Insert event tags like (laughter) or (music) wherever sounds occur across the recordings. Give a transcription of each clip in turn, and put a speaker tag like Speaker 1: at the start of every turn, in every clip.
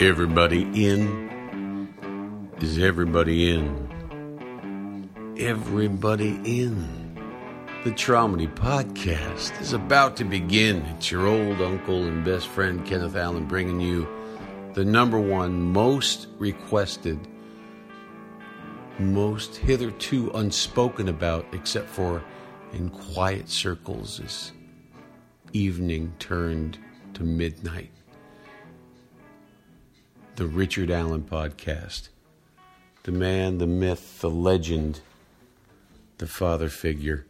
Speaker 1: Everybody in? Is everybody in? Everybody in. The Traumedy Podcast is about to begin. It's your old uncle and best friend Kenneth Allen bringing you the number one most requested, most hitherto unspoken about, except for in quiet circles, is evening turned to midnight the Richard Allen podcast. The man, the myth, the legend, the father figure.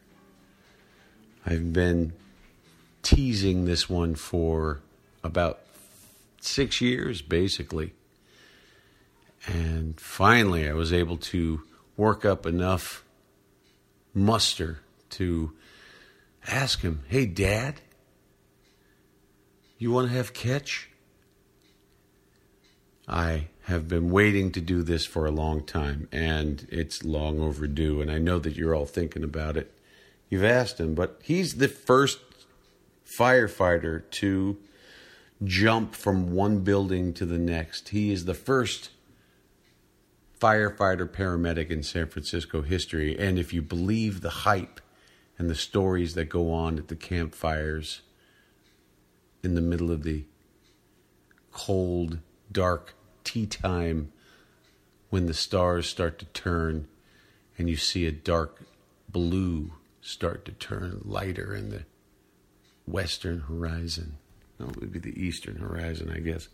Speaker 1: I've been teasing this one for about six years, basically. And finally, I was able to work up enough muster to ask him, Hey, Dad, you want to have catch? I have been waiting to do this for a long time, and it's long overdue. And I know that you're all thinking about it. You've asked him, but he's the first firefighter to jump from one building to the next. He is the first firefighter paramedic in San Francisco history. And if you believe the hype and the stories that go on at the campfires in the middle of the cold, dark tea time when the stars start to turn and you see a dark blue start to turn lighter in the western horizon. No, it would be the eastern horizon, I guess.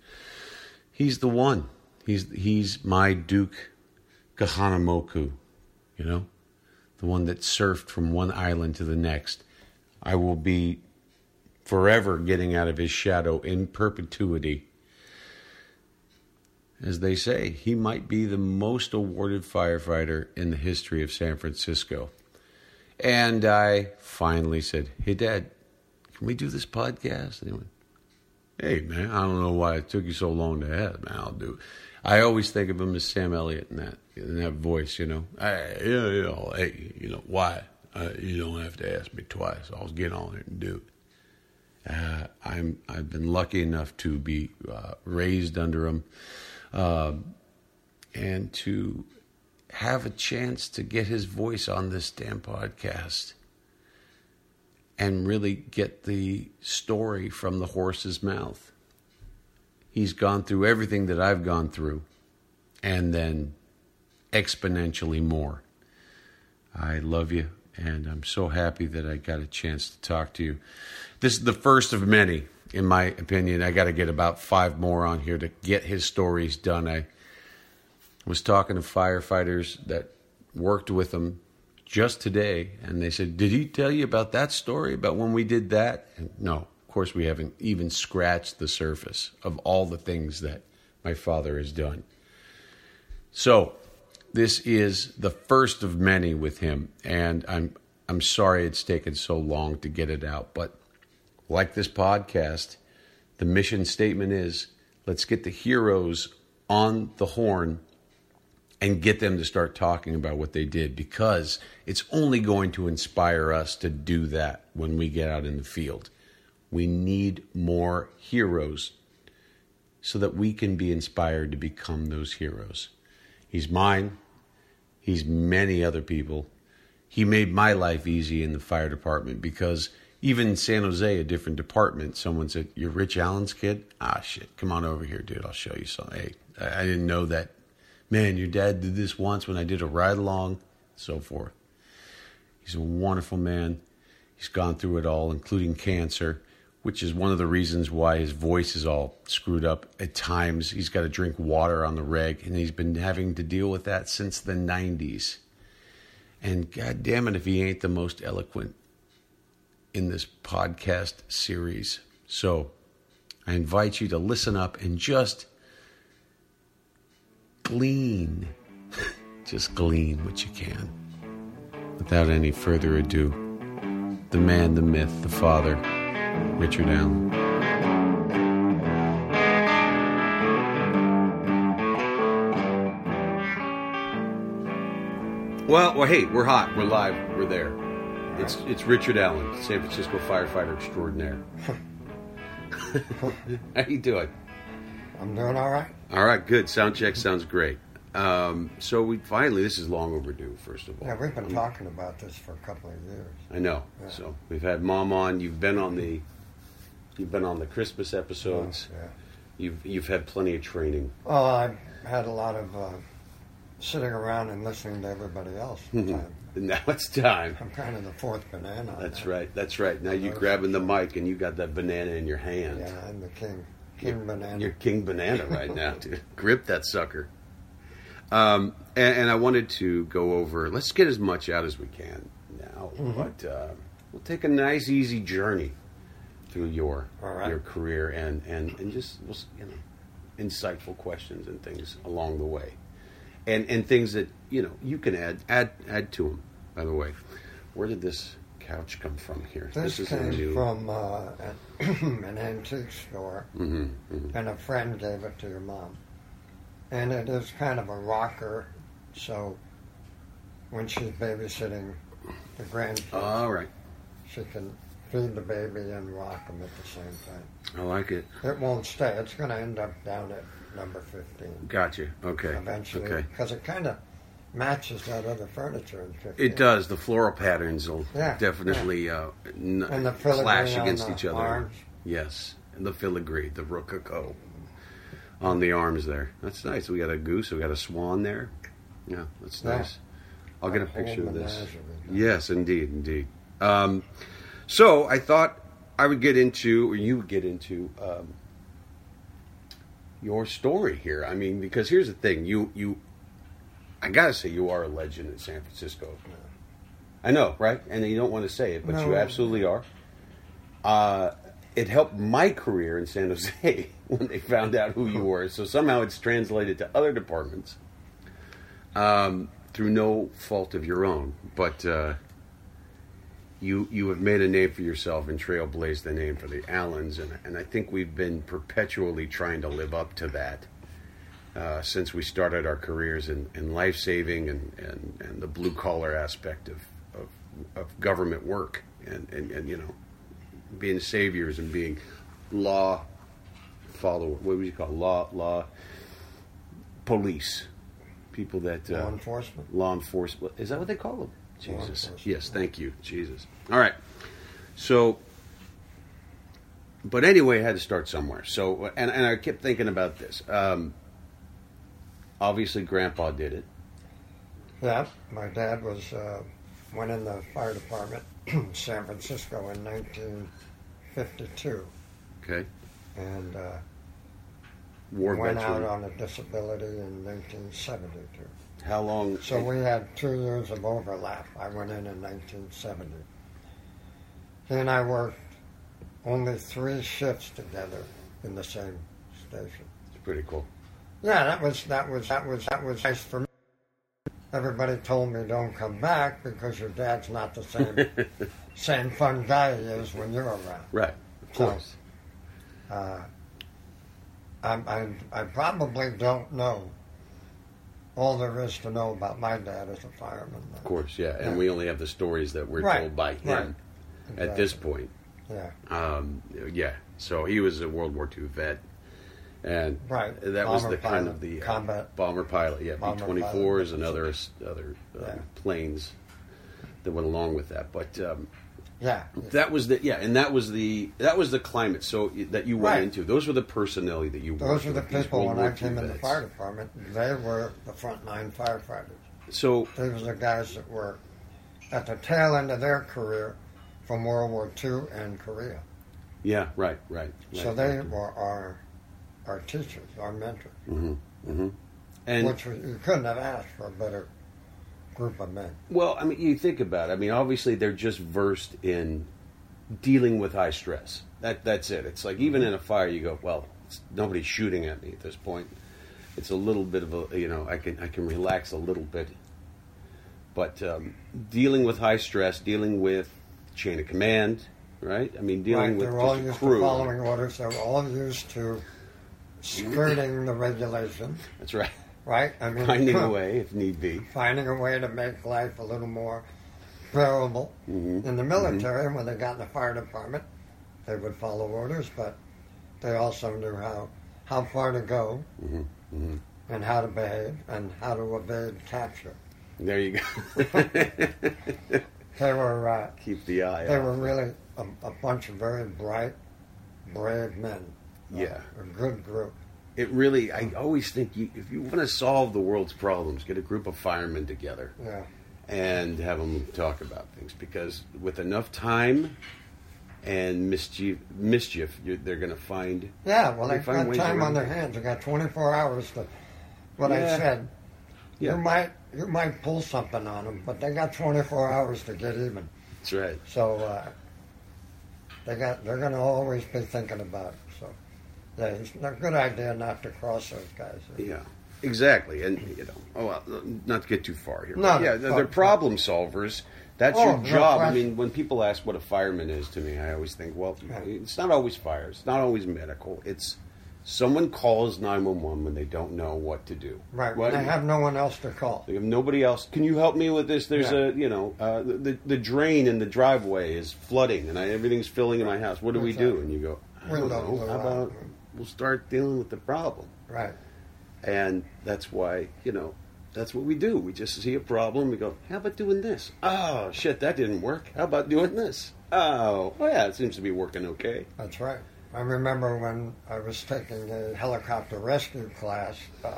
Speaker 1: He's the one. He's he's my Duke Kahanamoku, you know? The one that surfed from one island to the next. I will be forever getting out of his shadow in perpetuity. As they say, he might be the most awarded firefighter in the history of San Francisco. And I finally said, Hey, Dad, can we do this podcast? And he went, Hey, man, I don't know why it took you so long to ask, man. I'll do it. I always think of him as Sam Elliott in that, in that voice, you know. Hey, you know, you know, hey, you know why? Uh, you don't have to ask me twice. I'll get on it and do it. Uh, I'm I've been lucky enough to be uh, raised under him, uh, and to have a chance to get his voice on this damn podcast, and really get the story from the horse's mouth. He's gone through everything that I've gone through, and then exponentially more. I love you, and I'm so happy that I got a chance to talk to you. This is the first of many, in my opinion. I got to get about five more on here to get his stories done. I was talking to firefighters that worked with him just today, and they said, Did he tell you about that story, about when we did that? And no, of course, we haven't even scratched the surface of all the things that my father has done. So, this is the first of many with him, and I'm I'm sorry it's taken so long to get it out, but like this podcast, the mission statement is let's get the heroes on the horn and get them to start talking about what they did because it's only going to inspire us to do that when we get out in the field. We need more heroes so that we can be inspired to become those heroes. He's mine. He's many other people. He made my life easy in the fire department because even in San Jose, a different department, someone said, You're Rich Allen's kid? Ah, shit. Come on over here, dude. I'll show you something. Hey, I I didn't know that. Man, your dad did this once when I did a ride along, so forth. He's a wonderful man. He's gone through it all, including cancer, which is one of the reasons why his voice is all screwed up at times. He's got to drink water on the reg, and he's been having to deal with that since the 90s. And God damn it, if he ain't the most eloquent in this podcast series. So I invite you to listen up and just glean, (laughs) just glean what you can. Without any further ado, the man, the myth, the father, Richard Allen. Well, well, hey, we're hot. We're live. We're there. It's it's Richard Allen, San (laughs) Francisco firefighter extraordinaire. How you doing?
Speaker 2: I'm doing all right.
Speaker 1: All right, good. Sound check sounds great. Um, so we finally, this is long overdue. First of all,
Speaker 2: Yeah, we've been talking about this for a couple of years.
Speaker 1: I know.
Speaker 2: Yeah.
Speaker 1: So we've had mom on. You've been on the, you've been on the Christmas episodes.
Speaker 2: Oh, Yeah.
Speaker 1: You've you've had plenty of training. (laughs)
Speaker 2: Well, I had a lot of uh, sitting around and listening to
Speaker 1: (laughs)
Speaker 2: everybody else.
Speaker 1: Mm-hmm.
Speaker 2: I'm,
Speaker 1: And now it's time.
Speaker 2: I'm kind of the fourth banana. on
Speaker 1: That's
Speaker 2: that.
Speaker 1: right. That's right. Now you're grabbing the mic and you got that banana in your hand.
Speaker 2: Yeah, I'm the king, king banana.
Speaker 1: You're King (laughs) Banana right now, dude. Grip that sucker. Um, and, and I wanted to go over. Let's get as much out as we can now,
Speaker 2: Mm-hmm.
Speaker 1: but uh, we'll take a nice, easy journey through your
Speaker 2: All right.
Speaker 1: your career and and and just we'll s- you know insightful questions and things along the way, and and things that you know you can add add add to them. By the way, where did this couch come from here?
Speaker 2: This,
Speaker 1: is
Speaker 2: came from uh, an, (clears throat) an antique store,
Speaker 1: Mhm, mhm.
Speaker 2: and a friend gave it to your mom. And it is kind of a rocker, so when she's babysitting the grandkids,
Speaker 1: All right,
Speaker 2: she can feed the baby and rock them at the same time.
Speaker 1: I like it.
Speaker 2: It won't stay. It's going to end up down at number 15
Speaker 1: Gotcha. Okay.
Speaker 2: eventually,
Speaker 1: Okay.
Speaker 2: because it kind of matches that other furniture in 15.
Speaker 1: It does. The floral patterns will
Speaker 2: Yeah,
Speaker 1: definitely Uh, n-
Speaker 2: And the filigree
Speaker 1: clash
Speaker 2: on
Speaker 1: against
Speaker 2: the
Speaker 1: each other.
Speaker 2: arms.
Speaker 1: Yes, and the filigree, the rococo on the arms there. That's nice. We got a goose. We got a swan there. Yeah, that's
Speaker 2: Yeah.
Speaker 1: nice. I'll get a
Speaker 2: A whole
Speaker 1: picture of this.
Speaker 2: menagerie.
Speaker 1: Yes, indeed, indeed. Um, so I thought I would get into, or you would get into, um, your story here. I mean, because here's the thing: you, you, I gotta say, you are a legend in San Francisco. I know, right? And you don't want to say it, but you
Speaker 2: No.
Speaker 1: absolutely are. Uh, it helped my career in San Jose (laughs) when they found out who you were. So somehow it's translated to other departments um, through no fault of your own. But uh, you you have made a name for yourself and trailblazed the name for the Allens, and and I think we've been perpetually trying to live up to that uh, since we started our careers in, in life saving and, and, and the blue collar aspect of, of, of government work and, and, and you know being saviors and being law follower what would you call it? law law police people that
Speaker 2: Law
Speaker 1: uh,
Speaker 2: enforcement.
Speaker 1: law enforcement is that what they call them
Speaker 2: Law
Speaker 1: jesus
Speaker 2: enforcement.
Speaker 1: yes thank you jesus all right so but anyway i had to start somewhere so and, and i kept thinking about this um, obviously grandpa did it
Speaker 2: Yeah, my dad was uh, went in the fire department, (clears throat) in San Francisco, in 1952,
Speaker 1: okay
Speaker 2: and uh,
Speaker 1: war
Speaker 2: went out
Speaker 1: veteran
Speaker 2: on a disability in 1972.
Speaker 1: how long
Speaker 2: So we had two years of overlap. I went in in 1970. He and I worked only three shifts together in the same station.
Speaker 1: it's pretty cool
Speaker 2: Yeah, that was that was that was that was nice for me. Everybody told me don't come back because your dad's not the same
Speaker 1: (laughs)
Speaker 2: same fun guy he is when you're around.
Speaker 1: right of
Speaker 2: So-
Speaker 1: course
Speaker 2: Uh, I, I I probably don't know all there is to know about my dad as a fireman.
Speaker 1: of course yeah and
Speaker 2: Yeah.
Speaker 1: we only have the stories that we're
Speaker 2: Right,
Speaker 1: told by him
Speaker 2: right.
Speaker 1: at this point
Speaker 2: Yeah,
Speaker 1: Um, yeah, so he was a World War II vet, and
Speaker 2: Right.
Speaker 1: that was
Speaker 2: Bomber
Speaker 1: the kind of
Speaker 2: pilot,
Speaker 1: the uh,
Speaker 2: combat-
Speaker 1: bomber pilot. Yeah, B
Speaker 2: bomber
Speaker 1: twenty fours
Speaker 2: pilot.
Speaker 1: and other other um,
Speaker 2: Yeah.
Speaker 1: planes that went along with that. But um,
Speaker 2: yeah,
Speaker 1: that was the yeah, and that was the that was the climate. So that you went
Speaker 2: Right.
Speaker 1: into those were the personnel that you
Speaker 2: Those
Speaker 1: worked
Speaker 2: were the
Speaker 1: with, these
Speaker 2: people
Speaker 1: World
Speaker 2: when I
Speaker 1: War II
Speaker 2: came in the
Speaker 1: vets.
Speaker 2: fire department. They were the frontline firefighters.
Speaker 1: So
Speaker 2: These were the guys that were at the tail end of their career from World War II and Korea.
Speaker 1: yeah, right, right.
Speaker 2: So they were our our teachers, our mentors,
Speaker 1: hmm hmm And
Speaker 2: which was, you couldn't have asked for a better group of men.
Speaker 1: Well, I mean, you think about it. I mean, obviously, they're just versed in dealing with high stress. That that's it. It's like
Speaker 2: Mm-hmm.
Speaker 1: even in a fire, you go, well, it's, nobody's shooting at me at this point. It's a little bit of a, you know, I can I can relax a little bit. But um, dealing with high stress, dealing with chain of command, right? I mean, dealing
Speaker 2: right?
Speaker 1: with
Speaker 2: They were all
Speaker 1: just a
Speaker 2: used
Speaker 1: crew.
Speaker 2: to following orders. They were all used to skirting the regulation,
Speaker 1: That's
Speaker 2: (laughs)
Speaker 1: right.
Speaker 2: right? I mean,
Speaker 1: Finding
Speaker 2: (laughs)
Speaker 1: a way if need be.
Speaker 2: finding a way to make life a little more bearable.
Speaker 1: Mm-hmm.
Speaker 2: In the military, when they got in the fire department, they would follow orders, but they also knew how how far to go
Speaker 1: hmm hmm
Speaker 2: and how to behave and how to evade capture.
Speaker 1: There you
Speaker 2: (laughs)
Speaker 1: go.
Speaker 2: They were uh,
Speaker 1: Keep the eye
Speaker 2: they
Speaker 1: out.
Speaker 2: were really a, a bunch of very bright, brave men.
Speaker 1: Yeah.
Speaker 2: a good group.
Speaker 1: It really, I always think you, if you want to solve the world's problems, get a group of firemen together
Speaker 2: Yeah,
Speaker 1: and have them talk about things because with enough time and mischief, mischief you they're going to find.
Speaker 2: yeah. Well,
Speaker 1: They
Speaker 2: they've
Speaker 1: find
Speaker 2: got
Speaker 1: ways
Speaker 2: time on
Speaker 1: around
Speaker 2: their
Speaker 1: it.
Speaker 2: hands. They got 24 hours to. What
Speaker 1: Yeah.
Speaker 2: I said,
Speaker 1: Yeah,
Speaker 2: you might you might pull something on them, but they got 24 hours to get even.
Speaker 1: that's right.
Speaker 2: So uh, they got they're going to always be thinking about it. So yeah, it's not a good idea not to cross those guys.
Speaker 1: Yeah, exactly. And you know, oh, well, not to get too far here.
Speaker 2: No,
Speaker 1: but yeah,
Speaker 2: no,
Speaker 1: they're
Speaker 2: no.
Speaker 1: problem solvers. That's
Speaker 2: Oh,
Speaker 1: your
Speaker 2: no
Speaker 1: job. I
Speaker 2: question.
Speaker 1: mean, when people ask what a fireman is to me, I always think, well,
Speaker 2: Right.
Speaker 1: it's not always fire. It's not always medical. It's someone calls nine one one when they don't know what to do.
Speaker 2: Right.
Speaker 1: What-
Speaker 2: They have no one else to call.
Speaker 1: They have nobody else. Can you help me with this? There's
Speaker 2: Yeah.
Speaker 1: a, you know, uh, the the drain in the driveway is flooding, and I, everything's filling in my house. What do we do?
Speaker 2: Exactly.
Speaker 1: And you go, I
Speaker 2: We'll
Speaker 1: don't
Speaker 2: don't
Speaker 1: know.
Speaker 2: go
Speaker 1: How
Speaker 2: out.
Speaker 1: about we'll start dealing with the problem?
Speaker 2: Right.
Speaker 1: And that's why, you know, that's what we do. We just see a problem, we go, how about doing this? Oh, shit, that didn't work. How about doing this? Oh, well, yeah, it seems to be working okay.
Speaker 2: That's right. I remember when I was taking a helicopter rescue class. Uh,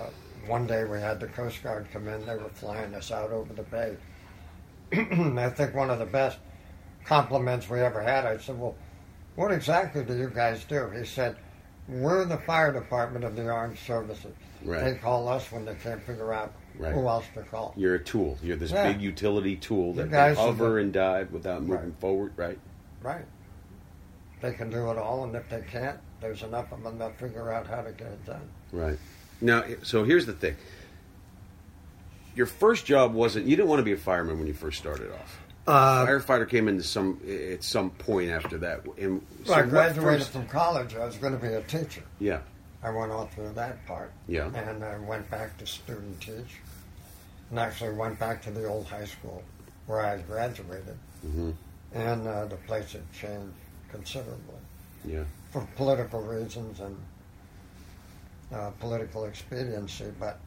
Speaker 2: one day we had the Coast Guard come in. They were flying us out over the bay. (clears throat) I think one of the best compliments we ever had. I said, "Well, what exactly do you guys do?" He said, "We're the fire department of the armed services.
Speaker 1: Right.
Speaker 2: They call us when they can't figure out
Speaker 1: Right.
Speaker 2: who else to call."
Speaker 1: You're a tool. You're this
Speaker 2: Yeah.
Speaker 1: big utility tool
Speaker 2: You
Speaker 1: that can
Speaker 2: guys are
Speaker 1: hover
Speaker 2: the-
Speaker 1: and dive without moving
Speaker 2: Right.
Speaker 1: forward, right?
Speaker 2: Right. They can do it all, and if they can't, there's enough of them that figure out how to get it done.
Speaker 1: Right. Now, so here's the thing. Your first job wasn't, you didn't want to be a fireman when you first started off.
Speaker 2: Uh,
Speaker 1: Firefighter came into some, at some point after that. And so
Speaker 2: I
Speaker 1: what
Speaker 2: graduated
Speaker 1: first-
Speaker 2: from college. I was going to be a teacher.
Speaker 1: Yeah,
Speaker 2: I went all through that part.
Speaker 1: Yeah.
Speaker 2: And I went back to student teach, and actually went back to the old high school where I had graduated,
Speaker 1: Mhm.
Speaker 2: and uh, the place had changed considerably
Speaker 1: yeah.
Speaker 2: for political reasons and uh, political expediency, but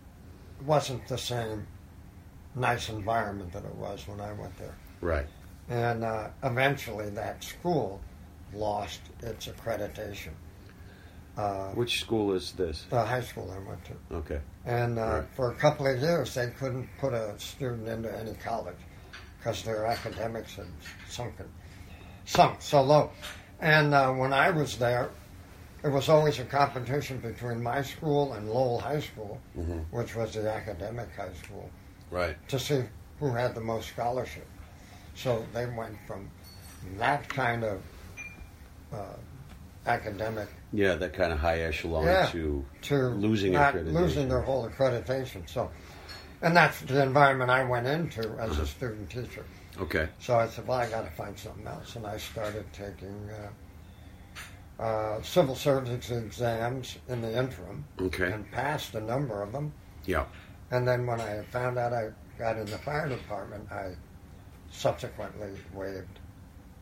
Speaker 2: it wasn't the same nice environment that it was when I went there.
Speaker 1: Right.
Speaker 2: And uh, eventually, that school lost its accreditation. Uh,
Speaker 1: Which school is this?
Speaker 2: the high school I went to.
Speaker 1: Okay.
Speaker 2: And uh,
Speaker 1: Right.
Speaker 2: for a couple of years, they couldn't put a student into any college because their academics had sunken, sunk so low. And uh, when I was there, it was always a competition between my school and Lowell High School,
Speaker 1: Mhm.
Speaker 2: which was the academic high school,
Speaker 1: Right.
Speaker 2: to see who had the most scholarship. So they went from that kind of uh, academic
Speaker 1: Yeah, that kind of high echelon
Speaker 2: Yeah.
Speaker 1: to
Speaker 2: to
Speaker 1: Losing
Speaker 2: not
Speaker 1: accreditation.
Speaker 2: losing their whole accreditation. So, and that's the environment I went into as a student teacher.
Speaker 1: okay.
Speaker 2: So I said, well, I got to find something else, and I started taking uh, uh, civil service exams in the interim
Speaker 1: Okay.
Speaker 2: and passed a number of them.
Speaker 1: Yeah.
Speaker 2: And then when I found out I got in the fire department, I subsequently waived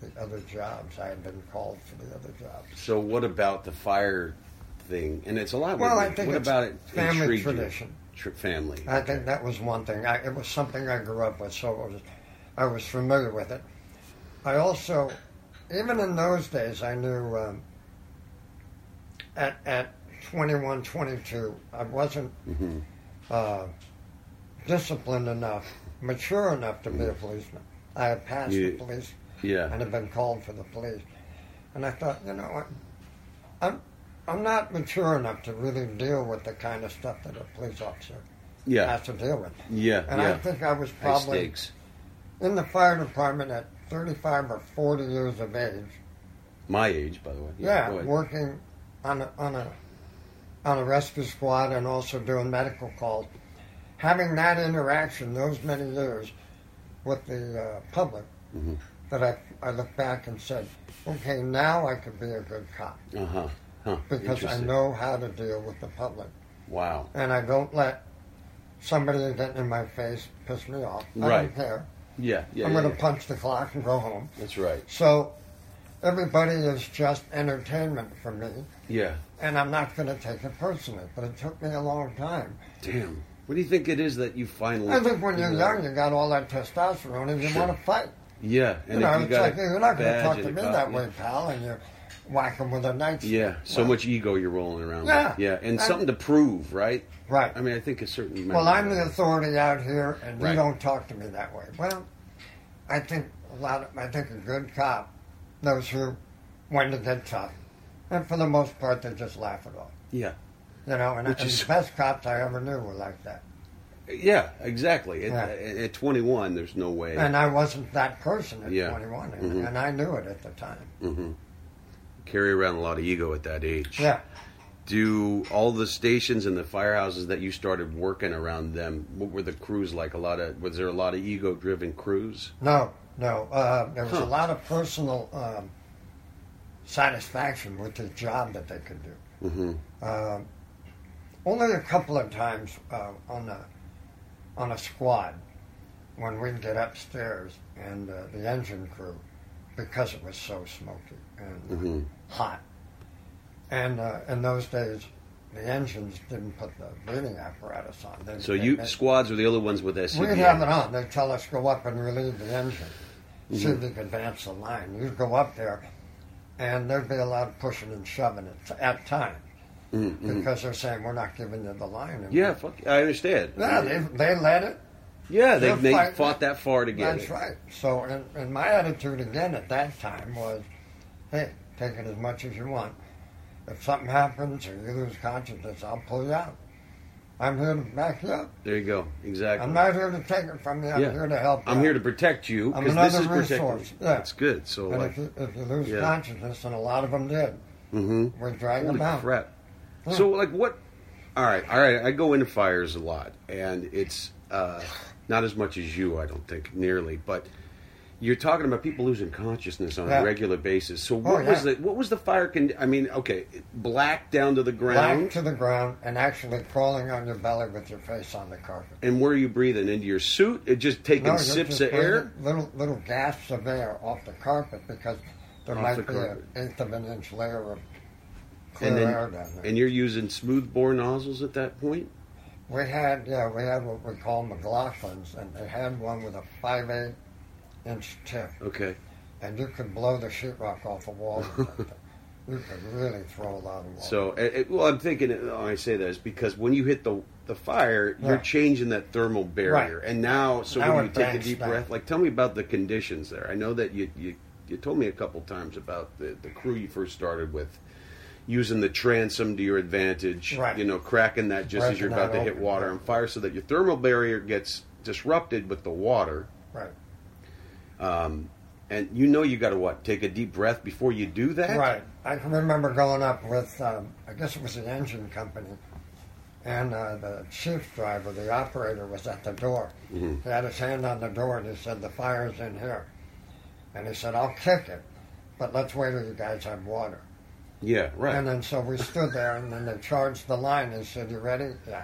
Speaker 2: the other jobs. I had been called for the other jobs.
Speaker 1: So what about the fire thing? And it's a lot.
Speaker 2: Well,
Speaker 1: what-
Speaker 2: I think
Speaker 1: what
Speaker 2: it's
Speaker 1: about it?
Speaker 2: family
Speaker 1: intrigued you?
Speaker 2: tradition.
Speaker 1: Tr- family.
Speaker 2: I think that was one thing. I, it was something I grew up with, so it was, I was familiar with it. I also, even in those days, I knew um, at, at 21, 22, I wasn't
Speaker 1: hmm
Speaker 2: uh, disciplined enough, mature enough to be a policeman. I had passed
Speaker 1: You-
Speaker 2: the police and
Speaker 1: Yeah.
Speaker 2: had been called for the police. And I thought, you know what? I'm, I'm not mature enough to really deal with the kind of stuff that a police officer
Speaker 1: Yeah.
Speaker 2: has to deal with.
Speaker 1: Yeah.
Speaker 2: And I
Speaker 1: yeah.
Speaker 2: think I was
Speaker 1: High
Speaker 2: probably
Speaker 1: stakes.
Speaker 2: in the fire department at 35 or 40 years of age.
Speaker 1: My age, by the way.
Speaker 2: Yeah,
Speaker 1: go ahead.
Speaker 2: working on a, on a on a rescue squad and also doing medical calls. Having that interaction those many years with the uh, public,
Speaker 1: Mhm.
Speaker 2: that I I look back and said, okay, now I could be a good cop
Speaker 1: Uh-huh. Huh.
Speaker 2: because I
Speaker 1: Interesting.
Speaker 2: know how to deal with the public
Speaker 1: Wow.
Speaker 2: and I don't let somebody get in my face piss me off. I
Speaker 1: Right.
Speaker 2: don't care.
Speaker 1: Yeah. Yeah.
Speaker 2: I'm
Speaker 1: yeah,
Speaker 2: going to
Speaker 1: yeah.
Speaker 2: punch the clock and go home.
Speaker 1: That's right.
Speaker 2: So everybody is just entertainment for me,
Speaker 1: Yeah.
Speaker 2: and I'm not going to take it personally. But it took me a long time.
Speaker 1: Damn. What do you think it is that you finally?
Speaker 2: I think when you're
Speaker 1: know,
Speaker 2: young, you got all that testosterone, and you
Speaker 1: Sure.
Speaker 2: want to fight.
Speaker 1: Yeah. And
Speaker 2: you know,
Speaker 1: if you
Speaker 2: it's
Speaker 1: got
Speaker 2: like
Speaker 1: a
Speaker 2: you're not going to
Speaker 1: badge
Speaker 2: talk
Speaker 1: and
Speaker 2: to
Speaker 1: a
Speaker 2: me
Speaker 1: cop-
Speaker 2: that way, pal, and you're whacking with a nightstick.
Speaker 1: Yeah. So
Speaker 2: Well,
Speaker 1: much ego you're rolling around. with.
Speaker 2: Yeah.
Speaker 1: Yeah. And
Speaker 2: And-
Speaker 1: something to prove, right?
Speaker 2: Right.
Speaker 1: I mean, I think a certain.
Speaker 2: well, I'm the
Speaker 1: the.
Speaker 2: authority out here, and
Speaker 1: Right.
Speaker 2: you don't talk to me that way. Well, I think a lot. Of, I think a good cop knows who when to get tough, and for the most part, they just laugh it off.
Speaker 1: Yeah.
Speaker 2: You know, and,
Speaker 1: Which
Speaker 2: and
Speaker 1: is-
Speaker 2: the best cops I ever knew were like that.
Speaker 1: Yeah. Exactly. At,
Speaker 2: Yeah.
Speaker 1: at- at 21, there's no way.
Speaker 2: And I wasn't that person at
Speaker 1: Yeah.
Speaker 2: 21, and,
Speaker 1: Mhm.
Speaker 2: and I knew it at the time.
Speaker 1: hmm Carry around a lot of ego at that age.
Speaker 2: Yeah.
Speaker 1: Do all the stations and the firehouses that you started working around them? What were the crews like? A lot of was there a lot of ego-driven crews?
Speaker 2: No, no. Uh, there was
Speaker 1: Huh.
Speaker 2: a lot of personal um, satisfaction with the job that they could do.
Speaker 1: Mm-hmm.
Speaker 2: Um only a couple of times uh, on a on a squad when we'd get upstairs and uh, the engine crew because it was so smoky and
Speaker 1: Mm-hmm.
Speaker 2: hot. And uh, in those days, the engines didn't put the breathing apparatus on. They-
Speaker 1: So
Speaker 2: they-
Speaker 1: you
Speaker 2: they-
Speaker 1: squads were the only ones with SCBA.
Speaker 2: We'd have it on. They'd tell us, go up and relieve the engine.
Speaker 1: Mm-hmm.
Speaker 2: See if you could advance the line. You'd go up there, and there'd be a lot of pushing and shoving at, at times
Speaker 1: Mm, mm.
Speaker 2: because they're saying, we're not giving you the line. And
Speaker 1: Yeah, fuck, I understand.
Speaker 2: Yeah, they, they let it.
Speaker 1: yeah, they,
Speaker 2: they're
Speaker 1: they
Speaker 2: fighting.
Speaker 1: fought that far to get
Speaker 2: That's
Speaker 1: it.
Speaker 2: right. So, and, and my attitude again at that time was, hey, take it as much as you want. If something happens or you lose consciousness, I'll pull you out. I'm here to back you up.
Speaker 1: There you go. Exactly.
Speaker 2: I'm not here to take it from you. I'm
Speaker 1: Yeah.
Speaker 2: here to help you.
Speaker 1: I'm here to protect you
Speaker 2: I'm
Speaker 1: because this
Speaker 2: another
Speaker 1: is protecting.
Speaker 2: resource.
Speaker 1: you.
Speaker 2: Yeah.
Speaker 1: That's good. So,
Speaker 2: And
Speaker 1: like,
Speaker 2: if you, if you lose
Speaker 1: Yeah.
Speaker 2: consciousness, and a lot of them did,
Speaker 1: mm-hmm.
Speaker 2: we drag
Speaker 1: Holy
Speaker 2: them out.
Speaker 1: crap!
Speaker 2: Yeah.
Speaker 1: So like what? All right, all right. I go into fires a lot, and it's uh, not as much as you, I don't think, nearly. But you're talking about people losing consciousness on
Speaker 2: Yeah. Oh,
Speaker 1: a regular basis. So what
Speaker 2: yeah.
Speaker 1: was the what was the fire? Con- I mean, okay, black down to the ground,
Speaker 2: Lying to the ground and actually crawling on your belly with your face on the carpet.
Speaker 1: and where are you breathing into your suit? It just taking
Speaker 2: you're
Speaker 1: sips
Speaker 2: just
Speaker 1: of air.
Speaker 2: breathing Little little gasps of air off the carpet because there
Speaker 1: Off the
Speaker 2: might be
Speaker 1: carpet.
Speaker 2: an eighth of an inch layer of clear
Speaker 1: And
Speaker 2: air
Speaker 1: then,
Speaker 2: down there.
Speaker 1: and you're using smooth bore nozzles at that point.
Speaker 2: we had yeah we had what we call McLaughlins and they had one with a five eight inch tip
Speaker 1: Okay,
Speaker 2: and you could blow the sheetrock off
Speaker 1: (laughs)
Speaker 2: a wall. with that thing. you could really throw a lot of water.
Speaker 1: so it, it- well, I'm thinking. oh, I say that is because when you hit the the fire, you're
Speaker 2: Yeah.
Speaker 1: changing that thermal barrier, and now so
Speaker 2: Now
Speaker 1: when you
Speaker 2: it
Speaker 1: take a
Speaker 2: bangs
Speaker 1: deep
Speaker 2: back.
Speaker 1: breath, like tell me about the conditions there. I know that you you, you told me a couple times about the, the crew you first started with. Using the transom to your advantage,
Speaker 2: Right.
Speaker 1: you know, cracking that just as
Speaker 2: Breaking
Speaker 1: you're about
Speaker 2: that
Speaker 1: to hit
Speaker 2: open,
Speaker 1: water
Speaker 2: yeah.
Speaker 1: and fire, so that your thermal barrier gets disrupted with the water,
Speaker 2: right.
Speaker 1: Um, and you know you got to what? Take a deep breath before you do that.
Speaker 2: Right. I can remember going up with, um, I guess it was the engine company, and uh, the chief driver, the operator, was at the door. He had his hand on the door, and he said, "The fire's in here," and he said, "I'll kick it, but let's wait till you guys have water."
Speaker 1: Yeah. Right.
Speaker 2: And then so we stood there, and then they charged the line. and said, "You ready?" Yeah.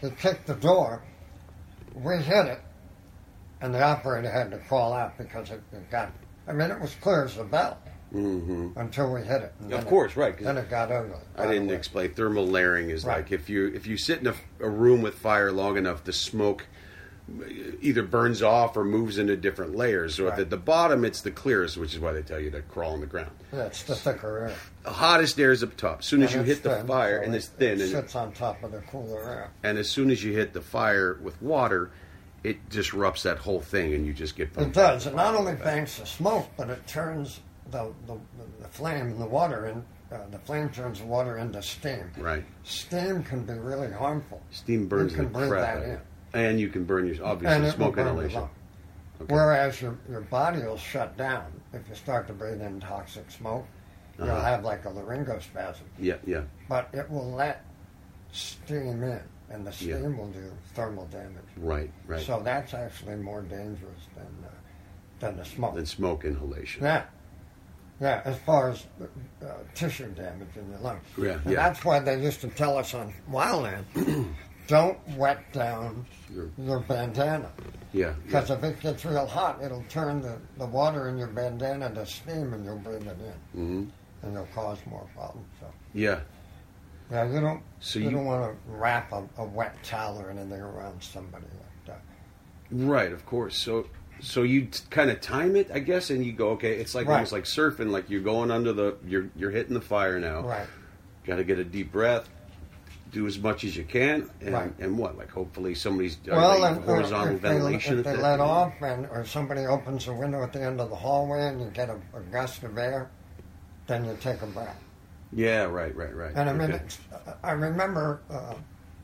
Speaker 2: He kicked the door. We hit it, and the operator had to crawl out because it, it got. I mean, it was clear as a bell
Speaker 1: hmm
Speaker 2: until we hit it. and then
Speaker 1: Of
Speaker 2: it-
Speaker 1: course, right? 'cause
Speaker 2: Then it got ugly.
Speaker 1: I didn't explain. Thermal layering is
Speaker 2: Right.
Speaker 1: like if you if you sit in a, a room with fire long enough, the smoke either burns off or moves into different layers. So if
Speaker 2: Right.
Speaker 1: at the bottom, it's the clearest, which is why they tell you to crawl on the ground.
Speaker 2: Yeah, it's the thicker air.
Speaker 1: The hottest air is up top. As soon as you
Speaker 2: And
Speaker 1: hit
Speaker 2: it's
Speaker 1: the
Speaker 2: thin,
Speaker 1: fire,
Speaker 2: so
Speaker 1: and
Speaker 2: it-
Speaker 1: it's thin,
Speaker 2: It
Speaker 1: and
Speaker 2: sits on top of the cooler air.
Speaker 1: and as soon as you hit the fire with water, it disrupts that whole thing, and you just get
Speaker 2: It
Speaker 1: pumped.
Speaker 2: does. It not only banks the smoke, but it turns the, the, the flame and the water in. Uh, the flame turns the water into steam.
Speaker 1: Right.
Speaker 2: Steam can be really harmful.
Speaker 1: Steam burns
Speaker 2: You can
Speaker 1: the
Speaker 2: breathe
Speaker 1: crap
Speaker 2: that
Speaker 1: out of
Speaker 2: in.
Speaker 1: it. And you can burn your obviously
Speaker 2: and it will
Speaker 1: smoke
Speaker 2: burn your
Speaker 1: inhalation.
Speaker 2: lung.
Speaker 1: Okay.
Speaker 2: Whereas your, your body will shut down if you start to breathe in toxic smoke. You'll
Speaker 1: Uh-huh.
Speaker 2: have like a laryngospasm.
Speaker 1: Yeah, yeah.
Speaker 2: but it will let steam in, and the steam
Speaker 1: Yeah.
Speaker 2: will do thermal damage.
Speaker 1: Right, right.
Speaker 2: So that's actually more dangerous than uh, than the smoke.
Speaker 1: and smoke inhalation.
Speaker 2: yeah, yeah. As far as uh, tissue damage in your lungs.
Speaker 1: Yeah,
Speaker 2: And
Speaker 1: yeah.
Speaker 2: That's why they used to tell us on wildland, (clears throat) don't wet down
Speaker 1: Your-
Speaker 2: your bandana.
Speaker 1: Yeah.
Speaker 2: Because if it gets real hot, it'll turn the, the water in your bandana to steam and you'll breathe it in
Speaker 1: hmm
Speaker 2: and you'll cause more problems. So,
Speaker 1: Yeah.
Speaker 2: yeah, you don't,
Speaker 1: So
Speaker 2: you,
Speaker 1: you-
Speaker 2: don't want to wrap a, a wet towel or anything around somebody like that.
Speaker 1: Right, of course. So so you t- kind of time it, I guess, and you go, okay, it's like
Speaker 2: Right.
Speaker 1: almost like surfing, like you're going under the you're you're hitting the fire now.
Speaker 2: Right.
Speaker 1: Got to get a deep breath. Do as much as you can, and,
Speaker 2: Right.
Speaker 1: and what? Like hopefully somebody's are
Speaker 2: well,
Speaker 1: they
Speaker 2: and, or
Speaker 1: horizontal
Speaker 2: if they,
Speaker 1: ventilation.
Speaker 2: if
Speaker 1: at
Speaker 2: they
Speaker 1: that
Speaker 2: let
Speaker 1: point?
Speaker 2: off and or somebody opens a window at the end of the hallway and you get a, a gust of air, then you take a breath.
Speaker 1: Yeah, right, right, right.
Speaker 2: And I mean,
Speaker 1: Okay.
Speaker 2: it's, I remember uh,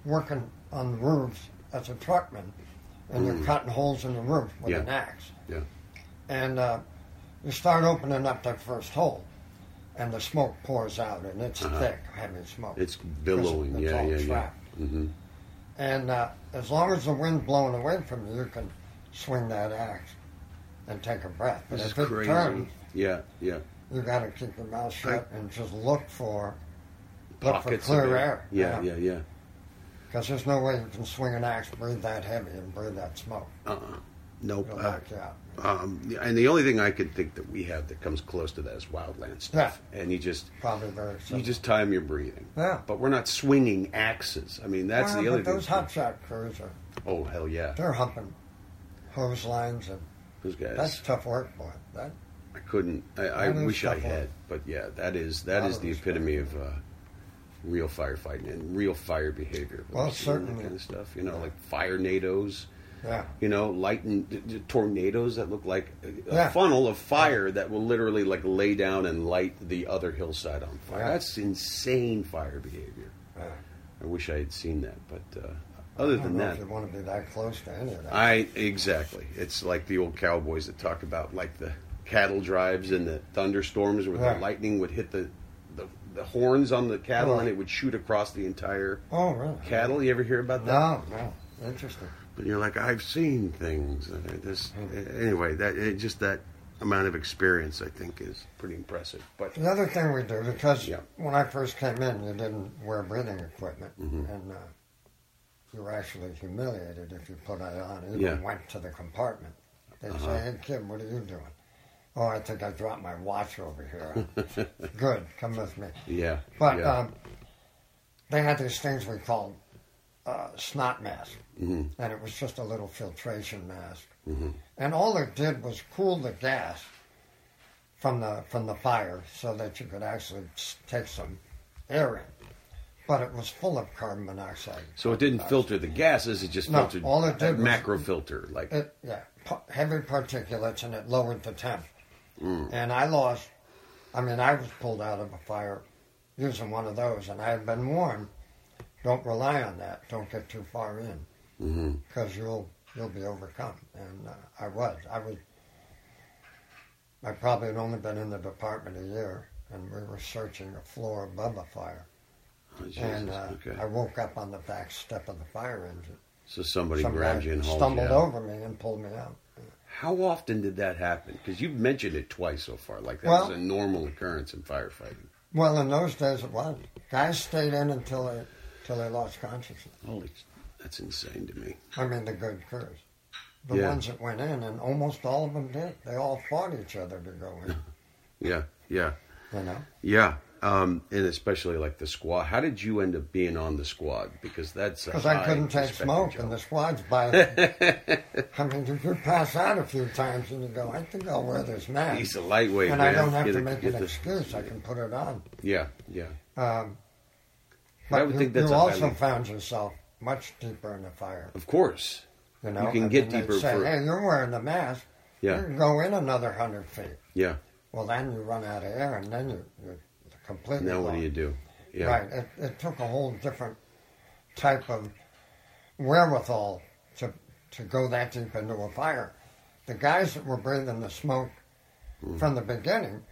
Speaker 2: working on the roofs as a truckman, and you're cutting holes in the roof
Speaker 1: Mm.
Speaker 2: with
Speaker 1: Yeah.
Speaker 2: an axe.
Speaker 1: Yeah.
Speaker 2: And uh, you start opening up that first hole, and the smoke pours out, and it's
Speaker 1: Uh-huh.
Speaker 2: thick, heavy smoke.
Speaker 1: It's billowing.
Speaker 2: It's
Speaker 1: yeah,
Speaker 2: all
Speaker 1: yeah, yeah.
Speaker 2: trapped.
Speaker 1: hmm
Speaker 2: And uh, as long as the wind's blowing away from you, you can swing that axe and take a breath. But
Speaker 1: This is
Speaker 2: if it
Speaker 1: crazy.
Speaker 2: turns,
Speaker 1: yeah, yeah.
Speaker 2: you got to keep your mouth shut and just look for look for
Speaker 1: Pockets of
Speaker 2: clear air.
Speaker 1: Yeah, yeah, yeah.
Speaker 2: Because there's no way you can swing an axe, breathe that heavy, and breathe that smoke.
Speaker 1: Uh-uh. Nope.
Speaker 2: It'll
Speaker 1: Uh,
Speaker 2: knock you out.
Speaker 1: um, and the only thing I could think that we have that comes close to that is wildland stuff. And you just
Speaker 2: Probably very simple.
Speaker 1: you just time your breathing.
Speaker 2: Yeah.
Speaker 1: But we're not swinging axes. I mean, that's
Speaker 2: Well,
Speaker 1: the other
Speaker 2: but those
Speaker 1: thing.
Speaker 2: hot shot crews are
Speaker 1: oh hell yeah,
Speaker 2: they're humping hose lines, and
Speaker 1: those guys.
Speaker 2: that's tough work, boy. That
Speaker 1: I couldn't. I, I
Speaker 2: That is
Speaker 1: wish I
Speaker 2: tough work.
Speaker 1: had. But yeah, that is that
Speaker 2: That
Speaker 1: is the
Speaker 2: is tough
Speaker 1: epitome of uh, real firefighting and real fire behavior.
Speaker 2: Well,
Speaker 1: We've seen that
Speaker 2: certainly.
Speaker 1: kind of stuff. You know, like fire nados.
Speaker 2: yeah.
Speaker 1: You know, lightning d- d- tornadoes that look like a a
Speaker 2: Yeah.
Speaker 1: funnel of fire that will literally like lay down and light the other hillside on fire.
Speaker 2: Yeah.
Speaker 1: That's insane fire behavior.
Speaker 2: yeah.
Speaker 1: I wish I had seen that, but uh,
Speaker 2: I
Speaker 1: other
Speaker 2: don't
Speaker 1: than
Speaker 2: know
Speaker 1: that,
Speaker 2: if you want to be that close to any of that.
Speaker 1: I exactly. It's like the old cowboys that talk about like the cattle drives and the thunderstorms where
Speaker 2: Right.
Speaker 1: the lightning would hit the, the the horns on the cattle and
Speaker 2: Right.
Speaker 1: it would shoot across the entire
Speaker 2: oh, really?
Speaker 1: cattle. You ever hear about that?
Speaker 2: No, no. Interesting.
Speaker 1: But you're like, I've seen things. and I This
Speaker 2: Hmm.
Speaker 1: anyway. That it, just that amount of experience, I think, is pretty impressive. But
Speaker 2: The other thing we do, because
Speaker 1: Yeah.
Speaker 2: when I first came in, you didn't wear breathing equipment, and uh, you were actually humiliated if you put it on. Even
Speaker 1: Yeah.
Speaker 2: went to the compartment. They'd say, "Hey, kid, what are you doing?" Oh, I think I dropped my watch over (laughs) here. Good, come with me.
Speaker 1: yeah,
Speaker 2: But
Speaker 1: yeah,
Speaker 2: um, they had these things we called uh, snot mask,
Speaker 1: Mhm.
Speaker 2: and it was just a little filtration mask,
Speaker 1: Mm-hmm.
Speaker 2: and all it did was cool the gas from the from the fire, so that you could actually s- take some air in. But it was full of carbon monoxide. Uh,
Speaker 1: so it didn't filter the gases. It just
Speaker 2: No,
Speaker 1: filtered
Speaker 2: all
Speaker 1: that
Speaker 2: it did was-
Speaker 1: macro filter, like
Speaker 2: It, yeah, pa- heavy particulates, and it lowered the temp.
Speaker 1: Mm.
Speaker 2: And I lost. I mean, I was pulled out of a fire using one of those, and I had been warned: don't rely on that. Don't get too far in,
Speaker 1: mm-hmm.
Speaker 2: because you'll you'll be overcome. And uh, I was. I was. I probably had only been in the department a year, and we were searching a floor above a fire.
Speaker 1: oh, Jesus,
Speaker 2: and uh,
Speaker 1: okay.
Speaker 2: I woke up on the back step of the fire engine.
Speaker 1: so somebody
Speaker 2: Some
Speaker 1: grabbed
Speaker 2: guy
Speaker 1: you and hauled
Speaker 2: stumbled
Speaker 1: you out.
Speaker 2: over me and pulled me out.
Speaker 1: How often did that happen? Because you've mentioned it twice so far. Like that
Speaker 2: Well-
Speaker 1: was a normal occurrence in firefighting.
Speaker 2: Well, in those days it was. Guys stayed in until they, until they lost consciousness.
Speaker 1: Holy, that's insane to me.
Speaker 2: I mean, the good crews. The
Speaker 1: Yeah.
Speaker 2: ones that went in, and almost all of them did. They all fought each other to go
Speaker 1: (laughs)
Speaker 2: in,
Speaker 1: Yeah, yeah,
Speaker 2: you know?
Speaker 1: yeah. Um, and especially like the squad. How did you end up being on the squad? Because that's
Speaker 2: Because I couldn't take smoke, and the squad's
Speaker 1: (laughs)
Speaker 2: by. I mean, you could pass out a few times, and you go, I think I'll wear this mask.
Speaker 1: He's a lightweight,
Speaker 2: and
Speaker 1: man.
Speaker 2: I don't have
Speaker 1: Get
Speaker 2: to
Speaker 1: a-
Speaker 2: make
Speaker 1: get
Speaker 2: an
Speaker 1: the-
Speaker 2: excuse. I can put it on.
Speaker 1: Yeah, yeah.
Speaker 2: Um,
Speaker 1: I
Speaker 2: but
Speaker 1: would
Speaker 2: you,
Speaker 1: think that's
Speaker 2: you
Speaker 1: a
Speaker 2: also
Speaker 1: highly-
Speaker 2: found yourself much deeper in the fire.
Speaker 1: Of course.
Speaker 2: You know,
Speaker 1: You can
Speaker 2: I
Speaker 1: get
Speaker 2: mean, they'd
Speaker 1: deeper
Speaker 2: Say,
Speaker 1: for-
Speaker 2: hey, you're wearing the mask.
Speaker 1: Yeah.
Speaker 2: You can go in another hundred feet.
Speaker 1: Yeah.
Speaker 2: Well, then you run out of air, and then you, you're completely.
Speaker 1: Now what do
Speaker 2: gone.
Speaker 1: you do? Yeah.
Speaker 2: Right. It, it took a whole different type of wherewithal to to go that deep into a fire. The guys that were breathing the smoke
Speaker 1: Hmm.
Speaker 2: from the beginning,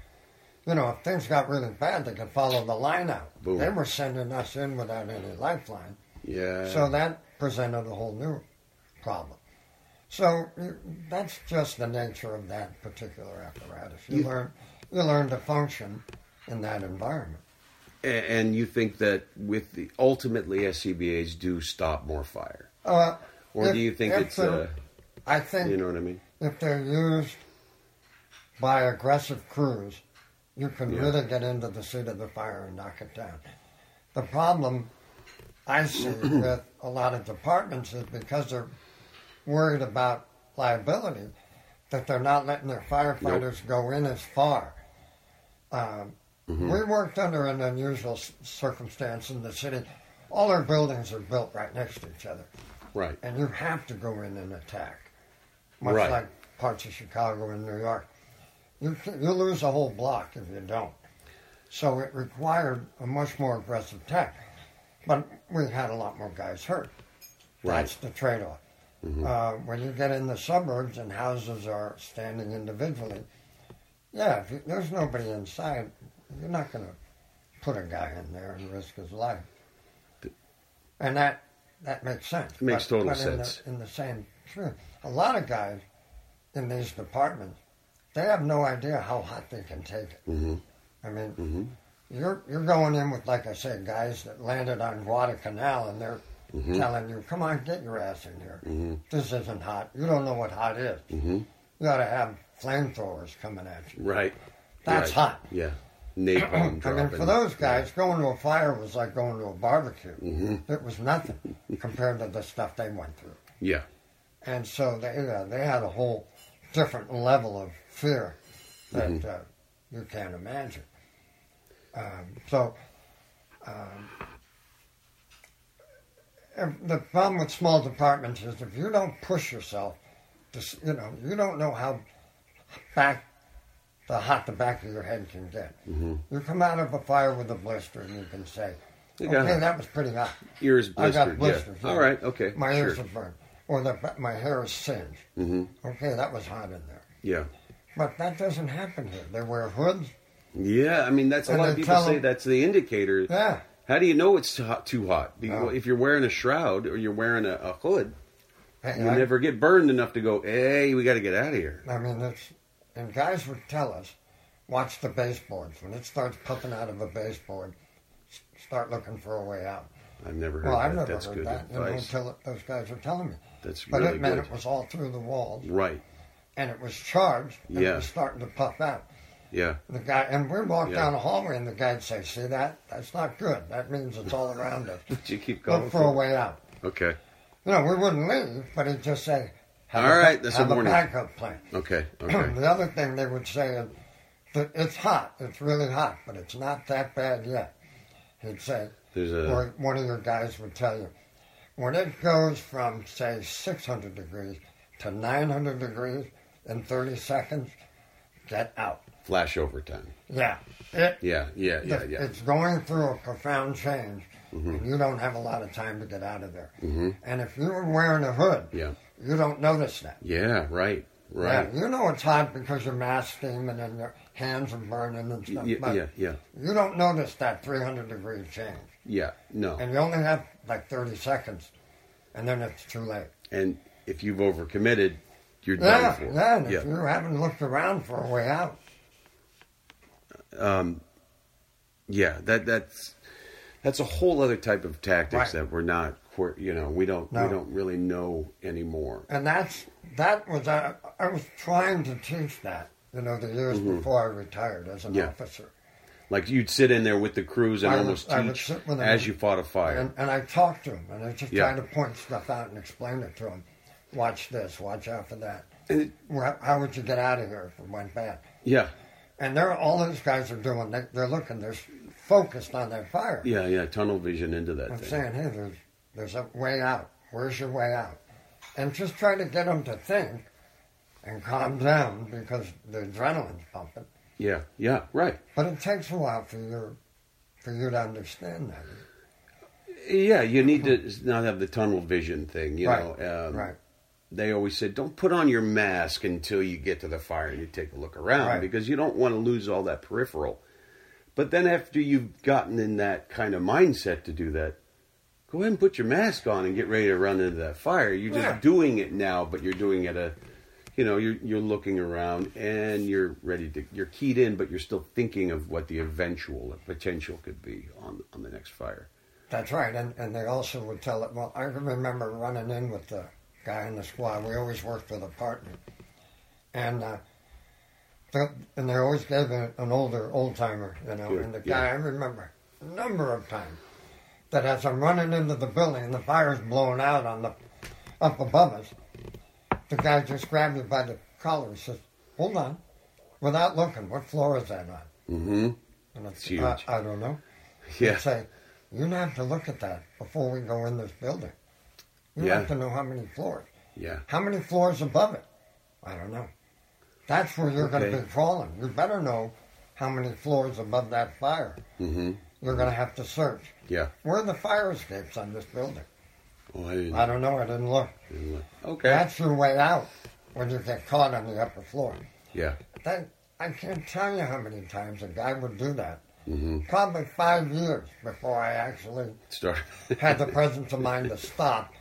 Speaker 2: you know, if things got really bad, they could follow the line out.
Speaker 1: Boom.
Speaker 2: They were sending us in without any lifeline.
Speaker 1: Yeah.
Speaker 2: So that presented a whole new problem. So you- that's just the nature of that particular apparatus. You,
Speaker 1: You-
Speaker 2: learn you learn to function in that environment.
Speaker 1: A- And you think that with the ultimately SCBAs do stop more fire,
Speaker 2: Uh,
Speaker 1: or
Speaker 2: if-
Speaker 1: do you think
Speaker 2: if
Speaker 1: it's uh,
Speaker 2: they're- I think
Speaker 1: you know what I mean?
Speaker 2: if they're used by aggressive crews, you can
Speaker 1: Yeah.
Speaker 2: really get into the seat of the fire and knock it down. The problem I see with a lot of departments is because they're worried about liability, that they're not letting their firefighters go in as far. Um, We worked under an unusual s- circumstance in the city. All our buildings are built right next to each other
Speaker 1: Right.
Speaker 2: and you have to go in and attack, much
Speaker 1: Right.
Speaker 2: like parts of Chicago and New York. You you lose a whole block if you don't. So it required a much more aggressive attack, but we had a lot more guys hurt. That's the trade-off. Uh, when you get in the suburbs and houses are standing individually, yeah, if you, there's nobody inside, you're not going to put a guy in there and risk his life. And that that makes sense.
Speaker 1: It makes total
Speaker 2: in the-
Speaker 1: sense.
Speaker 2: In the, same, sure, a lot of guys in these departments, they have no idea how hot they can take it.
Speaker 1: Mm-hmm.
Speaker 2: I mean,
Speaker 1: Mhm.
Speaker 2: you're you're going in with, like I said, guys that landed on Guadalcanal, and they're
Speaker 1: Mm-hmm.
Speaker 2: telling you, "Come on, get your ass in here. This isn't hot. You don't know what hot is.
Speaker 1: Mhm.
Speaker 2: You got to have flamethrowers coming at you."
Speaker 1: Right.
Speaker 2: That's
Speaker 1: Right.
Speaker 2: hot.
Speaker 1: Yeah. Napalm
Speaker 2: (clears throat) I
Speaker 1: dropping.
Speaker 2: mean, for those guys, going to a fire was like going to a barbecue. It was nothing compared to the stuff they went through.
Speaker 1: Yeah.
Speaker 2: And so they uh, they had a whole different level of fear that uh, you can't imagine. Um, so um, if- the problem with small departments is if you don't push yourself, to, s- you know you don't know how back the hot the back of your head can get. You come out of a fire with a blister and you can say,
Speaker 1: You got
Speaker 2: "Okay,
Speaker 1: it.
Speaker 2: that was pretty hot."
Speaker 1: Ears
Speaker 2: I
Speaker 1: blistered.
Speaker 2: got blisters.
Speaker 1: Yeah.
Speaker 2: yeah.
Speaker 1: All right. Okay.
Speaker 2: My
Speaker 1: sure.
Speaker 2: ears are burned, or the, my hair is singed.
Speaker 1: hmm
Speaker 2: Okay, that was hot in there,
Speaker 1: Yeah.
Speaker 2: but that doesn't happen here. They wear hoods.
Speaker 1: Yeah. I mean, that's a
Speaker 2: And
Speaker 1: lot of
Speaker 2: they
Speaker 1: people
Speaker 2: tell
Speaker 1: say
Speaker 2: them-
Speaker 1: that's the indicator.
Speaker 2: Yeah,
Speaker 1: How do you know it's hot, too hot? Do you-
Speaker 2: Oh.
Speaker 1: If you're wearing a shroud or you're wearing a, a hood,
Speaker 2: Hey,
Speaker 1: you
Speaker 2: I,
Speaker 1: never get burned enough to go, hey, we got to get out of here.
Speaker 2: I mean, it's and guys would tell us, watch the baseboards. When it starts puffing out of a baseboard, s- start looking for a way out.
Speaker 1: I've never heard
Speaker 2: Well,
Speaker 1: that.
Speaker 2: I've never
Speaker 1: that's
Speaker 2: heard
Speaker 1: good
Speaker 2: that you know,
Speaker 1: advice.
Speaker 2: until it- those guys were telling me.
Speaker 1: That's
Speaker 2: But
Speaker 1: really
Speaker 2: it meant
Speaker 1: good.
Speaker 2: it was all through the walls,
Speaker 1: Right.
Speaker 2: and it was charged, and
Speaker 1: Yeah.
Speaker 2: it was starting to puff out.
Speaker 1: Yeah. (laughs)
Speaker 2: The guy and we walk
Speaker 1: Yeah.
Speaker 2: down the hallway, and the guy'd say, "See that? That's not good. That means it's all
Speaker 1: (laughs)
Speaker 2: around us.
Speaker 1: But you keep going.
Speaker 2: Look for a way out."
Speaker 1: Okay.
Speaker 2: You know, we wouldn't leave, but he'd just say, have
Speaker 1: All
Speaker 2: a,
Speaker 1: right, that's a
Speaker 2: have
Speaker 1: warning.
Speaker 2: backup plan."
Speaker 1: Okay. Oh, Okay.
Speaker 2: (clears throat) the other thing they would say is that it's hot. It's really hot, but it's not that bad yet. He'd say,
Speaker 1: There's a.
Speaker 2: or one of your guys would tell you, when it goes from say 600 degrees to 900 degrees in 30 seconds, get out.
Speaker 1: flash overtime.
Speaker 2: Yeah, it
Speaker 1: Yeah, yeah, yeah, yeah. Mm-hmm.
Speaker 2: It's going through a profound change, and you don't have a lot of time to get out of there. And if you were wearing a hood,
Speaker 1: Yeah.
Speaker 2: you don't notice that.
Speaker 1: Yeah, right, right.
Speaker 2: Yeah, you know it's hot because your mask's steaming and your hands are burning and
Speaker 1: Yeah,
Speaker 2: stuff,
Speaker 1: yeah,
Speaker 2: but
Speaker 1: yeah, yeah.
Speaker 2: you don't notice that 300 degree change.
Speaker 1: no.
Speaker 2: And you only have like 30 seconds, and then it's too late.
Speaker 1: And if you've overcommitted, you're done
Speaker 2: Yeah,
Speaker 1: for.
Speaker 2: yeah, and if
Speaker 1: yeah.
Speaker 2: you haven't looked around for a way out,
Speaker 1: Um, yeah, that that's that's a whole other type of tactics
Speaker 2: Right.
Speaker 1: that we're not, quir- you know, we don't we
Speaker 2: No.
Speaker 1: don't really know anymore.
Speaker 2: and that's that was I, I was trying to teach that you know the years before I retired as an
Speaker 1: Mm-hmm. Yeah.
Speaker 2: officer,
Speaker 1: Like you'd sit in there with the crews and
Speaker 2: I would-
Speaker 1: almost
Speaker 2: I would
Speaker 1: teach
Speaker 2: sit with them
Speaker 1: as
Speaker 2: and-
Speaker 1: you fought a fire.
Speaker 2: and and I talked to him and I just
Speaker 1: Oh, Yeah.
Speaker 2: tried to point stuff out and explain it to him. Watch this, watch out for that.
Speaker 1: And it-
Speaker 2: Well, how would you get out of here if it went bad?
Speaker 1: yeah,
Speaker 2: And they're all these guys are doing. They, they're looking. They're focused on that fire.
Speaker 1: yeah, yeah. Tunnel vision into that
Speaker 2: I'm
Speaker 1: thing.
Speaker 2: saying, hey, there's there's a way out. Where's your way out? And just try to get them to think and calm down because the adrenaline's pumping.
Speaker 1: Yeah, yeah, right.
Speaker 2: But it takes a while for your for you to understand that.
Speaker 1: Yeah, you need to not have the tunnel vision thing. You know, um,
Speaker 2: right.
Speaker 1: they always said, don't put on your mask until you get to the fire and you take a look around
Speaker 2: Right.
Speaker 1: because you don't want to lose all that peripheral. But then after you've gotten in that kind of mindset to do that, go ahead and put your mask on and get ready to run into that fire. You're just
Speaker 2: Yeah.
Speaker 1: doing it now, but you're doing it a, you know you're you're looking around and you're ready to you're keyed in, but you're still thinking of what the eventual potential could be on on the next fire. (laughs)
Speaker 2: That's right, and, and they also would tell it. Well, I can remember running in with the guy in the squad. We always worked with a partner, and uh, the, and they always gave a, an older old timer, you know.
Speaker 1: Sure,
Speaker 2: And the
Speaker 1: yeah.
Speaker 2: guy I remember a number of times that as I'm running into the building and the fire's blowing out on the up above us, the guy just grabbed me by the collar and says, "Hold on," without looking. What floor is that on?
Speaker 1: Mm-hmm.
Speaker 2: And it's
Speaker 1: Huge.
Speaker 2: I, I don't know.
Speaker 1: Yeah.
Speaker 2: He'd say, "You have to look at that before we go in this building. You
Speaker 1: Yeah.
Speaker 2: have to know how many floors."
Speaker 1: Yeah.
Speaker 2: How many floors above it? I don't know. That's where you're going to
Speaker 1: Okay.
Speaker 2: be crawling. You better know how many floors above that fire.
Speaker 1: Mm-hmm.
Speaker 2: You're going to have to search.
Speaker 1: Yeah.
Speaker 2: Where are the fire escapes on this building?
Speaker 1: Oh, I didn't,
Speaker 2: I don't know. I didn't look.
Speaker 1: didn't look. Okay.
Speaker 2: That's your way out when you get caught on the upper floor.
Speaker 1: yeah.
Speaker 2: That, I can't tell you how many times a guy would do that.
Speaker 1: Mm-hmm.
Speaker 2: Probably five years before I actually
Speaker 1: Start. (laughs)
Speaker 2: had the presence of mind to stop,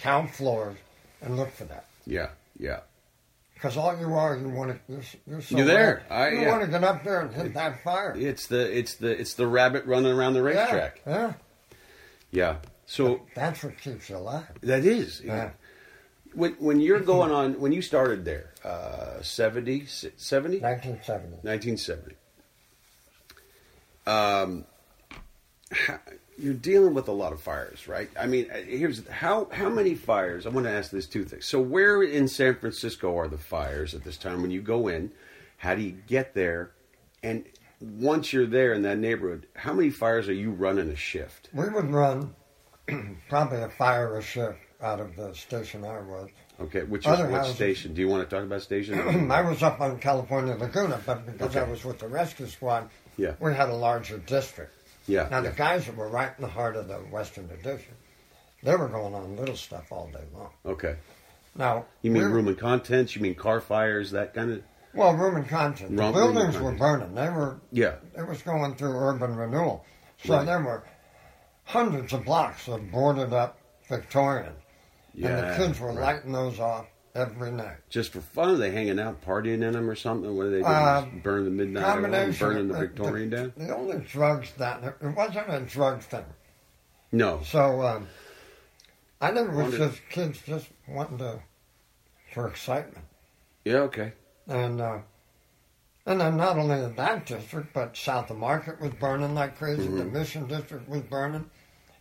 Speaker 2: count floors, and look for that.
Speaker 1: yeah. Yeah.
Speaker 2: Because all you are, you want to, you're, you're, so
Speaker 1: You're there.
Speaker 2: mad.
Speaker 1: I-
Speaker 2: you
Speaker 1: yeah.
Speaker 2: want to get up there and hit that fire.
Speaker 1: It's the it's the it's the rabbit running around the
Speaker 2: yeah,
Speaker 1: racetrack.
Speaker 2: yeah.
Speaker 1: Yeah. So
Speaker 2: That's what keeps you alive.
Speaker 1: that is
Speaker 2: Yeah.
Speaker 1: when when you're going on when you started there uh 70 70
Speaker 2: 1970.
Speaker 1: 1970 um how- you're dealing with a lot of fires right i mean uh, here's how how many fires i want to ask these two things so where in san francisco are the fires at this time when you go in how do you get there and once you're there in that neighborhood how many fires are you running a shift
Speaker 2: We would run (clears throat) probably a fire or shift out of the station I was. (clears throat)
Speaker 1: okay which is
Speaker 2: Other
Speaker 1: what
Speaker 2: houses.
Speaker 1: station do you want to talk about station
Speaker 2: (clears throat) I was up on California Laguna, but because I
Speaker 1: Okay.
Speaker 2: was with the rescue squad,
Speaker 1: Yeah.
Speaker 2: we had a larger district.
Speaker 1: yeah
Speaker 2: Now, the
Speaker 1: yeah.
Speaker 2: guys that were right in the heart of the Western Division, they were going on little stuff all day long.
Speaker 1: okay
Speaker 2: Now,
Speaker 1: You mean
Speaker 2: we-
Speaker 1: room and contents? You mean car fires? That kind of
Speaker 2: Well, room and content. The
Speaker 1: Room- room and
Speaker 2: buildings were
Speaker 1: content.
Speaker 2: burning. They were
Speaker 1: yeah,
Speaker 2: it was going through urban renewal. So
Speaker 1: Right.
Speaker 2: there were hundreds of blocks of boarded up Victorian.
Speaker 1: yeah.
Speaker 2: and the kids were
Speaker 1: right.
Speaker 2: lighting those off every night.
Speaker 1: just for fun. Are they hanging out, partying in them or something? What are they doing?
Speaker 2: Uh,
Speaker 1: Just burn the midnight oil, and burning the
Speaker 2: uh,
Speaker 1: Victorian
Speaker 2: the,
Speaker 1: down?
Speaker 2: The only drugs that it wasn't a drug thing.
Speaker 1: No.
Speaker 2: So um, I think it was
Speaker 1: Wonder-
Speaker 2: just kids just wanting to for excitement.
Speaker 1: Yeah. Okay.
Speaker 2: And uh, and then not only in that district, but South of Market was burning like crazy. The Mission District was burning.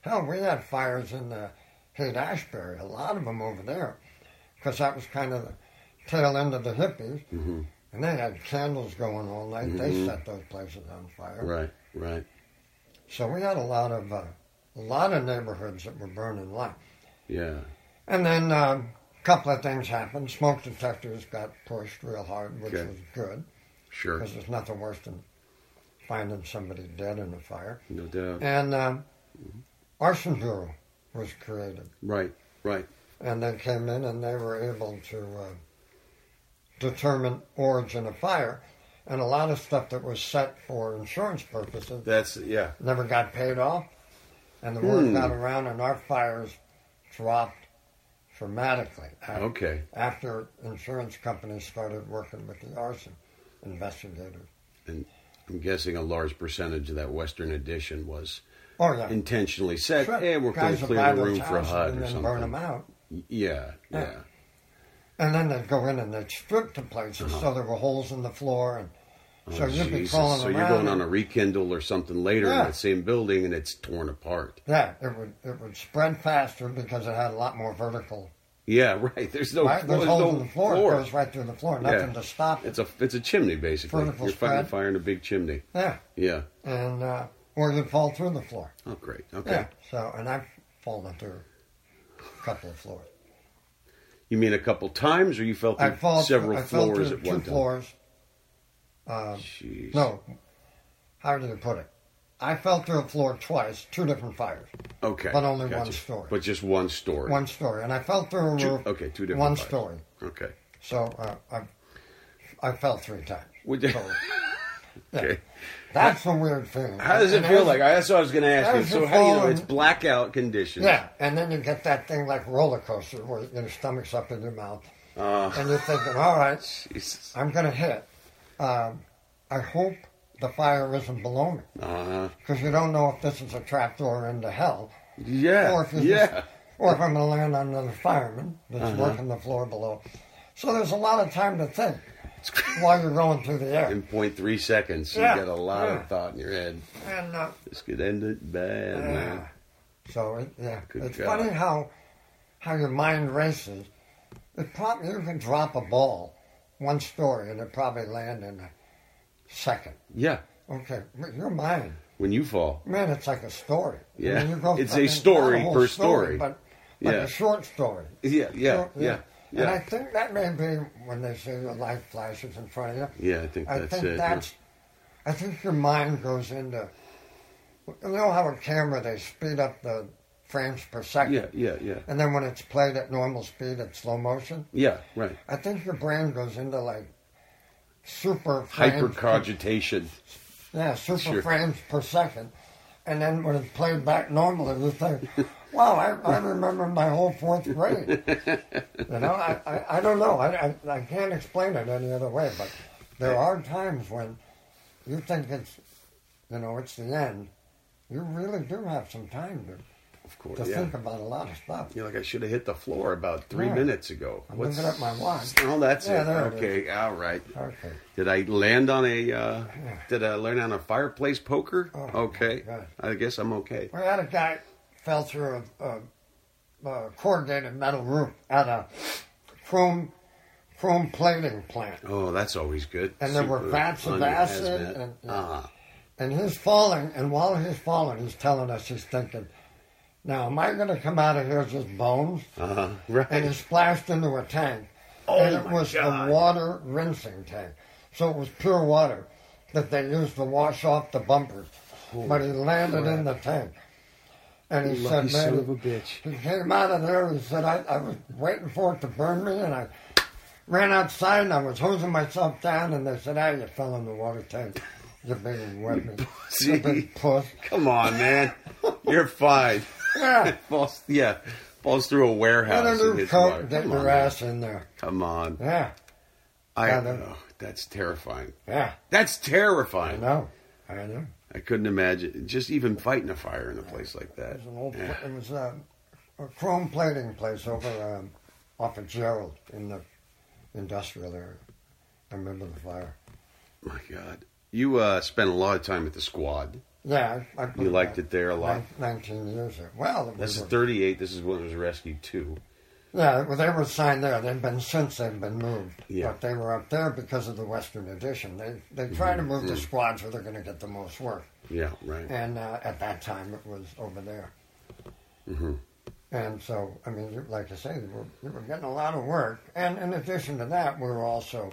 Speaker 2: Hell, we had fires in uh, Haight Ashbury, a lot of them over there, because that was kind of the tail end of the hippies.
Speaker 1: Mhm.
Speaker 2: And they had candles going all night. They set those places on fire.
Speaker 1: Right. Right.
Speaker 2: So we had a lot of uh, a lot of neighborhoods that were burning light.
Speaker 1: Yeah.
Speaker 2: And then um, a couple of things happened. Smoke detectors got pushed real hard, which
Speaker 1: Good.
Speaker 2: was good.
Speaker 1: Sure.
Speaker 2: because there's nothing worse than finding somebody dead in a fire.
Speaker 1: No doubt.
Speaker 2: And um, arson bureau was created,
Speaker 1: Right. Right.
Speaker 2: and they came in and they were able to uh, determine origin of fire, and a lot of stuff that was set for insurance purposes
Speaker 1: That's yeah.
Speaker 2: never got paid off, and the word
Speaker 1: Hmm.
Speaker 2: got around, and our fires dropped dramatically a-
Speaker 1: Okay.
Speaker 2: after insurance companies started working with the arson investigators.
Speaker 1: I'm guessing a large percentage of that Western edition was
Speaker 2: Oh yeah.
Speaker 1: intentionally set.
Speaker 2: Sure.
Speaker 1: Hey, Eh, we're going
Speaker 2: Guys
Speaker 1: to
Speaker 2: would
Speaker 1: clear
Speaker 2: buy
Speaker 1: the
Speaker 2: those
Speaker 1: room for a
Speaker 2: houses
Speaker 1: HUD
Speaker 2: and
Speaker 1: or
Speaker 2: then
Speaker 1: something.
Speaker 2: burn them out.
Speaker 1: Yeah. Yeah.
Speaker 2: Yeah. And then they'd go in and they'd strip the places so there were holes in the floor. And
Speaker 1: Uh-huh.
Speaker 2: so
Speaker 1: Oh,
Speaker 2: you'd be
Speaker 1: Jesus.
Speaker 2: crawling
Speaker 1: so
Speaker 2: around.
Speaker 1: you're going on
Speaker 2: and-
Speaker 1: a rekindle or something later in
Speaker 2: Yeah.
Speaker 1: that same building and it's torn apart
Speaker 2: Yeah, it would it would spread faster because it had a lot more vertical.
Speaker 1: yeah (laughs) right there's no
Speaker 2: right, there's
Speaker 1: Oh, there's
Speaker 2: holes
Speaker 1: no
Speaker 2: in the floor.
Speaker 1: floor.
Speaker 2: It goes right through the floor. Nothing
Speaker 1: Yeah.
Speaker 2: to stop it.
Speaker 1: it's a it's a chimney basically
Speaker 2: Vertical
Speaker 1: you're fighting
Speaker 2: spread.
Speaker 1: fire in a big chimney
Speaker 2: yeah,
Speaker 1: yeah
Speaker 2: and uh, or you'd fall through the floor.
Speaker 1: oh great okay
Speaker 2: Yeah. So and I've fallen through a couple of floors.
Speaker 1: you mean a couple times or you fell
Speaker 2: I
Speaker 1: through
Speaker 2: fall
Speaker 1: Oh, several
Speaker 2: I fell
Speaker 1: floors
Speaker 2: through
Speaker 1: at
Speaker 2: two
Speaker 1: one time
Speaker 2: floors. Um,
Speaker 1: Jeez.
Speaker 2: No. How do you put it? I fell through a floor twice, two different fires,
Speaker 1: okay
Speaker 2: but only
Speaker 1: gotcha.
Speaker 2: one story.
Speaker 1: but just one story
Speaker 2: one story, and I fell through a
Speaker 1: Two-
Speaker 2: roof.
Speaker 1: okay two different
Speaker 2: One
Speaker 1: fires.
Speaker 2: story.
Speaker 1: okay
Speaker 2: So uh, I, I fell three times.
Speaker 1: Would you-
Speaker 2: So,
Speaker 1: (laughs) okay
Speaker 2: that's a weird feeling.
Speaker 1: how does it
Speaker 2: And
Speaker 1: feel
Speaker 2: as-
Speaker 1: like that's what i was going to ask
Speaker 2: how
Speaker 1: you
Speaker 2: does
Speaker 1: so
Speaker 2: it
Speaker 1: how do you know
Speaker 2: fall
Speaker 1: it's
Speaker 2: in-
Speaker 1: blackout conditions
Speaker 2: Yeah, and then you get that thing like roller coaster where your stomach's up in your mouth, and you're thinking, all right,
Speaker 1: Uh. Jesus.
Speaker 2: I'm going to hit. Um, I hope the fire isn't below me
Speaker 1: Uh,
Speaker 2: because you don't know if this is a trapdoor into hell or
Speaker 1: yeah.
Speaker 2: if, it's
Speaker 1: Yeah. Uh-huh.
Speaker 2: or if I'm going to land on another fireman that's working the floor below. So there's a lot of time to think while you're going through the air.
Speaker 1: In 0.3 seconds, you
Speaker 2: Yeah.
Speaker 1: get a lot
Speaker 2: Yeah.
Speaker 1: of thought in your head.
Speaker 2: And uh,
Speaker 1: This could end it bad, man.
Speaker 2: So it, yeah,
Speaker 1: Good
Speaker 2: it's
Speaker 1: God.
Speaker 2: funny how how your mind races. It probably you can drop a ball one story and it probably land in a second.
Speaker 1: Yeah.
Speaker 2: Okay, but your mind,
Speaker 1: When you fall.
Speaker 2: man, it's like a story. I
Speaker 1: Yeah.
Speaker 2: mean, you go-
Speaker 1: It's
Speaker 2: I
Speaker 1: a
Speaker 2: mean, not
Speaker 1: story
Speaker 2: whole
Speaker 1: per story.
Speaker 2: but like
Speaker 1: Yeah.
Speaker 2: a short story.
Speaker 1: Yeah. Yeah.
Speaker 2: Short-
Speaker 1: Yeah.
Speaker 2: And I
Speaker 1: Yeah.
Speaker 2: think that may be when they say your life flashes in front of you.
Speaker 1: Yeah. I think
Speaker 2: I
Speaker 1: that's
Speaker 2: think
Speaker 1: it. yeah.
Speaker 2: that's. I think your mind goes into. You know how a camera they speed up the frames per second,
Speaker 1: Yeah. Yeah. Yeah.
Speaker 2: and then when it's played at normal speed at slow motion,
Speaker 1: Yeah. Right.
Speaker 2: I think your brain goes into like super frames
Speaker 1: Hyper
Speaker 2: per-
Speaker 1: cogitation.
Speaker 2: yeah, super
Speaker 1: Sure.
Speaker 2: frames per second, and then when it's played back normally, you think, "Wow, I, I remember my whole fourth grade." you know, I, I, I don't know, I, I I can't explain it any other way, but there are times when you think it's, you know, it's the end. You really do have some time to,
Speaker 1: Of course.
Speaker 2: to
Speaker 1: Yeah.
Speaker 2: think about a lot of stuff.
Speaker 1: You're like, I should have hit the floor about three
Speaker 2: Yeah.
Speaker 1: minutes ago.
Speaker 2: I'm looking at my watch.
Speaker 1: Oh, that's
Speaker 2: Yeah,
Speaker 1: it.
Speaker 2: there it
Speaker 1: Okay. All right.
Speaker 2: Okay.
Speaker 1: Did I land on a? Uh, did I land on a fireplace poker?
Speaker 2: Oh,
Speaker 1: okay,
Speaker 2: my God.
Speaker 1: I guess I'm okay.
Speaker 2: We had a guy fell through a, a, a corrugated metal roof at a chrome chrome plating plant,
Speaker 1: Oh, that's always good.
Speaker 2: and there were
Speaker 1: Super
Speaker 2: vats of
Speaker 1: on your
Speaker 2: acid.
Speaker 1: hazmat.
Speaker 2: And,
Speaker 1: ah,
Speaker 2: and he's falling, and while he's falling, he's telling us he's thinking, "Now am I going to come out of here as just bones?"
Speaker 1: uh,
Speaker 2: And he
Speaker 1: right.
Speaker 2: splashed into a tank,
Speaker 1: Oh,
Speaker 2: and it
Speaker 1: my
Speaker 2: was
Speaker 1: God.
Speaker 2: a water rinsing tank, so it was pure water that they used to wash off the bumpers. but he landed in the tank, and he
Speaker 1: Lucky
Speaker 2: said,
Speaker 1: son
Speaker 2: "Man,
Speaker 1: of a bitch.
Speaker 2: he came out of there and said, I, I was waiting for it to burn me, and I ran outside and I was hosing myself down, and they said, Ah, you fell in the water tank. You big weapon. You big puss.
Speaker 1: Come on, man. You're fine. (laughs)
Speaker 2: Yeah.
Speaker 1: falls, yeah, falls through a
Speaker 2: Get
Speaker 1: warehouse.
Speaker 2: a
Speaker 1: and
Speaker 2: new
Speaker 1: hits
Speaker 2: coat
Speaker 1: water.
Speaker 2: and get
Speaker 1: Come
Speaker 2: your
Speaker 1: on, man.
Speaker 2: ass in there.
Speaker 1: Come on.
Speaker 2: Yeah,
Speaker 1: I
Speaker 2: Yeah, that-
Speaker 1: oh, That's terrifying.
Speaker 2: yeah.
Speaker 1: That's
Speaker 2: I
Speaker 1: terrifying.
Speaker 2: know. I know.
Speaker 1: I couldn't imagine just even fighting a fire in a place like
Speaker 2: It
Speaker 1: that.
Speaker 2: was an old,
Speaker 1: Yeah.
Speaker 2: it was uh, a, a chrome plating place over um, off of Gerald in the industrial area. I remember the fire.
Speaker 1: My God, you uh, spent a lot of time at the squad.
Speaker 2: Yeah, I, I
Speaker 1: You liked it there a lot.
Speaker 2: Nin- Nineteen years ago. Well, it
Speaker 1: This
Speaker 2: was
Speaker 1: is
Speaker 2: a-
Speaker 1: 38. This is when it was Rescue 2.
Speaker 2: Yeah, well, they were assigned there. They've been since they've been moved.
Speaker 1: Yeah. Mm-hmm.
Speaker 2: But they were up there because of the Western Addition. They they try to
Speaker 1: Mm.
Speaker 2: move the squads where they're going to get the most work.
Speaker 1: Yeah, right.
Speaker 2: And uh, at that time, it was over there.
Speaker 1: hmm
Speaker 2: And so, I mean, you- like I say, we were, we were getting a lot of work. And in addition to that, we were also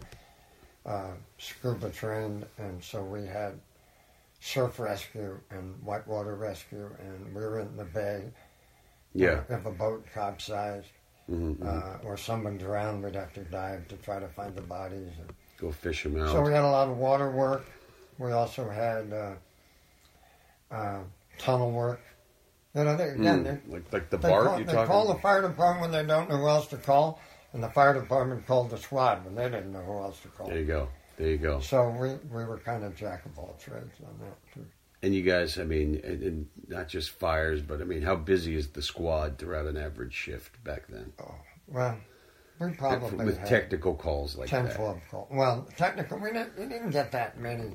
Speaker 2: uh, scuba trained, and so we had surf rescue and whitewater rescue, and we were in the bay.
Speaker 1: Yeah.
Speaker 2: If a boat capsized.
Speaker 1: hmm
Speaker 2: uh, or someone drowned, we'd have to dive to try to find the bodies.
Speaker 1: Go fish them out.
Speaker 2: So we had a lot of water work. We also had uh, uh, tunnel work. You know, they, again,
Speaker 1: Mm,
Speaker 2: they,
Speaker 1: like, like the
Speaker 2: they,
Speaker 1: bark
Speaker 2: call,
Speaker 1: you're
Speaker 2: they call the
Speaker 1: talking
Speaker 2: fire department when they don't know who else to call, and the fire department called the squad when they didn't know who else to call.
Speaker 1: There you go. There you go.
Speaker 2: So we, we were kind of jack of all trades on that. Too.
Speaker 1: And you guys, I mean, and, and not just fires, but I mean, how busy is the squad throughout an average shift back then?
Speaker 2: Well, we probably
Speaker 1: With
Speaker 2: had
Speaker 1: technical calls like
Speaker 2: 10,
Speaker 1: that.
Speaker 2: 12 call. Well, technical, we didn't, we didn't get that many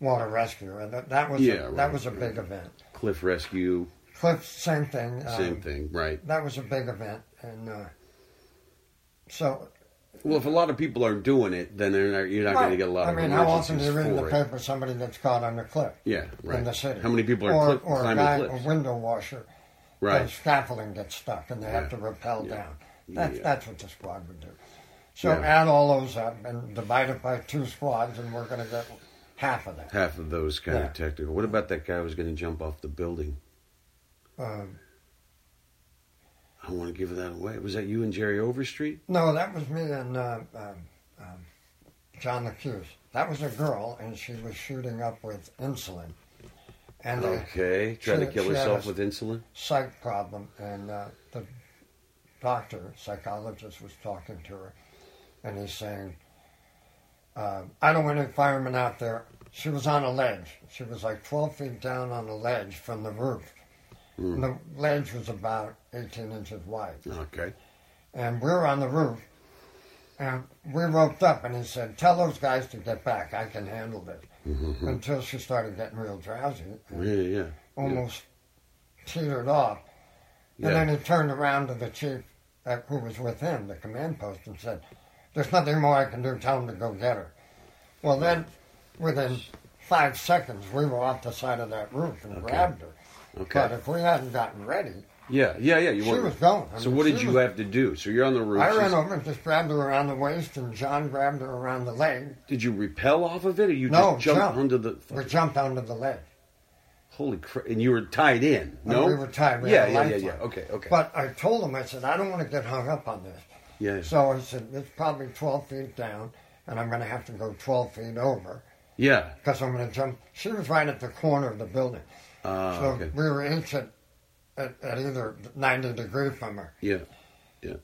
Speaker 2: water rescue, and that, that was
Speaker 1: Yeah,
Speaker 2: a,
Speaker 1: right,
Speaker 2: that was a
Speaker 1: right.
Speaker 2: big event.
Speaker 1: Cliff rescue,
Speaker 2: Cliff, same thing. um,
Speaker 1: same thing, right?
Speaker 2: That was a big event, and uh, so
Speaker 1: Well, if a lot of people are doing it, then they're not, you're not going to get a lot
Speaker 2: I
Speaker 1: of
Speaker 2: mean, how often do you
Speaker 1: emergencies
Speaker 2: read in the
Speaker 1: for it.
Speaker 2: paper somebody that's caught on the cliff
Speaker 1: Yeah, right.
Speaker 2: in the city?
Speaker 1: How many people are
Speaker 2: or,
Speaker 1: cliff,
Speaker 2: or a
Speaker 1: climbing
Speaker 2: guy,
Speaker 1: cliffs?
Speaker 2: a window washer,
Speaker 1: right.
Speaker 2: the scaffolding gets stuck and they
Speaker 1: Yeah.
Speaker 2: have to rappel
Speaker 1: Yeah.
Speaker 2: down. That's
Speaker 1: Yeah.
Speaker 2: that's what the squad would do. So
Speaker 1: Yeah.
Speaker 2: add all those up and divide it by two squads, and we're going to get half of that.
Speaker 1: half of those kind
Speaker 2: Yeah.
Speaker 1: of technical. What about that guy who was going to jump off the building?
Speaker 2: Um,
Speaker 1: I don't want to give that away. Was that you and Jerry Overstreet?
Speaker 2: no, that was me and uh, um, um, John LaCuse. That was a girl, and she was shooting up with insulin, and a
Speaker 1: Okay, trying to
Speaker 2: She-
Speaker 1: kill
Speaker 2: she had
Speaker 1: herself
Speaker 2: a-
Speaker 1: with insulin.
Speaker 2: psych problem, and uh, the doctor, psychologist, was talking to her, and he's saying, uh, I don't want any firemen out there. She was on a ledge. She was like 12 feet down on a ledge from the roof. And the ledge was about 18 inches wide.
Speaker 1: Okay.
Speaker 2: And we were on the roof, and we roped up, and he said, Tell those guys to get back. I can handle this.
Speaker 1: Mm-hmm.
Speaker 2: Until she started getting real drowsy,
Speaker 1: Yeah, yeah.
Speaker 2: almost teetered off. And
Speaker 1: Yeah.
Speaker 2: then he turned around to the chief uh, who was with him, the command post, and said, There's nothing more I can do. Tell him to go get her. Well, then within five seconds, we were off the side of that roof and grabbed her. But
Speaker 1: Okay.
Speaker 2: if we hadn't gotten ready,
Speaker 1: Yeah, yeah, yeah. You
Speaker 2: she
Speaker 1: weren't-
Speaker 2: was gone. I
Speaker 1: So
Speaker 2: mean,
Speaker 1: what
Speaker 2: she
Speaker 1: did you
Speaker 2: was-
Speaker 1: have to do? So you're on the roof.
Speaker 2: I
Speaker 1: she's-
Speaker 2: ran over and just grabbed her around the waist, and John grabbed her around the leg.
Speaker 1: Did you repel off of it, or you
Speaker 2: No,
Speaker 1: just jumped
Speaker 2: jump.
Speaker 1: onto the?
Speaker 2: We jumped onto the ledge.
Speaker 1: Holy crap! And you were tied in.
Speaker 2: And
Speaker 1: No,
Speaker 2: we were tied. We
Speaker 1: yeah,
Speaker 2: had a
Speaker 1: yeah, yeah, yeah.
Speaker 2: lifeline.
Speaker 1: Okay, okay.
Speaker 2: But I told him, I said, I don't want to get hung up on this.
Speaker 1: yeah,
Speaker 2: So I said, it's probably 12 feet down, and I'm going to have to go 12 feet over
Speaker 1: yeah.
Speaker 2: because I'm going to jump. She was right at the corner of the building.
Speaker 1: Uh,
Speaker 2: so
Speaker 1: okay.
Speaker 2: we were each at, at, at either 90 degree from her.
Speaker 1: Yeah.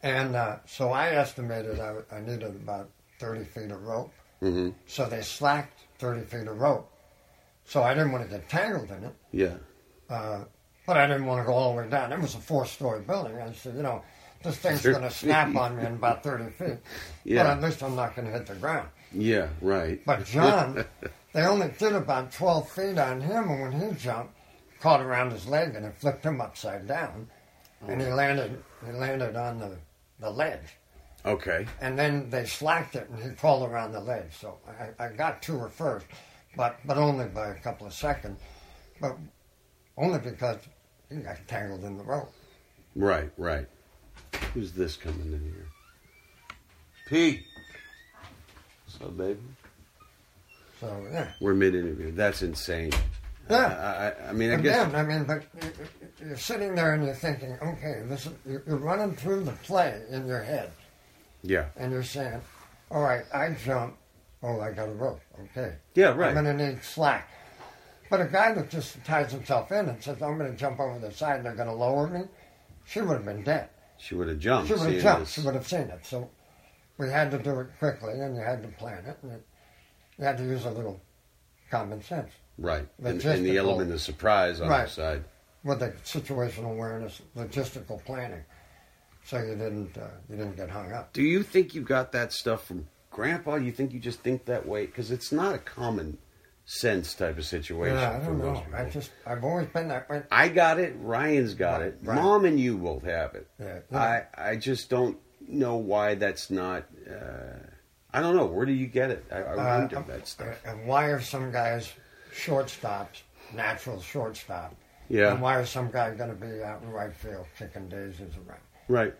Speaker 2: And uh, so I estimated I, I needed about 30 feet of rope.
Speaker 1: Mm-hmm.
Speaker 2: So they slacked 30 feet of rope. So I didn't want to get tangled in it,
Speaker 1: Yeah.
Speaker 2: uh, but I didn't want to go all the way down. It was a four story building. I said, you know, this thing's going to snap on me in about 30 feet.
Speaker 1: Yeah.
Speaker 2: But at least I'm not going to hit the ground.
Speaker 1: Yeah. Right.
Speaker 2: But John, they only did about 12 feet on him, and when he jumped, caught around his leg and it flipped him upside down, and he landed he landed on the, the ledge.
Speaker 1: Okay.
Speaker 2: And then they slacked it, and he crawled around the ledge. So I, I got to her first, but but only by a couple of seconds, but only because he got tangled in the rope.
Speaker 1: Right. Right. Who's this coming in here? Pete. So, baby,
Speaker 2: So yeah,
Speaker 1: we're mid interview. That's insane.
Speaker 2: yeah.
Speaker 1: I, I, Uh, I mean, I
Speaker 2: And
Speaker 1: guess.
Speaker 2: then, I mean, but you- you- you're sitting there and you're thinking, okay, this is, you're you're running through the play in your head,
Speaker 1: Yeah.
Speaker 2: and you're saying, all right, I jump, oh, I got a rope, okay,
Speaker 1: Yeah.
Speaker 2: I'm
Speaker 1: Right.
Speaker 2: going to need slack. But a guy that just ties himself in and says, I'm going to jump over the side and they're going to lower me, she would have been dead.
Speaker 1: She would have jumped.
Speaker 2: She would have
Speaker 1: seeing
Speaker 2: jumped.
Speaker 1: this.
Speaker 2: She would have seen it. So we had to do it quickly and you had to plan it. And you had to use a little common sense
Speaker 1: Right. And, and
Speaker 2: Logistical.
Speaker 1: the element of surprise on her
Speaker 2: Right.
Speaker 1: side.
Speaker 2: with the situational awareness, logistical planning. So you didn't uh, you didn't get hung up.
Speaker 1: Do you think you got that stuff from grandpa? You think you just think that way? Because it's not a common sense type of situation.
Speaker 2: Yeah, I
Speaker 1: for
Speaker 2: don't
Speaker 1: most
Speaker 2: know.
Speaker 1: people.
Speaker 2: I just I've always been that way.
Speaker 1: I got it. Ryan's got it.
Speaker 2: Right.
Speaker 1: Mom and you both have it.
Speaker 2: Yeah.
Speaker 1: I, I just don't know why that's not. Uh, I don't know. Where do you get it? I, I
Speaker 2: Uh,
Speaker 1: wonder that stuff.
Speaker 2: And why are some guys shortstops, natural shortstop?
Speaker 1: Yeah.
Speaker 2: And why is some guy going to be out in right field kicking daisies around?
Speaker 1: Right.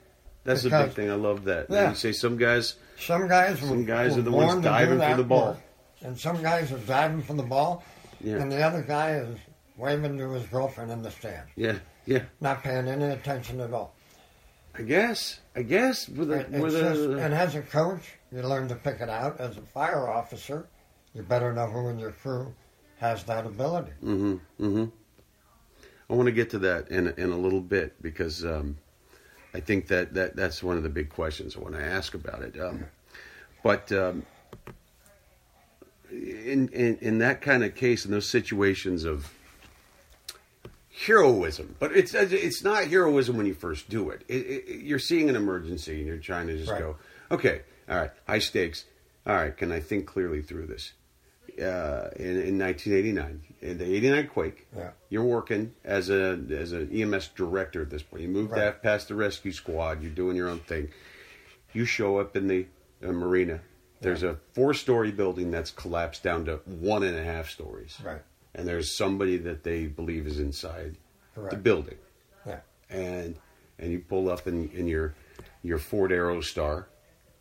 Speaker 1: That's the big
Speaker 2: because-
Speaker 1: thing. I love that.
Speaker 2: Yeah.
Speaker 1: You say some guys.
Speaker 2: Some guys were,
Speaker 1: Some guys
Speaker 2: were
Speaker 1: are the ones
Speaker 2: born to do
Speaker 1: diving for
Speaker 2: that
Speaker 1: the ball.
Speaker 2: work, and some guys are diving for the ball,
Speaker 1: Yeah.
Speaker 2: and the other guy is waving to his girlfriend in the stand,
Speaker 1: Yeah. Yeah.
Speaker 2: not paying any attention at all.
Speaker 1: I guess. I guess with a,
Speaker 2: It- it's
Speaker 1: with
Speaker 2: just-
Speaker 1: a,
Speaker 2: and as a coach, you learn to pick it out. As a fire officer, you better know who in your crew has that ability.
Speaker 1: hmm hmm I want to get to that in in a little bit because um, I think that, that that's one of the big questions I want to ask about it. Um, but um, in, in in that kind of case, in those situations of heroism, but it's it's not heroism when you first do it. it, it you're seeing an emergency and you're trying to just
Speaker 2: Right.
Speaker 1: go, okay, all right, high stakes. All right, can I think clearly through this? Uh, in, in 1989, in the 89 quake,
Speaker 2: Yeah.
Speaker 1: you're working as a as an EMS director at this point. You moved
Speaker 2: Right.
Speaker 1: af- past the rescue squad. You're doing your own thing. You show up in the uh, marina. There's a four story building that's collapsed down to one and a half stories.
Speaker 2: Right.
Speaker 1: And there's somebody that they believe is inside the
Speaker 2: Correct.
Speaker 1: building.
Speaker 2: Yeah.
Speaker 1: And and you pull up in, in your your Ford Aerostar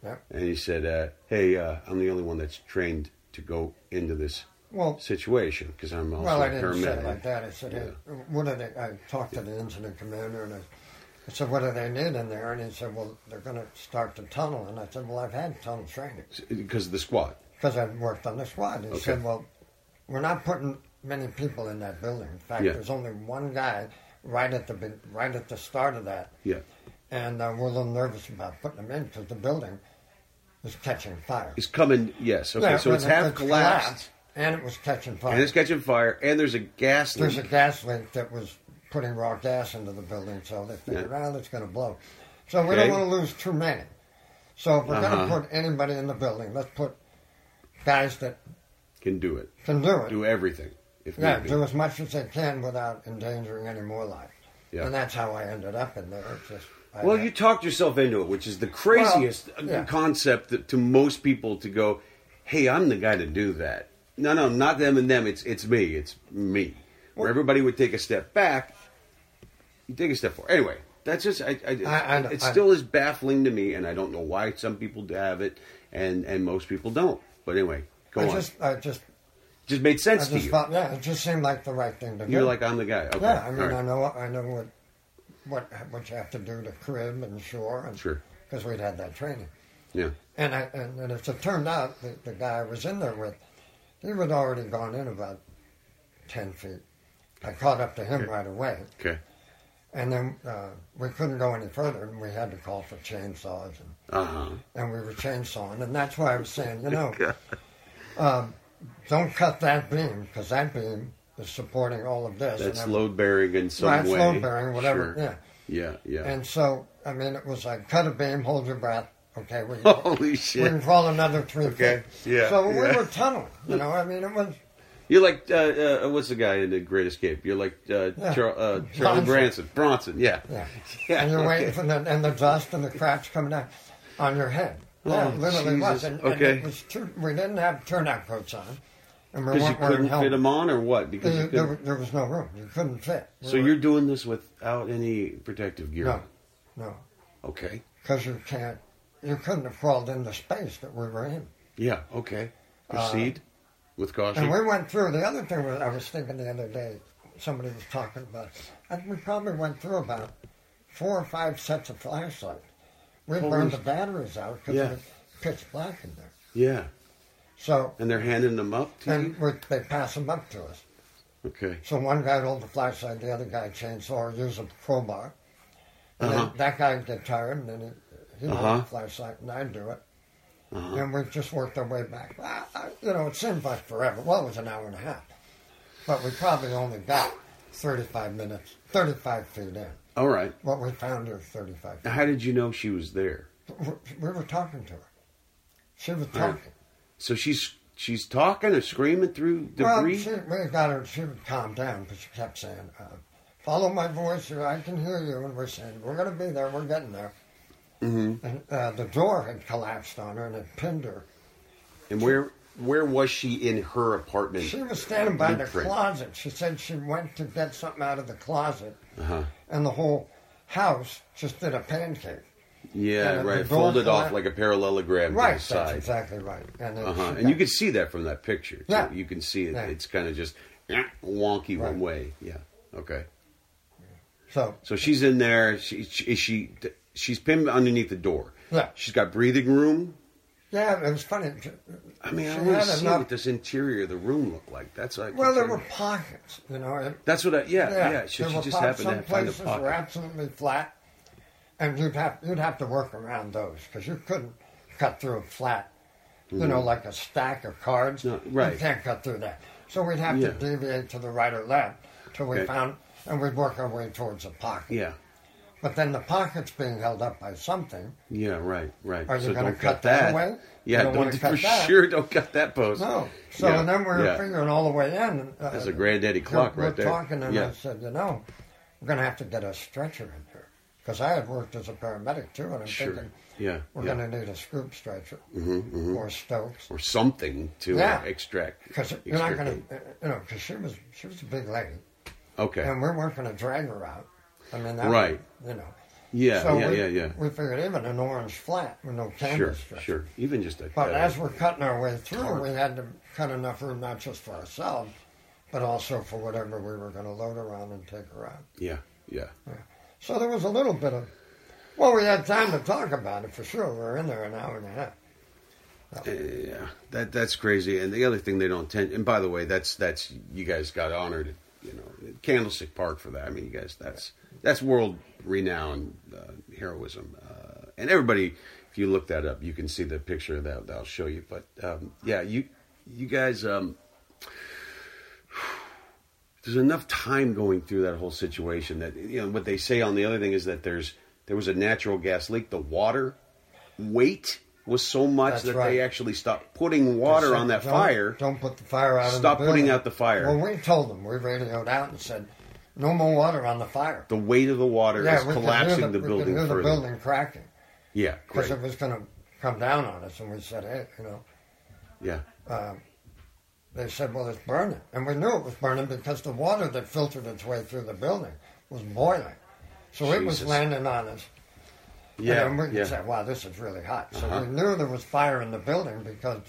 Speaker 2: Yeah.
Speaker 1: and you said, uh, "Hey, uh, I'm the only one that's trained to go into this
Speaker 2: Well,
Speaker 1: situation because I'm also
Speaker 2: Well, I
Speaker 1: a
Speaker 2: didn't say
Speaker 1: paramedic."
Speaker 2: it like that. I said, hey, what do they, I talked to the incident commander and I, I said, what do they need in there? And he said, well, they're going to start the tunnel. And I said, well, I've had tunnel training
Speaker 1: Because of the squad.
Speaker 2: because I've worked on the squad. He
Speaker 1: Okay.
Speaker 2: said, well, we're not putting many people in that building. In fact,
Speaker 1: Yeah.
Speaker 2: there's only one guy right at the be- right at the start of that.
Speaker 1: Yeah.
Speaker 2: and uh, we're a little nervous about putting them in because the building was catching fire.
Speaker 1: It's coming, yes. Okay,
Speaker 2: Yeah,
Speaker 1: so it's
Speaker 2: but
Speaker 1: half
Speaker 2: it
Speaker 1: collapsed,
Speaker 2: and it was catching fire.
Speaker 1: and it's catching fire, and there's a gas leak.
Speaker 2: There's a gas leak that was putting raw gas into the building, so they figured, out it's going to blow. So we
Speaker 1: Okay.
Speaker 2: don't want to lose too many. So if we're
Speaker 1: Uh-huh.
Speaker 2: going to put anybody in the building, let's put guys that
Speaker 1: Can do it.
Speaker 2: can do it.
Speaker 1: Do everything. If
Speaker 2: yeah,
Speaker 1: need be.
Speaker 2: do as much as they can without endangering any more lives.
Speaker 1: Yeah.
Speaker 2: And that's how I ended up in there. It's just, I
Speaker 1: Well,
Speaker 2: had-
Speaker 1: you talked yourself into it, which is the craziest
Speaker 2: Well, yeah.
Speaker 1: concept that, to most people to go, "Hey, I'm the guy to do that." No, no, not them and them. It's it's me. It's me. Where everybody would take a step back, you take a step forward. Anyway, that's just I. I,
Speaker 2: I- I know,
Speaker 1: it
Speaker 2: I know.
Speaker 1: still is baffling to me, and I don't know why some people have it and and most people don't. But anyway, go
Speaker 2: I
Speaker 1: on.
Speaker 2: just, I just,
Speaker 1: just made
Speaker 2: I
Speaker 1: sense to
Speaker 2: just
Speaker 1: you.
Speaker 2: thought, yeah, it just seemed like the right thing to do.
Speaker 1: You're like, I'm the guy. Okay,
Speaker 2: yeah, I mean,
Speaker 1: all right.
Speaker 2: I know, what- I know what, what, what you have to do to crib and shore, and
Speaker 1: Sure.
Speaker 2: because we'd had that training.
Speaker 1: yeah.
Speaker 2: And I, and, and as it turned out, the, the guy I was in there with, he had already gone in about ten feet. I caught up to him right away,
Speaker 1: Okay.
Speaker 2: and then uh, we couldn't go any further, and we had to call for chainsaws, and,
Speaker 1: Uh huh.
Speaker 2: and we were chainsawing, and that's why I
Speaker 1: (laughs)
Speaker 2: was saying, you know, um, don't cut that beam because that beam is supporting all of this.
Speaker 1: That's
Speaker 2: and
Speaker 1: load bearing in some
Speaker 2: Right, it's
Speaker 1: way.
Speaker 2: load bearing, whatever.
Speaker 1: Sure.
Speaker 2: Yeah.
Speaker 1: Yeah, yeah.
Speaker 2: And so, I mean, it was like cut a beam, hold your breath. Okay,
Speaker 1: (laughs)
Speaker 2: we
Speaker 1: (laughs) Holy
Speaker 2: we can
Speaker 1: shit!
Speaker 2: fall another three
Speaker 1: Okay,
Speaker 2: feet.
Speaker 1: yeah, yeah.
Speaker 2: So we were tunneling. You know, I mean, it was
Speaker 1: You're like uh, uh, what's the guy in The Great Escape? You're like uh,
Speaker 2: Yeah.
Speaker 1: Char- uh, Charlie
Speaker 2: Bronson.
Speaker 1: Branson. Bronson, yeah,
Speaker 2: yeah.
Speaker 1: (laughs) Yeah,
Speaker 2: and you're
Speaker 1: okay.
Speaker 2: waiting for the and the dust and the cracks coming down on your head. yeah,
Speaker 1: Oh,
Speaker 2: it literally was.
Speaker 1: Jesus.
Speaker 2: And, and
Speaker 1: Okay.
Speaker 2: it was too, we didn't have turnout coats on, and we
Speaker 1: Because you
Speaker 2: weren't wearing
Speaker 1: couldn't fit
Speaker 2: helmets.
Speaker 1: him on, or what? Because
Speaker 2: There,
Speaker 1: you
Speaker 2: there,
Speaker 1: couldn't...
Speaker 2: was- there was no room. You couldn't fit. We
Speaker 1: so
Speaker 2: were-
Speaker 1: you're doing this without any protective gear.
Speaker 2: no, no,
Speaker 1: Okay.
Speaker 2: because you can't. You couldn't have crawled in the space that we were in.
Speaker 1: Yeah. Okay. Proceed with caution.
Speaker 2: Uh, And we went through the other thing was, I was thinking the other day, somebody was talking about, and we probably went through about four or five sets of flashlights. We
Speaker 1: Holy
Speaker 2: burned
Speaker 1: sh-
Speaker 2: the batteries out because
Speaker 1: Yeah.
Speaker 2: it was pitch black in there.
Speaker 1: Yeah.
Speaker 2: So,
Speaker 1: And they're handing them up to you.
Speaker 2: and we, they pass them up to us.
Speaker 1: Okay.
Speaker 2: So one guy would hold the flashlight, the other guy chainsaw or use a crowbar. And
Speaker 1: Uh-huh.
Speaker 2: then that guy would get tired, and then he, he'd
Speaker 1: Uh-huh.
Speaker 2: hold the flashlight, and I'd do it.
Speaker 1: Uh-huh.
Speaker 2: And we just worked our way back. I, I, you know, it seemed like forever. Well, it was an hour and a half. But we probably only got 35 minutes, 35 feet in.
Speaker 1: All right.
Speaker 2: What we found was 35
Speaker 1: Now,
Speaker 2: feet.
Speaker 1: how did you know she was there?
Speaker 2: We, we were talking to her. She was
Speaker 1: All right.
Speaker 2: talking.
Speaker 1: So she's she's talking or screaming through
Speaker 2: Well,
Speaker 1: debris.
Speaker 2: she, we got her. She would calm down, but she kept saying, uh, "Follow my voice, or I can hear you." And we're saying, "We're going to be there. We're getting there." Mm-hmm. And uh, the door had collapsed on her and it pinned her.
Speaker 1: And where where was she in her apartment?
Speaker 2: She was standing by the
Speaker 1: Blueprint.
Speaker 2: closet. She said she went to get something out of the closet,
Speaker 1: Uh-huh.
Speaker 2: and the whole house just did a pancake.
Speaker 1: Yeah,
Speaker 2: And the
Speaker 1: right.
Speaker 2: door
Speaker 1: Folded off
Speaker 2: collapsed.
Speaker 1: like a parallelogram
Speaker 2: Right,
Speaker 1: to the
Speaker 2: that's
Speaker 1: side.
Speaker 2: exactly right. And, then
Speaker 1: Uh-huh.
Speaker 2: she
Speaker 1: And you
Speaker 2: got-
Speaker 1: can see that from that picture. too.
Speaker 2: Yeah.
Speaker 1: You can see it.
Speaker 2: Yeah.
Speaker 1: It's kind of just eh, wonky one
Speaker 2: Right.
Speaker 1: way. Yeah. Okay.
Speaker 2: so
Speaker 1: So she's in there. She, she, is she she's pinned underneath the door.
Speaker 2: Yeah.
Speaker 1: She's got breathing room.
Speaker 2: yeah, it was funny.
Speaker 1: I mean, I
Speaker 2: She
Speaker 1: want
Speaker 2: had
Speaker 1: to see
Speaker 2: enough-
Speaker 1: what this interior of the room looked like. That's like
Speaker 2: Well, there were pockets, you know. It,
Speaker 1: That's what I yeah yeah. She,
Speaker 2: there
Speaker 1: she
Speaker 2: were
Speaker 1: just
Speaker 2: pockets.
Speaker 1: happened to
Speaker 2: Some
Speaker 1: have find a
Speaker 2: places were
Speaker 1: pocket.
Speaker 2: absolutely flat, and you'd have you'd have to work around those because you couldn't cut through a flat, you know, like a stack of cards.
Speaker 1: Mm-hmm. No, right.
Speaker 2: You can't cut through that. So we'd have
Speaker 1: Yeah.
Speaker 2: to deviate to the right or left till we
Speaker 1: Okay.
Speaker 2: found, and we'd work our way towards a pocket.
Speaker 1: Yeah.
Speaker 2: But then the pocket's being held up by something.
Speaker 1: Yeah, right, right.
Speaker 2: Are you
Speaker 1: so
Speaker 2: gonna
Speaker 1: don't
Speaker 2: cut
Speaker 1: cut
Speaker 2: that
Speaker 1: that.
Speaker 2: away?
Speaker 1: Yeah,
Speaker 2: You don't
Speaker 1: don't,
Speaker 2: wanna cut
Speaker 1: for
Speaker 2: that.
Speaker 1: sure don't cut that post.
Speaker 2: No. Oh, So
Speaker 1: Yeah,
Speaker 2: and then we were
Speaker 1: yeah.
Speaker 2: figuring all the way in. and, Uh,
Speaker 1: That's a granddaddy clock
Speaker 2: we're
Speaker 1: right there.
Speaker 2: talking, and
Speaker 1: Yeah.
Speaker 2: I said, you know, we're going to have to get a stretcher in here. Because I had worked as a paramedic too, and I'm
Speaker 1: Sure.
Speaker 2: thinking,
Speaker 1: Yeah,
Speaker 2: we're
Speaker 1: yeah. Mm-hmm,
Speaker 2: going to need a scoop stretcher or Stokes.
Speaker 1: or something to
Speaker 2: Yeah.
Speaker 1: uh, extract.
Speaker 2: Because you're not going
Speaker 1: extract-
Speaker 2: to, you know, because she was, she was a big lady,
Speaker 1: Okay.
Speaker 2: and we weren't going to drag her out. I mean, that
Speaker 1: Right.
Speaker 2: you know.
Speaker 1: yeah,
Speaker 2: so
Speaker 1: yeah,
Speaker 2: we,
Speaker 1: yeah, yeah,
Speaker 2: We figured even an orange flat with no canvas
Speaker 1: Sure,
Speaker 2: stretcher.
Speaker 1: sure. Even just a.
Speaker 2: But
Speaker 1: uh,
Speaker 2: as we're cutting our way through,
Speaker 1: Tarp.
Speaker 2: we had to cut enough room not just for ourselves, but also for whatever we were going to load around and take around.
Speaker 1: yeah, yeah.
Speaker 2: So there was a little bit of, well, we had time to talk about it for sure. We were in there an hour and a half.
Speaker 1: Yeah, that that's crazy. And the other thing they don't tend. And by the way, that's that's you guys got honored. at, You know, Candlestick Park for that. I mean, you guys, that's That's world renowned uh, heroism. Uh, and everybody, if you look that up, you can see the picture that, that I'll show you. But um, yeah, you you guys, um, there's enough time going through that whole situation that you know what they say on the other thing is that there's there was a natural gas leak. The water weight was so much
Speaker 2: That's
Speaker 1: that
Speaker 2: right.
Speaker 1: they actually stopped putting water on that
Speaker 2: Don't-
Speaker 1: fire.
Speaker 2: Don't put the fire out. in the
Speaker 1: Stop putting
Speaker 2: building.
Speaker 1: out the fire.
Speaker 2: Well, we told them. We radioed out and said, "No more water on the fire."
Speaker 1: The weight of the water is
Speaker 2: we could hear
Speaker 1: collapsing the,
Speaker 2: we could
Speaker 1: building
Speaker 2: hear
Speaker 1: further.
Speaker 2: The building cracking
Speaker 1: Yeah,
Speaker 2: because
Speaker 1: great.
Speaker 2: it was going to come down on us, and we said, "Hey, you know."
Speaker 1: Yeah,
Speaker 2: They said, "Well, it's burning," and we knew it was burning because the water that filtered its way through the building was boiling, so it was
Speaker 1: Jesus.
Speaker 2: landing on us.
Speaker 1: yeah,
Speaker 2: and then we
Speaker 1: yeah.
Speaker 2: said, "Wow, this is really hot." So
Speaker 1: Uh-huh.
Speaker 2: we knew there was fire in the building because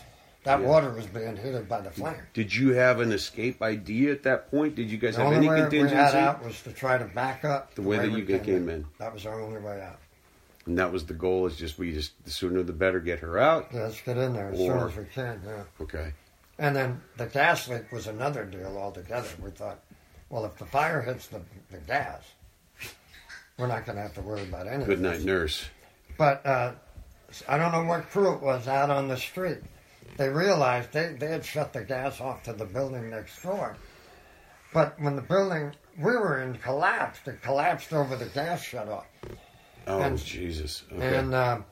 Speaker 2: that
Speaker 1: Yeah.
Speaker 2: water was being heated by the flame.
Speaker 1: Did you have an escape idea at that point? Did you guys
Speaker 2: The
Speaker 1: have
Speaker 2: only
Speaker 1: any
Speaker 2: way
Speaker 1: contingency?
Speaker 2: we had out was to try to back up
Speaker 1: The way that
Speaker 2: we
Speaker 1: you came in.
Speaker 2: That was our only way out.
Speaker 1: And that was the goal. Is just we just the sooner the better get her out.
Speaker 2: Yeah, let's get in there as
Speaker 1: Or-
Speaker 2: soon as we can. Yeah.
Speaker 1: Okay.
Speaker 2: And then the gas leak was another deal altogether. We thought, well, if the fire hits the, the gas, we're not going to have to worry about anything.
Speaker 1: Good night, nurse.
Speaker 2: But uh, I don't know what crew it was out on the street. They realized they, they had shut the gas off to the building next door. But when the building we were in collapsed, it collapsed over the gas shutoff.
Speaker 1: Oh
Speaker 2: And-
Speaker 1: Jesus. Okay.
Speaker 2: And, uh,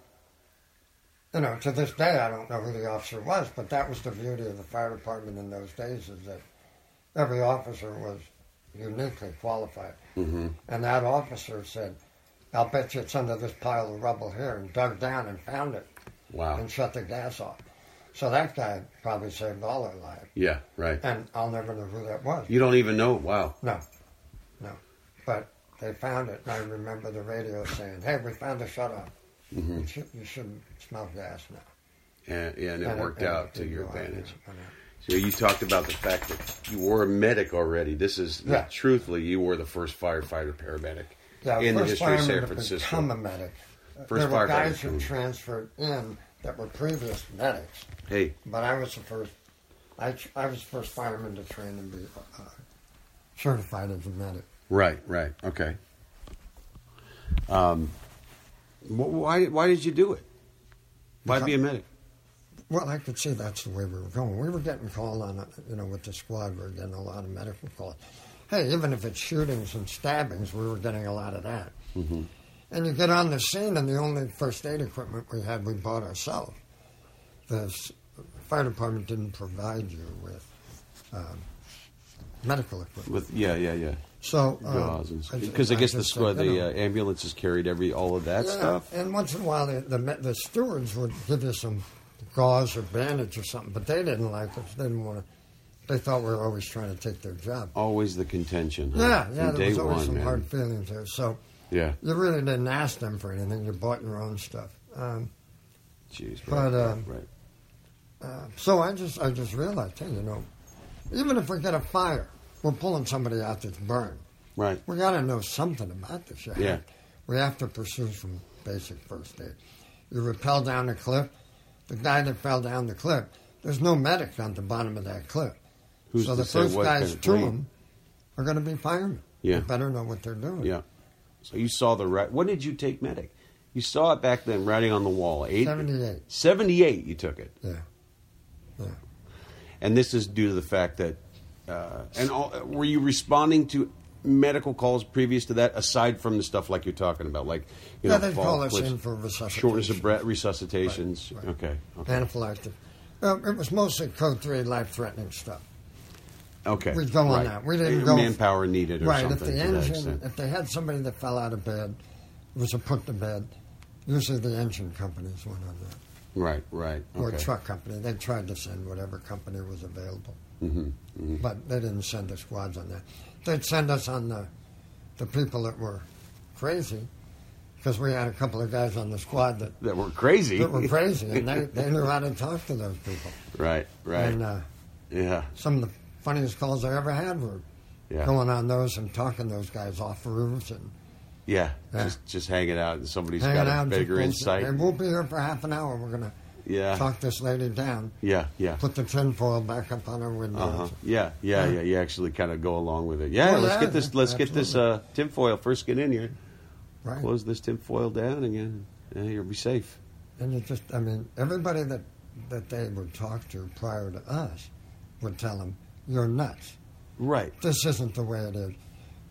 Speaker 2: you know, to this day, I don't know who the officer was, but that was the beauty of the fire department in those days is that every officer was uniquely qualified.
Speaker 1: hmm
Speaker 2: And that officer said, I'll bet you it's under this pile of rubble here, and dug down and found it
Speaker 1: Wow.
Speaker 2: and shut the gas off. So that guy probably saved all our lives.
Speaker 1: Yeah. Right.
Speaker 2: And I'll never know who that was.
Speaker 1: You don't even know. Wow.
Speaker 2: No, no. But they found it, and I remember the radio saying, hey, we found the shutoff.
Speaker 1: hmm
Speaker 2: You, should, you shouldn't smell gas now.
Speaker 1: And, yeah, and it
Speaker 2: And
Speaker 1: worked
Speaker 2: and
Speaker 1: out to
Speaker 2: didn't
Speaker 1: your
Speaker 2: go out, yeah,
Speaker 1: advantage.
Speaker 2: I know.
Speaker 1: So you talked about the fact that you were a medic already. This is
Speaker 2: Yeah.
Speaker 1: truthfully, you were the first firefighter paramedic
Speaker 2: Yeah,
Speaker 1: in the
Speaker 2: first
Speaker 1: history of
Speaker 2: firemen
Speaker 1: San
Speaker 2: to Become a
Speaker 1: Francisco.
Speaker 2: medic.
Speaker 1: First
Speaker 2: there were
Speaker 1: firefighter
Speaker 2: guys who
Speaker 1: become-
Speaker 2: transferred in that were previous medics,
Speaker 1: Hey,
Speaker 2: but I was the first. I, tr- I was the first fireman to train and be uh, certified as a medic.
Speaker 1: right, right, okay. Um, wh- why why did you do it? Why be a medic?
Speaker 2: Well, I could see that's the way we were going. We were getting called on, uh, you know, with the squad, we were getting a lot of medical calls. Hey, even if it's shootings and stabbings, we were getting a lot of that.
Speaker 1: Mhm.
Speaker 2: And you get on the scene, and the only first aid equipment we had, we bought ourselves. The s- fire department didn't provide you with um, medical equipment.
Speaker 1: With yeah, yeah, yeah,
Speaker 2: So,
Speaker 1: gauze
Speaker 2: um,
Speaker 1: and because I, guess the
Speaker 2: just
Speaker 1: squad,
Speaker 2: said, you
Speaker 1: the
Speaker 2: know,
Speaker 1: uh, ambulances carried every all of that
Speaker 2: yeah,
Speaker 1: stuff.
Speaker 2: And once in a while, the, the me- the stewards would give you some gauze or bandage or something, but they didn't like us. They didn't want to. They thought we were always trying to take their job.
Speaker 1: Always the contention. huh?
Speaker 2: yeah, yeah.
Speaker 1: Oh, From
Speaker 2: There
Speaker 1: day
Speaker 2: was always
Speaker 1: one,
Speaker 2: some
Speaker 1: man.
Speaker 2: hard feelings there. So
Speaker 1: Yeah,
Speaker 2: you really didn't ask them for anything. You bought your own stuff. Um,
Speaker 1: jeez.
Speaker 2: But,
Speaker 1: right,
Speaker 2: um,
Speaker 1: right.
Speaker 2: uh, so I just I just realized, hey, you know, even if we get a fire, we're pulling somebody out that's burned.
Speaker 1: Right.
Speaker 2: We got to know something about this. You have-
Speaker 1: Yeah.
Speaker 2: We have to pursue some basic first aid. You rappel down the cliff. The guy that fell down the cliff, there's no medic on the bottom of that cliff.
Speaker 1: Who's
Speaker 2: so
Speaker 1: to
Speaker 2: the
Speaker 1: say
Speaker 2: first
Speaker 1: what
Speaker 2: guys
Speaker 1: kind of
Speaker 2: to
Speaker 1: brain?
Speaker 2: him are going to be firemen.
Speaker 1: Yeah.
Speaker 2: They better know what they're doing.
Speaker 1: Yeah. So you saw the right. When did you take medic? You saw it back then, writing on the wall. Eight,
Speaker 2: 78.
Speaker 1: 78, you took it,
Speaker 2: Yeah. Yeah.
Speaker 1: and this is due to the fact that. Uh, and all, were you responding to medical calls previous to that, aside from the stuff like you're talking about, like you
Speaker 2: Yeah,
Speaker 1: know,
Speaker 2: they
Speaker 1: fall,
Speaker 2: call us
Speaker 1: cliffs,
Speaker 2: in for resuscitation.
Speaker 1: shortness of breath, resuscitations.
Speaker 2: Right, right.
Speaker 1: Okay. Okay.
Speaker 2: Anaphylactic. Um, it was mostly code 3 life threatening stuff.
Speaker 1: okay.
Speaker 2: we'd go on
Speaker 1: right.
Speaker 2: that. We didn't
Speaker 1: Uh,
Speaker 2: go-
Speaker 1: manpower needed, or
Speaker 2: Right. If
Speaker 1: something.
Speaker 2: the
Speaker 1: to that
Speaker 2: engine,
Speaker 1: extent.
Speaker 2: if they had somebody that fell out of bed, it was a put to bed. Usually the engine companies went on that,
Speaker 1: right, right,
Speaker 2: or
Speaker 1: okay.
Speaker 2: truck company. They tried to send whatever company was available,
Speaker 1: hmm
Speaker 2: but they didn't send the squads on that. They'd send us on the the people that were crazy, because we had a couple of guys on the squad that,
Speaker 1: That were crazy. (laughs)
Speaker 2: that were crazy, and they, they knew how to talk to those people.
Speaker 1: right, (laughs) right.
Speaker 2: And uh,
Speaker 1: yeah,
Speaker 2: some of the funniest calls I ever had were
Speaker 1: yeah.
Speaker 2: going on those and talking those guys off roofs and
Speaker 1: Yeah,
Speaker 2: Yeah.
Speaker 1: just just hang it out, and somebody's
Speaker 2: hanging
Speaker 1: got
Speaker 2: out
Speaker 1: a
Speaker 2: and
Speaker 1: bigger
Speaker 2: just bullshit.
Speaker 1: insight.
Speaker 2: And we'll be here for half an hour. We're gonna
Speaker 1: Yeah.
Speaker 2: talk this lady down,
Speaker 1: Yeah, yeah.
Speaker 2: put the tinfoil back up on her windows.
Speaker 1: Uh-huh. Yeah, yeah, yeah. You actually kind of go along with it. Yeah,
Speaker 2: Well,
Speaker 1: let's
Speaker 2: yeah,
Speaker 1: get this. Let's get this uh,
Speaker 2: absolutely.
Speaker 1: tinfoil. First, get in here.
Speaker 2: Right.
Speaker 1: Close this tinfoil down again. Yeah, you'll be safe.
Speaker 2: And it just, I mean, everybody that, that they would talk to prior to us would tell them, you're nuts.
Speaker 1: Right.
Speaker 2: This isn't the way it is.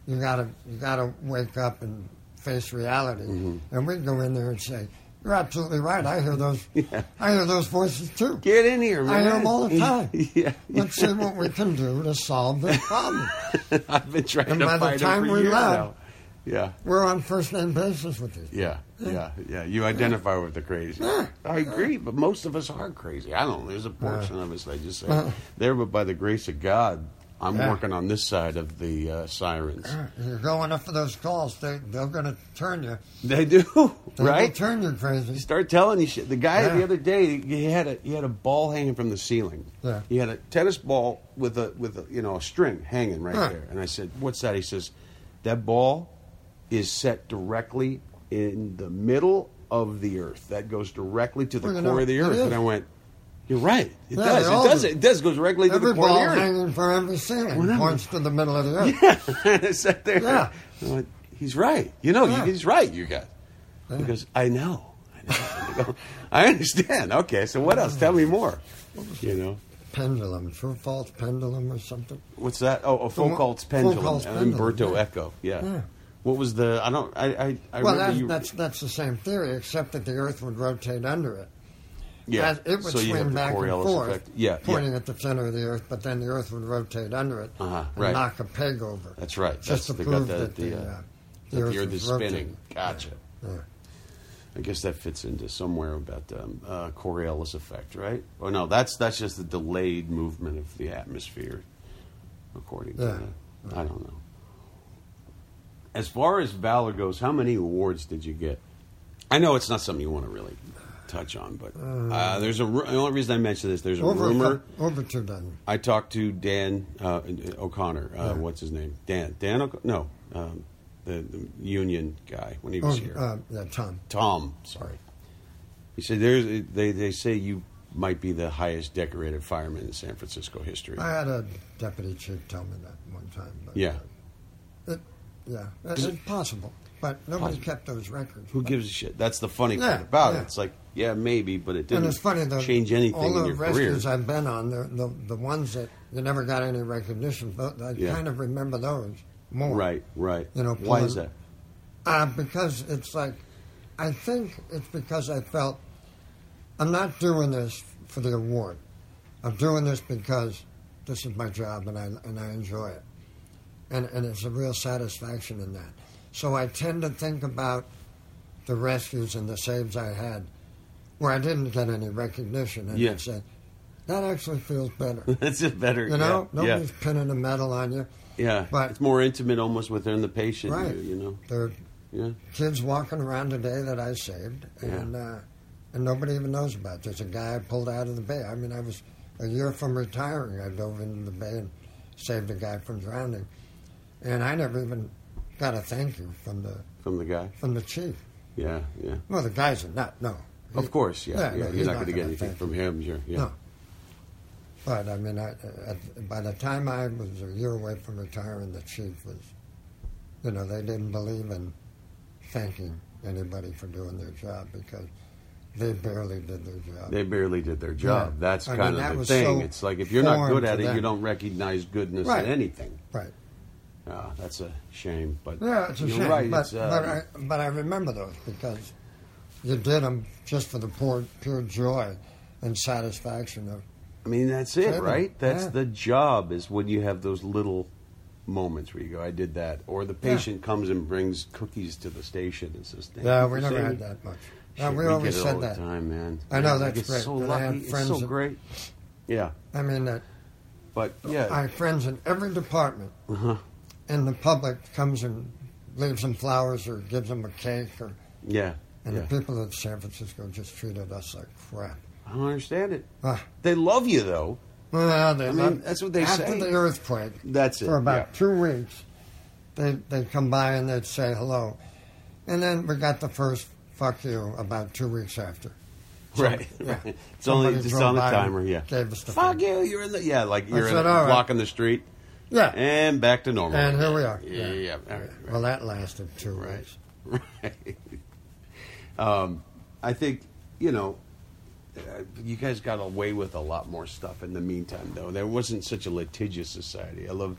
Speaker 2: You gotta, you gotta wake up and face reality.
Speaker 1: Mm-hmm.
Speaker 2: And we'd go in there and say, you're absolutely right. I
Speaker 1: (laughs)
Speaker 2: hear those, I hear those voices too.
Speaker 1: Get in here, man.
Speaker 2: I hear them all the time.
Speaker 1: (laughs) yeah.
Speaker 2: Let's see what we can do to solve this problem.
Speaker 1: (laughs) I've been trying
Speaker 2: And
Speaker 1: to
Speaker 2: by the
Speaker 1: fight
Speaker 2: time
Speaker 1: him for
Speaker 2: we
Speaker 1: years now.
Speaker 2: left-
Speaker 1: Yeah.
Speaker 2: We're on first name basis with these.
Speaker 1: Yeah, yeah, yeah. You identify with the crazy. I agree, but most of us are crazy. I don't. There's a portion of us. I just say there, but by the grace of God, I'm
Speaker 2: Yeah.
Speaker 1: working on this side of the uh, sirens.
Speaker 2: You're going up for those calls. They, they're gonna turn you.
Speaker 1: They do, (laughs)
Speaker 2: They will
Speaker 1: right?
Speaker 2: turn you crazy.
Speaker 1: They start telling you shit. The guy the
Speaker 2: Yeah.
Speaker 1: other day, he had a he had a ball hanging from the ceiling.
Speaker 2: Yeah.
Speaker 1: He had a tennis ball with a with a you know a string hanging right
Speaker 2: Huh.
Speaker 1: there. And I said, "What's that?" He says, "That ball is set directly in the middle of the earth. That goes directly to the
Speaker 2: Well, you
Speaker 1: core
Speaker 2: know,
Speaker 1: of the
Speaker 2: it
Speaker 1: earth."
Speaker 2: is.
Speaker 1: And I went, "You're right. It
Speaker 2: Yeah,
Speaker 1: does.
Speaker 2: they
Speaker 1: It
Speaker 2: all
Speaker 1: does.
Speaker 2: do.
Speaker 1: It does goes directly to
Speaker 2: Every
Speaker 1: the core
Speaker 2: ball
Speaker 1: of the earth."
Speaker 2: hanging from every ceiling
Speaker 1: Well, no.
Speaker 2: points to the middle of the
Speaker 1: (laughs)
Speaker 2: earth.
Speaker 1: and I sat there.
Speaker 2: Yeah.
Speaker 1: and I went, he's right. You know,
Speaker 2: Yeah.
Speaker 1: he's right, you guys. He goes, I know. I, know. I, go, I understand. Okay, so what else? Tell me more. You know,
Speaker 2: Pendulum, true false pendulum or something.
Speaker 1: what's that? Oh, oh
Speaker 2: one-
Speaker 1: Foucault's pendulum.
Speaker 2: Foucault's
Speaker 1: and
Speaker 2: pendulum,
Speaker 1: Umberto
Speaker 2: yeah.
Speaker 1: Eco. Yeah.
Speaker 2: Yeah.
Speaker 1: What was the? I don't. I. I, I
Speaker 2: well,
Speaker 1: remember
Speaker 2: that's,
Speaker 1: you.
Speaker 2: that's that's the same theory, except that the Earth would rotate under it.
Speaker 1: yeah.
Speaker 2: As it would
Speaker 1: so you
Speaker 2: swing
Speaker 1: have the
Speaker 2: back and
Speaker 1: Coriolis
Speaker 2: forth,
Speaker 1: effect. Yeah.
Speaker 2: pointing
Speaker 1: yeah.
Speaker 2: at the center of the Earth, but then the Earth would rotate under it
Speaker 1: Uh-huh,
Speaker 2: and
Speaker 1: right.
Speaker 2: knock a peg over.
Speaker 1: That's right. That's-
Speaker 2: Just to
Speaker 1: they got
Speaker 2: prove
Speaker 1: that at
Speaker 2: that,
Speaker 1: the,
Speaker 2: the,
Speaker 1: uh,
Speaker 2: uh,
Speaker 1: that the Earth
Speaker 2: was
Speaker 1: is
Speaker 2: rotating.
Speaker 1: spinning. Gotcha.
Speaker 2: Yeah.
Speaker 1: I guess that fits into somewhere about um, uh, Coriolis effect, right? Oh no, that's that's just the delayed movement of the atmosphere, according to
Speaker 2: Yeah.
Speaker 1: that. I don't know. As far as valor goes, how many awards did you get? I know it's not something you want to really touch on, but uh, there's a ru- the only reason I mention this. There's a
Speaker 2: Over, a
Speaker 1: rumor.
Speaker 2: cou- over two dozen.
Speaker 1: I talked to Dan uh, O'Connor. Uh, What's his name? Dan. Dan. O'Con- no, um, the, the union guy when he was
Speaker 2: Oh,
Speaker 1: here.
Speaker 2: uh, yeah, Tom.
Speaker 1: Tom, sorry. He said, "There's they they say you might be the highest decorated fireman in San Francisco history."
Speaker 2: I had a deputy chief tell me that one time. But,
Speaker 1: yeah.
Speaker 2: uh, it, yeah, it- it's possible, but nobody
Speaker 1: Possible.
Speaker 2: kept those records.
Speaker 1: Who
Speaker 2: But-
Speaker 1: gives a shit? That's the funny
Speaker 2: Yeah,
Speaker 1: part about it.
Speaker 2: yeah.
Speaker 1: It's like, yeah, maybe, but it didn't
Speaker 2: And it's funny though.
Speaker 1: change anything
Speaker 2: All the
Speaker 1: in your career.
Speaker 2: rescues I've been on, the, the the ones that you never got any recognition, but I
Speaker 1: Yeah.
Speaker 2: kind of remember those more.
Speaker 1: right, right.
Speaker 2: You know,
Speaker 1: why is that?
Speaker 2: pulling- Uh, because it's like, I think it's because I felt I'm not doing this for the award. I'm doing this because this is my job and I and I enjoy it, and and it's a real satisfaction in that. So I tend to think about the rescues and the saves I had, where I didn't get any recognition, and
Speaker 1: Yeah.
Speaker 2: I said that actually feels
Speaker 1: (laughs)
Speaker 2: better.
Speaker 1: That's a better.
Speaker 2: You know,
Speaker 1: yeah, yeah,
Speaker 2: nobody's pinning a medal on you.
Speaker 1: yeah.
Speaker 2: but-
Speaker 1: it's more intimate, almost within the patient.
Speaker 2: Right.
Speaker 1: You, you
Speaker 2: There are
Speaker 1: know, yeah.
Speaker 2: kids walking around today that I saved, and
Speaker 1: Yeah.
Speaker 2: uh, and nobody even knows about. There's a guy I pulled out of the bay. I mean, I was a year from retiring. I dove into the bay and saved a guy from drowning, and I never even got a thank you from the
Speaker 1: From the guy.
Speaker 2: from the chief.
Speaker 1: Yeah, yeah.
Speaker 2: Well, the guy's a nut. No,
Speaker 1: Of course, yeah, yeah.
Speaker 2: Yeah, no,
Speaker 1: you're
Speaker 2: he's
Speaker 1: not
Speaker 2: not
Speaker 1: going to get
Speaker 2: gonna
Speaker 1: anything
Speaker 2: thank
Speaker 1: from him. Sure. Yeah.
Speaker 2: No. But I mean, I, uh, at, by the time I was a year away from retiring, the chief was, you know, they didn't believe in thanking anybody for doing their job because they barely did their job.
Speaker 1: They barely did their job.
Speaker 2: Yeah.
Speaker 1: That's
Speaker 2: I
Speaker 1: kind
Speaker 2: mean,
Speaker 1: of
Speaker 2: that
Speaker 1: the
Speaker 2: was
Speaker 1: thing.
Speaker 2: so
Speaker 1: it's like if you're not
Speaker 2: foreign
Speaker 1: good
Speaker 2: to
Speaker 1: at it, you
Speaker 2: them.
Speaker 1: don't recognize goodness
Speaker 2: Right.
Speaker 1: in anything.
Speaker 2: right.
Speaker 1: Ah, that's a shame. But
Speaker 2: Yeah, it's a
Speaker 1: you're
Speaker 2: shame.
Speaker 1: right.
Speaker 2: but,
Speaker 1: it's, uh,
Speaker 2: but, I, but I remember those because you did them just for the pure, pure joy and satisfaction of,
Speaker 1: I mean, that's it,
Speaker 2: Seven,
Speaker 1: right? That's
Speaker 2: yeah.
Speaker 1: the job is when you have those little moments where you go, "I did that," or the
Speaker 2: Yeah.
Speaker 1: patient comes and brings cookies to the station and says, "Thank
Speaker 2: yeah,
Speaker 1: you
Speaker 2: we
Speaker 1: for
Speaker 2: never
Speaker 1: saving-"
Speaker 2: had that much. Yeah,
Speaker 1: Shit,
Speaker 2: we,
Speaker 1: get
Speaker 2: always
Speaker 1: it
Speaker 2: said
Speaker 1: all
Speaker 2: that.
Speaker 1: The time, man.
Speaker 2: I know,
Speaker 1: Yeah,
Speaker 2: that's
Speaker 1: it's
Speaker 2: great,
Speaker 1: So
Speaker 2: and I
Speaker 1: lucky.
Speaker 2: had
Speaker 1: it's
Speaker 2: friends
Speaker 1: so
Speaker 2: that-
Speaker 1: great. Yeah,
Speaker 2: I mean, that
Speaker 1: but yeah,
Speaker 2: I have friends in every department,
Speaker 1: Uh-huh.
Speaker 2: and the public comes and leaves them flowers or gives them a cake, or
Speaker 1: yeah,
Speaker 2: and
Speaker 1: yeah.
Speaker 2: the people in San Francisco just treated us like crap.
Speaker 1: I don't understand it.
Speaker 2: Ah,
Speaker 1: They love you though.
Speaker 2: well, they
Speaker 1: I mean,
Speaker 2: loved-
Speaker 1: that's what they
Speaker 2: after
Speaker 1: say.
Speaker 2: the earthquake
Speaker 1: That's it.
Speaker 2: for about
Speaker 1: yeah.
Speaker 2: two weeks. They they'd come by and they'd say hello, and then we got the first fuck you about two weeks after.
Speaker 1: Right. (laughs)
Speaker 2: Yeah.
Speaker 1: right. It's only
Speaker 2: Somebody
Speaker 1: just
Speaker 2: drove
Speaker 1: on the
Speaker 2: by and
Speaker 1: timer. Yeah.
Speaker 2: gave us the
Speaker 1: Fuck
Speaker 2: finger.
Speaker 1: you! You're in the yeah, like you're in,
Speaker 2: said, "All right."
Speaker 1: blocking the street,
Speaker 2: Yeah.
Speaker 1: and back to normal.
Speaker 2: And here we are.
Speaker 1: Yeah, yeah.
Speaker 2: Yeah.
Speaker 1: yeah. All right.
Speaker 2: Well, that lasted two weeks.
Speaker 1: Right. Right. um, I think, you know, uh, you guys got away with a lot more stuff in the meantime, though. There wasn't such a litigious society. I love,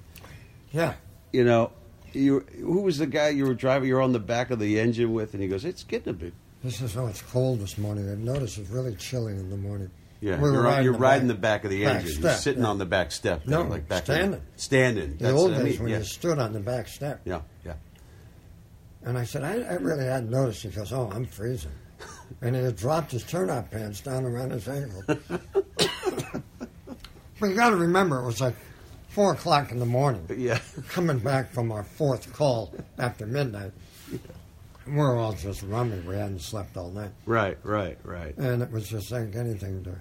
Speaker 2: Yeah.
Speaker 1: you know, you who was the guy you were driving, you were on the back of the engine with, and he goes, it's getting a bit.
Speaker 2: He says, "Oh, it's cold this morning. I noticed it's really chilly in the morning."
Speaker 1: Yeah,
Speaker 2: We were
Speaker 1: you're, riding, you're
Speaker 2: the
Speaker 1: riding
Speaker 2: bike-
Speaker 1: the back of the
Speaker 2: back
Speaker 1: engine. you're
Speaker 2: step,
Speaker 1: sitting
Speaker 2: yeah.
Speaker 1: on the back step.
Speaker 2: No,
Speaker 1: there, like back
Speaker 2: standing.
Speaker 1: standing.
Speaker 2: The
Speaker 1: That's
Speaker 2: old
Speaker 1: what I
Speaker 2: days
Speaker 1: mean,
Speaker 2: when
Speaker 1: yeah.
Speaker 2: you stood on the back step.
Speaker 1: yeah, yeah.
Speaker 2: (laughs) And I said, I, I really hadn't noticed. He goes, Oh,
Speaker 1: (laughs)
Speaker 2: I'm freezing. And he had dropped his turnout pants down around
Speaker 1: (laughs)
Speaker 2: his ankle. but you got to remember, it was like 4 o'clock in the morning.
Speaker 1: Yeah.
Speaker 2: Coming back from our fourth call after midnight. And We're all just rummy. We hadn't slept all night.
Speaker 1: Right, right, right.
Speaker 2: And it was just like anything to.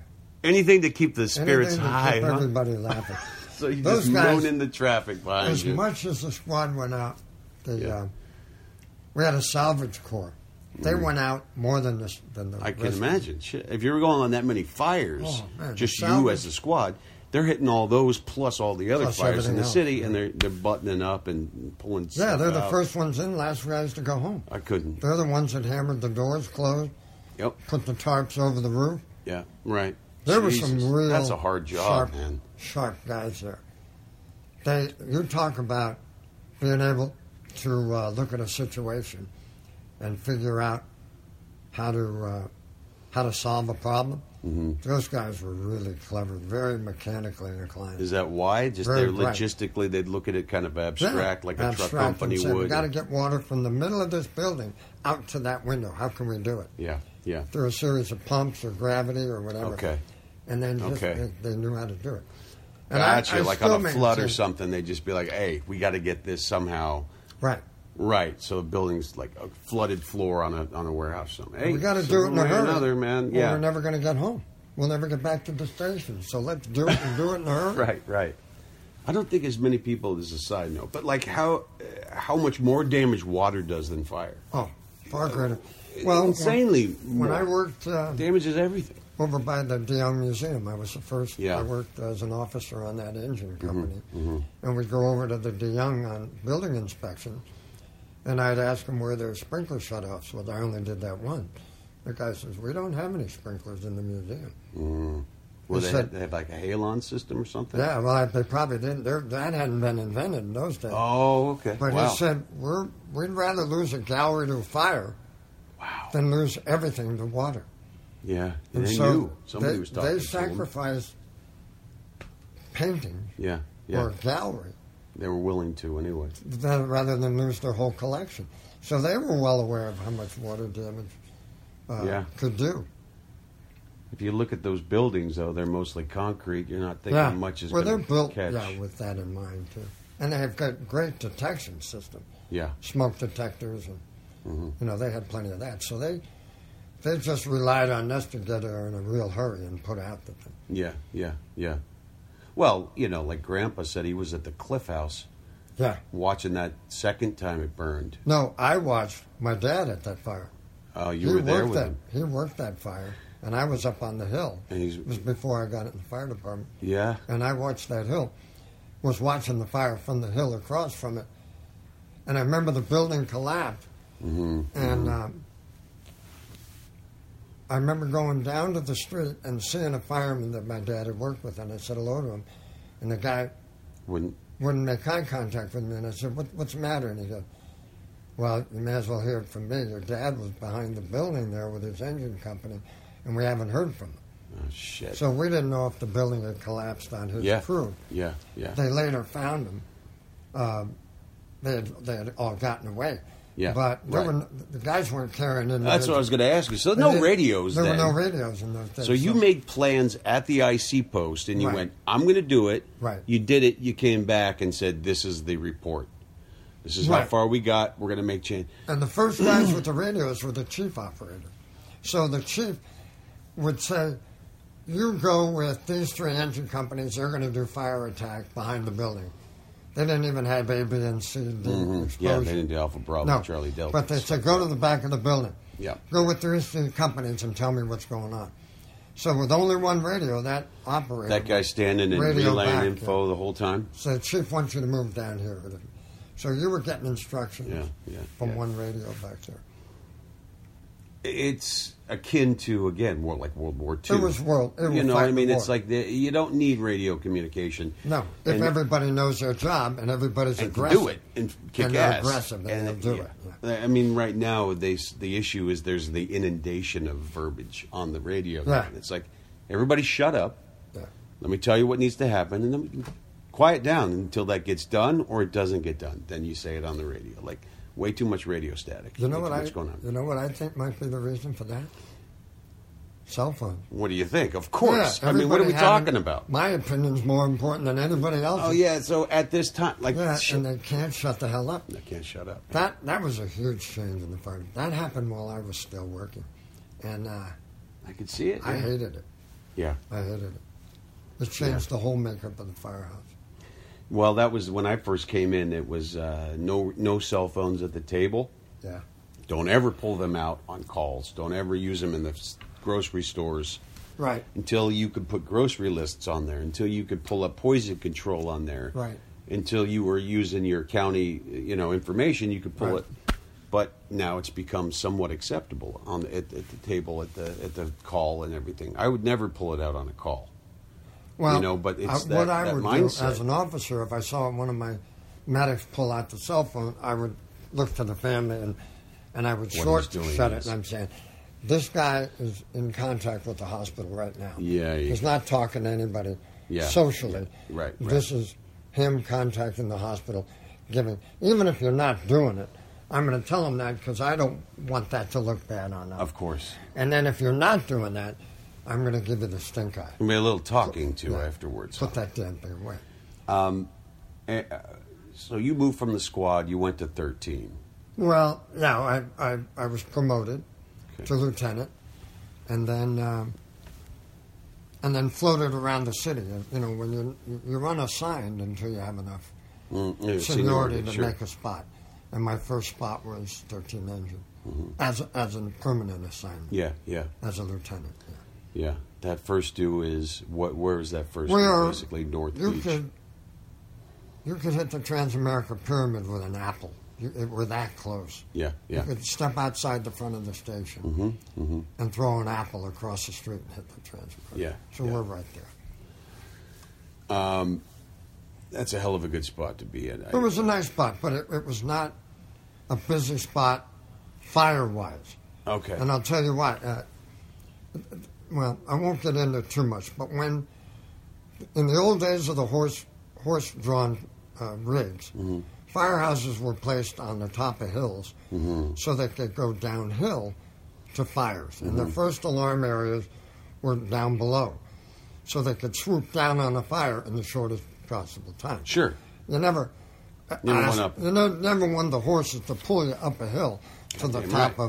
Speaker 1: Anything to keep the spirits
Speaker 2: anything to
Speaker 1: high.
Speaker 2: Keep
Speaker 1: huh?
Speaker 2: everybody laughing.
Speaker 1: So you
Speaker 2: Those
Speaker 1: just
Speaker 2: guys-
Speaker 1: moan in the traffic behind
Speaker 2: as
Speaker 1: you.
Speaker 2: much as the squad went out, the
Speaker 1: Yeah.
Speaker 2: uh, we had a salvage corps. They went out more than this than the.
Speaker 1: Mm. I can
Speaker 2: rest of-
Speaker 1: imagine. Shit. If you were going on that many fires,
Speaker 2: Oh, man,
Speaker 1: just
Speaker 2: the
Speaker 1: you
Speaker 2: salvage-
Speaker 1: as a squad, they're hitting all those plus all the other
Speaker 2: Plus
Speaker 1: fires in
Speaker 2: everything
Speaker 1: the
Speaker 2: else.
Speaker 1: city, and they're they're buttoning up and pulling.
Speaker 2: Yeah,
Speaker 1: stuff
Speaker 2: they're the
Speaker 1: out.
Speaker 2: first ones in, last guys to go home.
Speaker 1: I couldn't.
Speaker 2: They're the ones that hammered the doors closed,
Speaker 1: Yep.
Speaker 2: put the tarps over the roof.
Speaker 1: Yeah. Right.
Speaker 2: There were
Speaker 1: Jesus,
Speaker 2: some real
Speaker 1: That's a hard job,
Speaker 2: sharp,
Speaker 1: man.
Speaker 2: sharp guys there. They you talk about being able to uh, look at a situation and figure out how to uh, how to solve a problem.
Speaker 1: Mhm.
Speaker 2: Those guys were really clever, very mechanically inclined.
Speaker 1: Is that why? Just
Speaker 2: Very
Speaker 1: they're
Speaker 2: bright.
Speaker 1: logistically, they'd look at it kind of abstract, like a truck
Speaker 2: Abstract and
Speaker 1: company
Speaker 2: say, We
Speaker 1: would.
Speaker 2: got to get water from the middle of this building out to that window. How can we do it?
Speaker 1: yeah. Yeah.
Speaker 2: Through a series of pumps or gravity or whatever.
Speaker 1: Okay.
Speaker 2: And then just,
Speaker 1: Okay.
Speaker 2: they, they knew how to do it. And I-
Speaker 1: Gotcha.
Speaker 2: I
Speaker 1: like
Speaker 2: still
Speaker 1: on a flood or
Speaker 2: maintain-
Speaker 1: something, they'd just be like, "Hey, we got to get this somehow."
Speaker 2: Right.
Speaker 1: Right. So the building's like a flooded floor on a on a warehouse. Or something. Hey,
Speaker 2: we got to
Speaker 1: some
Speaker 2: do it in a
Speaker 1: way or
Speaker 2: hurry.
Speaker 1: Another man.
Speaker 2: or
Speaker 1: Yeah.
Speaker 2: We're never going to get home. We'll never get back to the station. So let's do it and do it in a
Speaker 1: (laughs)
Speaker 2: hurry.
Speaker 1: Right. Right. I don't think as many people. This is a side note, but like how uh, how much more damage water does than fire?
Speaker 2: Oh, far greater.
Speaker 1: Uh,
Speaker 2: Well,
Speaker 1: insanely.
Speaker 2: When, when
Speaker 1: more.
Speaker 2: I worked uh,
Speaker 1: damages everything.
Speaker 2: over by the DeYoung Museum, I was the first.
Speaker 1: Yeah. Mm-hmm,
Speaker 2: I worked as an officer on that engine company, and we'd go over to the DeYoung on building inspection, and I'd ask them where their sprinkler shutoffs was. I only did that one. The guy says, "We don't have any sprinklers in the museum."
Speaker 1: Well,
Speaker 2: They
Speaker 1: they,
Speaker 2: said-
Speaker 1: had, they have like a halon system or something.
Speaker 2: Yeah, well, they probably didn't. They're, that hadn't been invented in those days.
Speaker 1: Oh, okay.
Speaker 2: But
Speaker 1: wow.
Speaker 2: he said, We're, we'd rather lose a gallery to a fire
Speaker 1: wow.
Speaker 2: than lose everything to water.
Speaker 1: Yeah. And they
Speaker 2: so
Speaker 1: knew somebody
Speaker 2: they,
Speaker 1: was talking
Speaker 2: they
Speaker 1: to them.
Speaker 2: sacrificed painting
Speaker 1: Yeah. Yeah.
Speaker 2: or gallery
Speaker 1: They were willing to anyway.
Speaker 2: than, rather than lose their whole collection. So they were well aware of how much water damage uh,
Speaker 1: Yeah.
Speaker 2: could do.
Speaker 1: If you look at those buildings, though, they're mostly concrete. You're not thinking
Speaker 2: yeah.
Speaker 1: much is
Speaker 2: well, they're
Speaker 1: going
Speaker 2: built
Speaker 1: catch.
Speaker 2: yeah, with that in mind, too. And they have got great detection system.
Speaker 1: yeah,
Speaker 2: smoke detectors and
Speaker 1: Mm-hmm.
Speaker 2: you know they had plenty of that so they they just relied on us to get her in a real hurry and put out the thing
Speaker 1: yeah, yeah, yeah. Well, you know, like Grandpa said, he was at the Cliff House
Speaker 2: yeah
Speaker 1: watching that second time it burned.
Speaker 2: no i watched my dad at that fire
Speaker 1: Uh, you
Speaker 2: he
Speaker 1: were there
Speaker 2: worked
Speaker 1: with
Speaker 2: that
Speaker 1: him.
Speaker 2: he worked that fire and i was up on the hill
Speaker 1: And he's-
Speaker 2: it was before i got in the fire department
Speaker 1: Yeah,
Speaker 2: and i watched that hill was watching the fire from the hill across from it and i remember the building collapsed
Speaker 1: hmm
Speaker 2: And um, I remember going down to the street and seeing a fireman that my dad had worked with, and I said hello to him. And the guy
Speaker 1: wouldn't.
Speaker 2: wouldn't make eye contact with me, and I said, what, What's the matter? And he goes, Well, you may as well hear it from me. Your dad was behind the building there with his engine company, and we haven't heard from him.
Speaker 1: Oh shit.
Speaker 2: So we didn't know if the building had collapsed on his
Speaker 1: yeah,
Speaker 2: crew.
Speaker 1: yeah, yeah,
Speaker 2: They later found him. Um, they, had, they had all gotten away.
Speaker 1: yeah.
Speaker 2: But there
Speaker 1: right.
Speaker 2: were, n- the guys weren't carrying in
Speaker 1: that's what I was going to ask you. So no radios
Speaker 2: There
Speaker 1: then.
Speaker 2: were no radios in those days.
Speaker 1: So you made plans at the IC post, and you
Speaker 2: Right.
Speaker 1: went, "I'm going to do it."
Speaker 2: Right.
Speaker 1: You did it. You came back and said, "This is the report. This is how
Speaker 2: Right.
Speaker 1: far we got. We're going to make change."
Speaker 2: And the first
Speaker 1: (clears throat)
Speaker 2: guys with the radios were the chief operator. So the chief would say, "You go with these three engine companies. They're going to do fire attack behind the building. They didn't even have A, B, and C. The
Speaker 1: Mm-hmm. Yeah,
Speaker 2: exposure.
Speaker 1: they didn't do Alpha Bravo
Speaker 2: no,
Speaker 1: Charlie Delta.
Speaker 2: but they said go to the back of the building.
Speaker 1: Yeah.
Speaker 2: Go with the rest of the companies and tell me what's going on. So with only one radio, that operator
Speaker 1: That guy standing and
Speaker 2: Radio
Speaker 1: relaying
Speaker 2: back,
Speaker 1: info the whole time.
Speaker 2: said, "Chief wants you to move down here." with him." So you were getting instructions
Speaker 1: Yeah, yeah.
Speaker 2: from
Speaker 1: yeah.
Speaker 2: one radio back there.
Speaker 1: It's akin to again, more like World War II.
Speaker 2: It was world. It
Speaker 1: you
Speaker 2: was
Speaker 1: know, what I
Speaker 2: fighting
Speaker 1: mean,
Speaker 2: war.
Speaker 1: it's like the, you don't need radio communication.
Speaker 2: no. If
Speaker 1: And-
Speaker 2: everybody knows their job and everybody's
Speaker 1: and can
Speaker 2: aggressive,
Speaker 1: do it and kick
Speaker 2: and they're
Speaker 1: ass.
Speaker 2: aggressive, then
Speaker 1: and
Speaker 2: they'll do
Speaker 1: yeah. I mean, right now they s- the issue is there's the inundation of verbiage on the radio.
Speaker 2: Yeah.
Speaker 1: And It's like everybody shut up.
Speaker 2: Yeah.
Speaker 1: Let me tell you what needs to happen, and then we can quiet down until that gets done or it doesn't get done. Then you say it on the radio. Like way too much radio static.
Speaker 2: You know
Speaker 1: Way
Speaker 2: what
Speaker 1: too
Speaker 2: I?
Speaker 1: much going on?
Speaker 2: You know what I think might be the reason for that? Cell phone.
Speaker 1: What do you think? Of course.
Speaker 2: Yeah,
Speaker 1: I mean, what are we
Speaker 2: everybody having-
Speaker 1: talking about?
Speaker 2: My opinion's more important than anybody else's.
Speaker 1: Oh yeah. So at this time, like,
Speaker 2: Yeah,
Speaker 1: sh-
Speaker 2: and they can't shut the hell up.
Speaker 1: I can't shut up.
Speaker 2: That that was a huge change in the fire. That happened while I was still working, and uh,
Speaker 1: I could see it.
Speaker 2: I
Speaker 1: yeah.
Speaker 2: hated it.
Speaker 1: yeah.
Speaker 2: I hated it. It changed the whole makeup of the firehouse.
Speaker 1: Well, that was when I first came in. It was uh, no no cell phones at the table.
Speaker 2: Yeah,
Speaker 1: Don't ever pull them out on calls. Don't ever use them in the s- grocery stores
Speaker 2: right,
Speaker 1: until you could put grocery lists on there. Until you could pull up poison control on there.
Speaker 2: Right.
Speaker 1: Until you were using your county, you know, information, you could pull
Speaker 2: Right.
Speaker 1: it. But now it's become somewhat acceptable on the, at, at the table, at the at the call, and everything. I would never pull it out on a call.
Speaker 2: Well,
Speaker 1: know, but it's
Speaker 2: I-
Speaker 1: that-
Speaker 2: what I
Speaker 1: that
Speaker 2: would do
Speaker 1: mindset.
Speaker 2: as an officer, if I saw one of my medics pull out the cell phone, I would look to the family and and I would
Speaker 1: he's
Speaker 2: short
Speaker 1: doing
Speaker 2: shut
Speaker 1: is-
Speaker 2: it. And I'm saying, this guy is in contact with the hospital right now.
Speaker 1: Yeah, yeah.
Speaker 2: he's not talking to anybody.
Speaker 1: Yeah.
Speaker 2: socially.
Speaker 1: Right, right.
Speaker 2: This is him contacting the hospital, giving. Even if you're not doing it, I'm going to tell him that because I don't want that to look bad on them.
Speaker 1: Of course,
Speaker 2: And then if you're not doing that, I'm going to give you the stink eye.
Speaker 1: I mean a little talking to afterwards.
Speaker 2: Put that damn thing away.
Speaker 1: Eh, uh, so you moved from the squad. You went to thirteen.
Speaker 2: Well, no, I, I, I was promoted
Speaker 1: Okay.
Speaker 2: to lieutenant, and then um, and then floated around the city. Uh, You know, when you're you're unassigned until you have enough
Speaker 1: Mm, yeah,
Speaker 2: seniority to
Speaker 1: sure.
Speaker 2: make a spot. And my first spot was 13 Engine as as a permanent assignment
Speaker 1: Yeah, Mm-hmm. yeah,
Speaker 2: as a lieutenant. yeah.
Speaker 1: yeah. That first do is what? Where is that first?
Speaker 2: We
Speaker 1: do?
Speaker 2: are-
Speaker 1: basically North
Speaker 2: You
Speaker 1: Beach.
Speaker 2: could you could hit the Transamerica Pyramid with an apple. You, it, we're that close.
Speaker 1: Yeah, yeah. Mm-hmm,
Speaker 2: You could step outside the front of the station and throw an apple across the street and hit the Transamerica.
Speaker 1: Yeah,
Speaker 2: So
Speaker 1: yeah.
Speaker 2: we're right there.
Speaker 1: That's a hell of a good spot to be in. I-
Speaker 2: It was a nice spot, but it, it was not a busy spot fire wise.
Speaker 1: okay.
Speaker 2: And I'll tell you what. Uh, well, I won't get into it too much, but when in the old days of the horse horse drawn uh, rigs,
Speaker 1: Mm-hmm.
Speaker 2: firehouses were placed on the top of hills
Speaker 1: Mm-hmm.
Speaker 2: so that they go downhill to fires, and
Speaker 1: Mm-hmm.
Speaker 2: the first alarm areas were down below, so they could swoop down on a fire in the shortest possible time.
Speaker 1: Sure.
Speaker 2: You never.
Speaker 1: You never
Speaker 2: I-
Speaker 1: went up.
Speaker 2: You know, never won the horses to pull you up a hill to the
Speaker 1: Goddamn
Speaker 2: top
Speaker 1: right.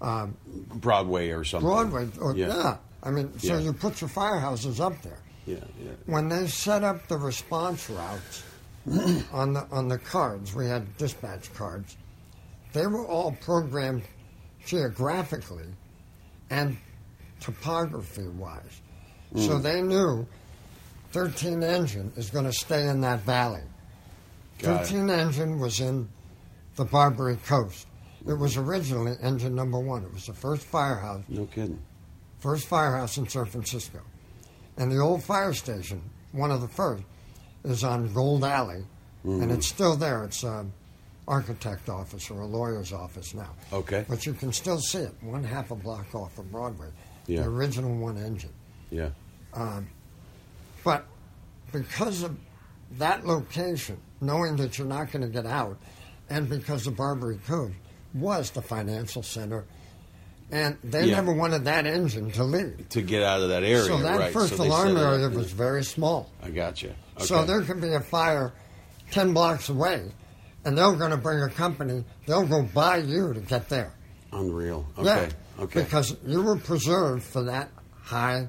Speaker 2: of
Speaker 1: Broadway or something.
Speaker 2: Broadway. Or,
Speaker 1: Yeah.
Speaker 2: yeah. I mean, so
Speaker 1: Yeah.
Speaker 2: you put your firehouses up there.
Speaker 1: Yeah, yeah.
Speaker 2: When they set up the response
Speaker 1: (clears throat)
Speaker 2: routes on the on the cards, we had dispatch cards. They were all programmed geographically and topography wise, so
Speaker 1: Mm.
Speaker 2: they knew 13 engine is going to stay in that valley.
Speaker 1: Got it.
Speaker 2: 13 engine was in the Barbary Coast. It was originally engine number one. It was the first firehouse
Speaker 1: No kidding.
Speaker 2: first firehouse in San Francisco. And the old fire station, one of the first, is on Gold Alley, and it's still there. It's an architect office or a lawyer's office now.
Speaker 1: Okay.
Speaker 2: But you can still see it one half a block off of Broadway,
Speaker 1: Yeah.
Speaker 2: the original one engine.
Speaker 1: Yeah.
Speaker 2: But because of that location, knowing that you're not going to get out, and because the Barbary Cove was the financial center, and they
Speaker 1: Yeah.
Speaker 2: never wanted that engine to leave.
Speaker 1: To get out of that area,
Speaker 2: So that
Speaker 1: right?
Speaker 2: first
Speaker 1: so they
Speaker 2: alarm
Speaker 1: set it up-
Speaker 2: area was very small.
Speaker 1: I got you. Okay.
Speaker 2: So there could be a fire ten blocks away, and they're going to bring a company. They'll go by you to get there.
Speaker 1: unreal. Okay.
Speaker 2: Yeah,
Speaker 1: Okay.
Speaker 2: Because you were preserved for that high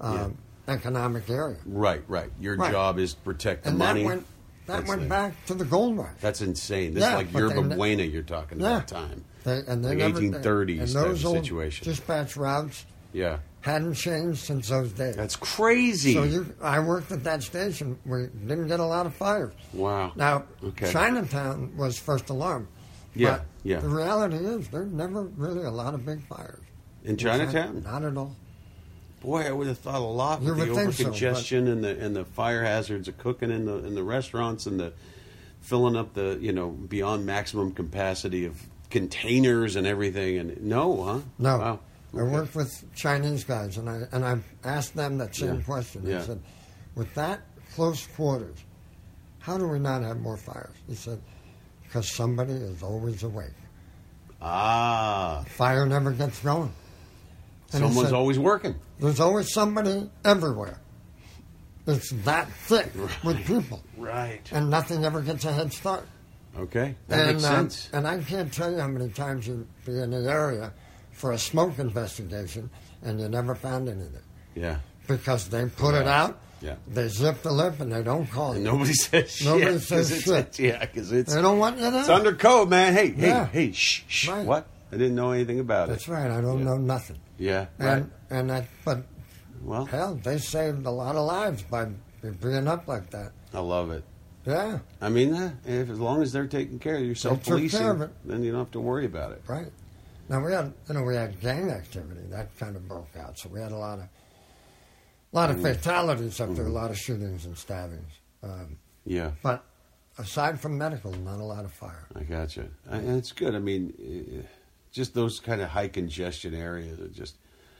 Speaker 2: um, economic area,
Speaker 1: right, right. Your
Speaker 2: Right.
Speaker 1: job is to protect the
Speaker 2: and
Speaker 1: money.
Speaker 2: that went That
Speaker 1: That's
Speaker 2: went
Speaker 1: the-
Speaker 2: back to the gold rush.
Speaker 1: That's insane. This is
Speaker 2: Yeah,
Speaker 1: like
Speaker 2: but
Speaker 1: Yerba
Speaker 2: they-
Speaker 1: Buena you're talking
Speaker 2: Yeah.
Speaker 1: about time.
Speaker 2: They, and they
Speaker 1: Like
Speaker 2: never,
Speaker 1: 1830s type
Speaker 2: and
Speaker 1: of
Speaker 2: those old
Speaker 1: situation.
Speaker 2: Dispatch routes
Speaker 1: Yeah.
Speaker 2: hadn't changed since those days.
Speaker 1: That's crazy.
Speaker 2: so you, I worked at that station. We didn't get a lot of fires.
Speaker 1: wow.
Speaker 2: Now,
Speaker 1: Okay.
Speaker 2: Chinatown was first alarm.
Speaker 1: Yeah,
Speaker 2: but
Speaker 1: yeah.
Speaker 2: The reality is, there never really a lot of big fires.
Speaker 1: In Chinatown?
Speaker 2: Not at all.
Speaker 1: Boy, I would have thought a lot
Speaker 2: You
Speaker 1: with the
Speaker 2: would think so, but-
Speaker 1: overcongestion and the and the fire hazards of cooking in the in the restaurants and the filling up the you know beyond maximum capacity of containers and everything. And no, huh?
Speaker 2: No.
Speaker 1: Wow.
Speaker 2: I worked with Chinese guys, and I and I asked them that same
Speaker 1: Yeah.
Speaker 2: question.
Speaker 1: Yeah.
Speaker 2: I said, "With that close quarters, how do we not have more fires?" He said, "Because somebody is always awake.
Speaker 1: Ah,
Speaker 2: Fire never gets going. And he
Speaker 1: someone's
Speaker 2: said,
Speaker 1: always working.
Speaker 2: There's always somebody everywhere. It's that thick with people,
Speaker 1: Right.
Speaker 2: and nothing ever gets a head start.
Speaker 1: Okay, that
Speaker 2: and,
Speaker 1: makes
Speaker 2: uh,
Speaker 1: sense.
Speaker 2: and I can't tell you how many times you'd be in the area for a smoke investigation, and you never found anything."
Speaker 1: yeah.
Speaker 2: because they put it
Speaker 1: Yeah.
Speaker 2: out.
Speaker 1: Yeah.
Speaker 2: They zip the lip and they don't call
Speaker 1: And
Speaker 2: you.
Speaker 1: nobody (laughs) says shit. (laughs)
Speaker 2: Nobody
Speaker 1: 'cause
Speaker 2: says
Speaker 1: it's,
Speaker 2: shit.
Speaker 1: Yeah, because it's
Speaker 2: They don't want you
Speaker 1: it's
Speaker 2: to.
Speaker 1: under code, man. Hey,
Speaker 2: Yeah.
Speaker 1: hey, hey, shh, shh.
Speaker 2: Right.
Speaker 1: What? I didn't know anything about
Speaker 2: That's
Speaker 1: it.
Speaker 2: right. I don't
Speaker 1: Yeah.
Speaker 2: know nothing.
Speaker 1: Yeah. Right.
Speaker 2: And and that, but
Speaker 1: well,
Speaker 2: hell, they saved a lot of lives by being up like that.
Speaker 1: I love it.
Speaker 2: Yeah,
Speaker 1: I mean, eh, if as long as they're taking care of you, self
Speaker 2: care of
Speaker 1: policing,
Speaker 2: it.
Speaker 1: then you don't have to worry about it.
Speaker 2: right. Now we had, you know, we had gang activity that kind of broke out. So we had a lot of, lot of
Speaker 1: Mm-hmm.
Speaker 2: fatalities up there, a lot of shootings and stabbings. Um,
Speaker 1: Yeah,
Speaker 2: but aside from medical, not a lot of fire.
Speaker 1: I gotcha. I, and it's good. I mean, eh, just those kind of high congestion areas are just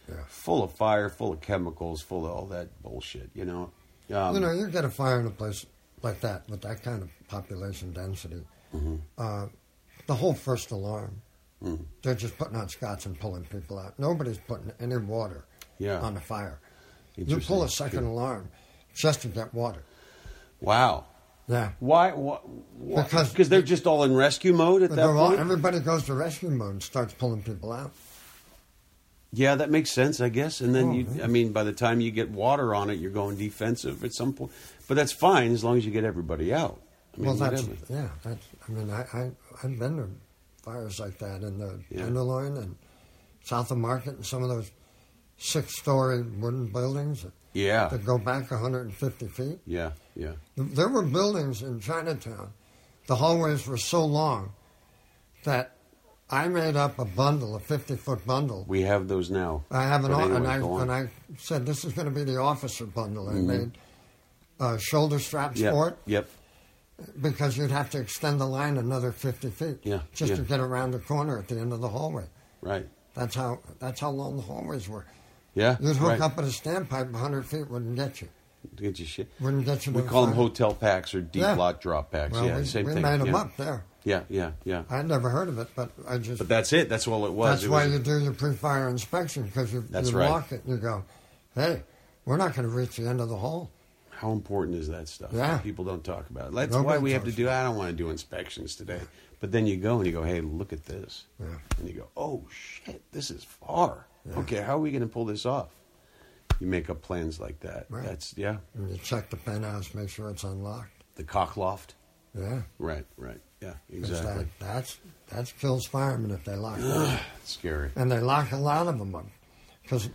Speaker 2: Yeah.
Speaker 1: full of fire, full of chemicals, full of all that bullshit. You know. Um,
Speaker 2: you know, you get a fire in a place like that with that kind of population density.
Speaker 1: Mm-hmm.
Speaker 2: Uh, the whole first alarm, they're just putting on scotch and pulling people out. Nobody's putting any water
Speaker 1: Yeah.
Speaker 2: on the fire. You
Speaker 1: Interesting.
Speaker 2: pull a second alarm just to get water.
Speaker 1: Wow.
Speaker 2: Yeah.
Speaker 1: Why? Why?
Speaker 2: Because-
Speaker 1: Because they're just all in rescue mode at that
Speaker 2: But they're all,
Speaker 1: point.
Speaker 2: everybody goes to rescue mode and starts pulling people out.
Speaker 1: yeah, that makes sense, I guess. And then
Speaker 2: Oh,
Speaker 1: you,
Speaker 2: yeah.
Speaker 1: I mean, by the time you get water on it, you're going defensive at some point. But that's fine as long as you get everybody out. I mean,
Speaker 2: well, that's,
Speaker 1: whatever.
Speaker 2: yeah. That's, I mean, I, I, I've been to fires like that in the
Speaker 1: Yeah.
Speaker 2: Tenderloin and South of Market and some of those six story wooden buildings. That,
Speaker 1: yeah,
Speaker 2: to go back 150 feet.
Speaker 1: yeah, yeah.
Speaker 2: There were buildings in Chinatown. The hallways were so long that I made up a bundle, a 50 foot bundle.
Speaker 1: We have those now.
Speaker 2: I have an,
Speaker 1: But
Speaker 2: o-
Speaker 1: anyway,
Speaker 2: and, I,
Speaker 1: go on. Mm-hmm.
Speaker 2: and I said, this is going to be the officer bundle. I made uh, shoulder straps
Speaker 1: yep,
Speaker 2: for it
Speaker 1: Yep.
Speaker 2: because you'd have to extend the line another 50 feet
Speaker 1: Yeah,
Speaker 2: just to
Speaker 1: yeah.
Speaker 2: get around the corner at the end of the hallway.
Speaker 1: Right.
Speaker 2: That's how, that's how long the hallways were.
Speaker 1: Yeah.
Speaker 2: You'd hook
Speaker 1: right.
Speaker 2: up at a standpipe, 100 feet wouldn't get you.
Speaker 1: To Get your shit.
Speaker 2: Wouldn't get you to
Speaker 1: We
Speaker 2: the
Speaker 1: call them
Speaker 2: fire.
Speaker 1: hotel packs or deep
Speaker 2: Yeah.
Speaker 1: lot drop packs.
Speaker 2: Well,
Speaker 1: yeah,
Speaker 2: we,
Speaker 1: same
Speaker 2: we
Speaker 1: thing.
Speaker 2: made them
Speaker 1: yeah.
Speaker 2: up there.
Speaker 1: yeah, yeah, yeah.
Speaker 2: I'd never heard of it, but I just.
Speaker 1: But that's it. That's all it was.
Speaker 2: that's
Speaker 1: It
Speaker 2: why
Speaker 1: was-
Speaker 2: you do your pre-fire inspection because you,
Speaker 1: That's
Speaker 2: you
Speaker 1: right.
Speaker 2: walk it and you go, "Hey, we're not going to reach the end of the hole."
Speaker 1: How important is that stuff?
Speaker 2: Yeah.
Speaker 1: People don't talk about it. That's why
Speaker 2: Nobody
Speaker 1: we have to
Speaker 2: talks
Speaker 1: do, I don't want to do inspections today. But then you go and you go, hey, look at this.
Speaker 2: Yeah.
Speaker 1: And you go, oh, shit, this is far. Okay, how are we going to pull this off? You make up plans like that.
Speaker 2: Right.
Speaker 1: That's, yeah,
Speaker 2: And you check the penthouse, make sure it's unlocked.
Speaker 1: the cock loft.
Speaker 2: Yeah,
Speaker 1: Right, right. Yeah,
Speaker 2: 'Cause
Speaker 1: exactly.
Speaker 2: That, that's that kills firemen if they lock, it.
Speaker 1: (clears throat) Scary.
Speaker 2: and they lock a lot of them up because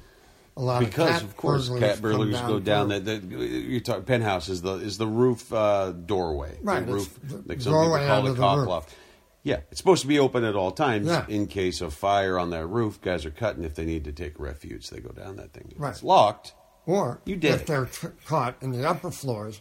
Speaker 2: a lot
Speaker 1: Because
Speaker 2: of cat
Speaker 1: of course,
Speaker 2: burglars
Speaker 1: cat
Speaker 2: come
Speaker 1: burglars go down.
Speaker 2: through.
Speaker 1: That, that you talk penthouse is the is the roof uh, doorway.
Speaker 2: Right,
Speaker 1: the
Speaker 2: it's
Speaker 1: roof.
Speaker 2: the
Speaker 1: like some people
Speaker 2: doorway
Speaker 1: call
Speaker 2: out
Speaker 1: it
Speaker 2: of the
Speaker 1: cock
Speaker 2: roof.
Speaker 1: loft. Yeah, it's supposed to be open at all times
Speaker 2: Yeah.
Speaker 1: in case of fire on that roof. Guys are cutting if they need to take refuge. They go down that thing. If
Speaker 2: Right.
Speaker 1: It's locked.
Speaker 2: Or
Speaker 1: You did
Speaker 2: if
Speaker 1: it.
Speaker 2: they're tr caught in the upper floors,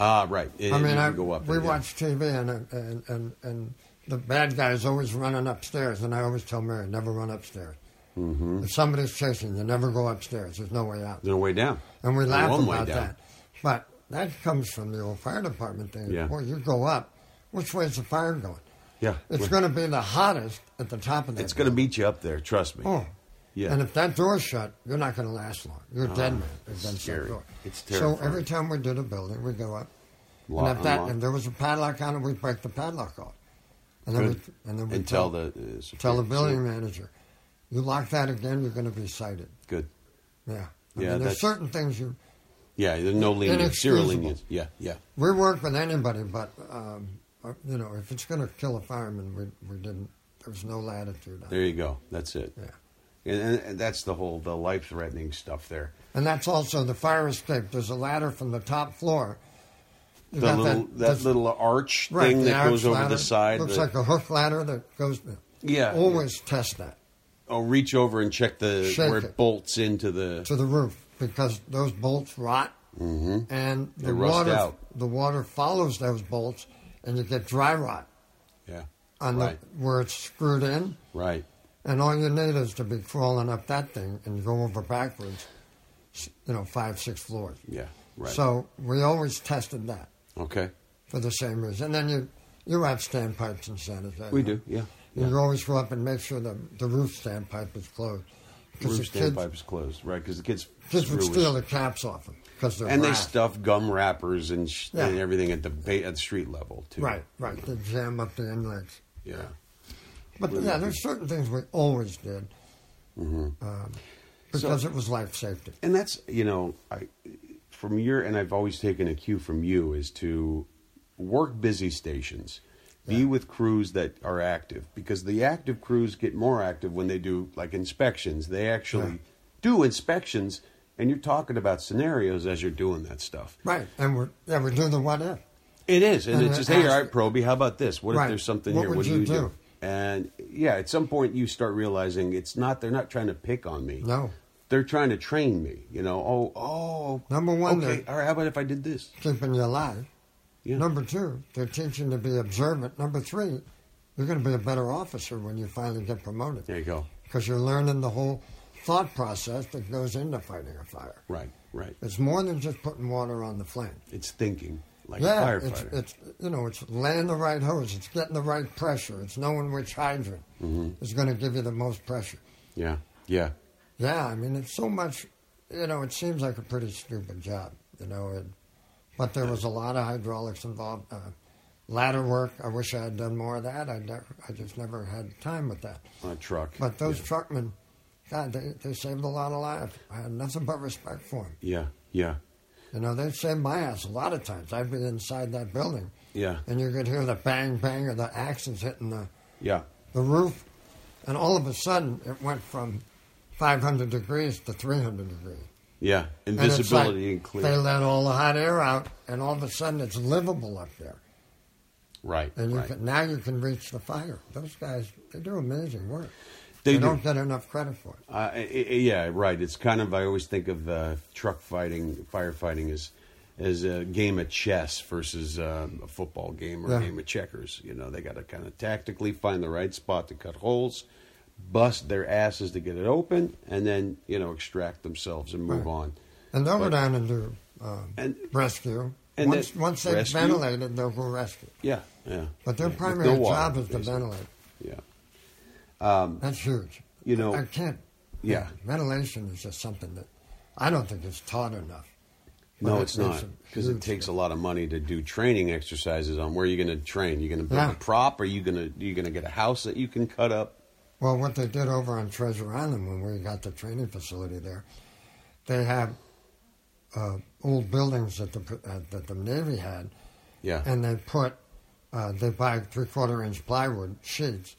Speaker 1: Ah, right. It-
Speaker 2: I
Speaker 1: you
Speaker 2: mean,
Speaker 1: can
Speaker 2: I,
Speaker 1: go up
Speaker 2: we
Speaker 1: and down.
Speaker 2: watch TV, and, and and and the bad guy is always running upstairs, and I always tell Mary, never run upstairs. Mm-hmm. If somebody's chasing you, never go upstairs. There's no way out.
Speaker 1: There's no way down.
Speaker 2: And we
Speaker 1: There's
Speaker 2: laugh
Speaker 1: one way
Speaker 2: about
Speaker 1: down.
Speaker 2: that. But that comes from the old fire department thing.
Speaker 1: Yeah.
Speaker 2: Boy, you go up, which way is the fire going?
Speaker 1: Yeah,
Speaker 2: It's
Speaker 1: Well,
Speaker 2: going to be the hottest at the top of that.
Speaker 1: it's going to
Speaker 2: building.
Speaker 1: beat you up there. Trust me.
Speaker 2: Oh.
Speaker 1: Yeah.
Speaker 2: And if that door's shut, you're not going to last long. You're dead man against
Speaker 1: scary.
Speaker 2: that door.
Speaker 1: It's
Speaker 2: so every
Speaker 1: terrifying.
Speaker 2: time we did a building, we go up.
Speaker 1: Lock-
Speaker 2: and if that
Speaker 1: unlock.
Speaker 2: and there was a padlock on it, we break the padlock off. And then
Speaker 1: Good.
Speaker 2: we and then we
Speaker 1: and tell the uh,
Speaker 2: tell the
Speaker 1: security-
Speaker 2: building manager, you lock that again, you're going to be cited.
Speaker 1: Good.
Speaker 2: Yeah. I
Speaker 1: Yeah,
Speaker 2: mean,
Speaker 1: that's-
Speaker 2: there's certain things you
Speaker 1: Yeah, there's no lenience, zero
Speaker 2: Inexcusable.
Speaker 1: lenience. Yeah, yeah,
Speaker 2: We work with anybody, but um, uh, you know, if it's going to kill a fireman, we we didn't. There was no latitude. On
Speaker 1: there
Speaker 2: it.
Speaker 1: you go. That's it.
Speaker 2: Yeah.
Speaker 1: And, and, and that's the whole the life threatening stuff there.
Speaker 2: And that's also the fire escape. There's a ladder from the top floor. You
Speaker 1: The
Speaker 2: got
Speaker 1: little that,
Speaker 2: that's-
Speaker 1: little arch
Speaker 2: right,
Speaker 1: thing
Speaker 2: the
Speaker 1: that
Speaker 2: arch
Speaker 1: goes over
Speaker 2: ladder.
Speaker 1: the side.
Speaker 2: Looks
Speaker 1: that-
Speaker 2: like a hook ladder that goes.
Speaker 1: yeah,
Speaker 2: Always test that
Speaker 1: Oh, reach over and check the
Speaker 2: Shake
Speaker 1: where
Speaker 2: it.
Speaker 1: it bolts into the.
Speaker 2: to the roof because those bolts rot, and the
Speaker 1: Mm-hmm. They rust
Speaker 2: water
Speaker 1: out.
Speaker 2: the water follows those bolts, and you get dry rot
Speaker 1: yeah,
Speaker 2: on
Speaker 1: right,
Speaker 2: the where it's screwed in.
Speaker 1: right.
Speaker 2: And all you need is to be crawling up that thing and go over backwards, s- you know, five, six floors.
Speaker 1: Yeah, right.
Speaker 2: So we always tested that
Speaker 1: okay,
Speaker 2: for the same reason. And then you, you have standpipes and sanitizer.
Speaker 1: we do. Yeah,
Speaker 2: You
Speaker 1: yeah.
Speaker 2: always go up and make sure the, the roof standpipe is closed. Because
Speaker 1: Roof
Speaker 2: the
Speaker 1: stand
Speaker 2: kids,
Speaker 1: pipe is closed, right? Because the kids
Speaker 2: kids would
Speaker 1: screw is-
Speaker 2: steal the caps off them because they're
Speaker 1: and they
Speaker 2: rash.
Speaker 1: stuff gum wrappers and, sh-
Speaker 2: Yeah.
Speaker 1: and everything at the ba- at the street level too.
Speaker 2: Right, right. They jam up the inlets.
Speaker 1: Yeah.
Speaker 2: But yeah, there's certain things we always did
Speaker 1: Mm-hmm.
Speaker 2: um, because it was life safety.
Speaker 1: and that's you know I from your and I've always taken a cue from you is to work busy stations be with crews that are active because the active crews get more active when they do like inspections they actually
Speaker 2: Yeah.
Speaker 1: do inspections and you're talking about scenarios as you're doing that stuff
Speaker 2: Right, and we're, yeah, we do the what if.
Speaker 1: it is, and,
Speaker 2: And
Speaker 1: it's
Speaker 2: it
Speaker 1: just hey,
Speaker 2: has-
Speaker 1: all right, Proby, how about this? What if
Speaker 2: Right.
Speaker 1: there's something
Speaker 2: What
Speaker 1: here?
Speaker 2: would
Speaker 1: What do
Speaker 2: you
Speaker 1: you do?
Speaker 2: do?
Speaker 1: And yeah, at some point you start realizing it's not they're not trying to pick on me.
Speaker 2: No.
Speaker 1: they're trying to train me. You know, oh, oh,
Speaker 2: Number one,
Speaker 1: Okay,
Speaker 2: they're-
Speaker 1: all right. How about if I did this?
Speaker 2: keeping you alive.
Speaker 1: Yeah.
Speaker 2: Number two, they're teaching to be observant. Number three, you're going to be a better officer when you finally get promoted
Speaker 1: There you go.
Speaker 2: because you're learning the whole thought process that goes into fighting a fire.
Speaker 1: Right, right.
Speaker 2: It's more than just putting water on the flame.
Speaker 1: It's thinking like a
Speaker 2: yeah, it's,
Speaker 1: firefighter.
Speaker 2: it's you know it's laying the right hose, it's getting the right pressure, it's knowing which hydrant
Speaker 1: Mm-hmm.
Speaker 2: is going to give you the most pressure.
Speaker 1: yeah, yeah,
Speaker 2: Yeah, I mean it's so much. You know, it seems like a pretty stupid job. You know, it, but there was a lot of hydraulics involved. Uh, ladder work. I wish I had done more of that. I never, I just never had time with that.
Speaker 1: on a truck.
Speaker 2: But those
Speaker 1: yeah.
Speaker 2: truckmen, God, they, they saved a lot of lives. I had nothing but respect for them.
Speaker 1: yeah, yeah,
Speaker 2: You know, they saved my ass a lot of times. I'd be inside that building,
Speaker 1: yeah,
Speaker 2: and you could hear the bang bang of the axes hitting the
Speaker 1: yeah.
Speaker 2: the roof, and all of a sudden it went from 500 degrees to 300 degrees.
Speaker 1: Yeah,
Speaker 2: And it's
Speaker 1: invisibility
Speaker 2: like
Speaker 1: and clear.
Speaker 2: They let all the hot air out, and all of a sudden it's livable up there.
Speaker 1: right,
Speaker 2: And you
Speaker 1: right.
Speaker 2: can, now you can reach the fire. Those guys, they do amazing work.
Speaker 1: They
Speaker 2: They,
Speaker 1: do.
Speaker 2: don't get enough credit for it.
Speaker 1: Uh, i- i- yeah, right. It's kind of I always think of uh, truck fighting, firefighting as as a game of chess versus um, a football game or a
Speaker 2: Yeah.
Speaker 1: game of checkers. You know, they got to kind of tactically find the right spot to cut holes, bust their asses to get it open, and then you know extract themselves and move
Speaker 2: Right.
Speaker 1: on.
Speaker 2: And they'll
Speaker 1: But-
Speaker 2: go down and do um,
Speaker 1: And-
Speaker 2: rescue.
Speaker 1: and
Speaker 2: once
Speaker 1: that-
Speaker 2: once they've
Speaker 1: rescue?
Speaker 2: ventilated, they'll go rescue.
Speaker 1: Yeah, yeah.
Speaker 2: But their
Speaker 1: Yeah. With
Speaker 2: primary
Speaker 1: no water,
Speaker 2: job is to
Speaker 1: basically.
Speaker 2: ventilate.
Speaker 1: Yeah,
Speaker 2: That's huge.
Speaker 1: you know.
Speaker 2: I can't.
Speaker 1: Yeah.
Speaker 2: Ventilation is just something that I don't think is taught enough.
Speaker 1: No,
Speaker 2: But
Speaker 1: it's
Speaker 2: it
Speaker 1: not
Speaker 2: makes a
Speaker 1: because it
Speaker 2: huge
Speaker 1: takes a
Speaker 2: difference.
Speaker 1: lot of money to do training exercises on where you're going to train. You're going to build
Speaker 2: Yeah.
Speaker 1: a prop, or you going to you going to get a house that you can cut up.
Speaker 2: Well, what they did over on Treasure Island when we got the training facility there, they have uh, old buildings that the uh, that the Navy had,
Speaker 1: Yeah,
Speaker 2: and they put uh, they buy three quarter inch plywood sheets.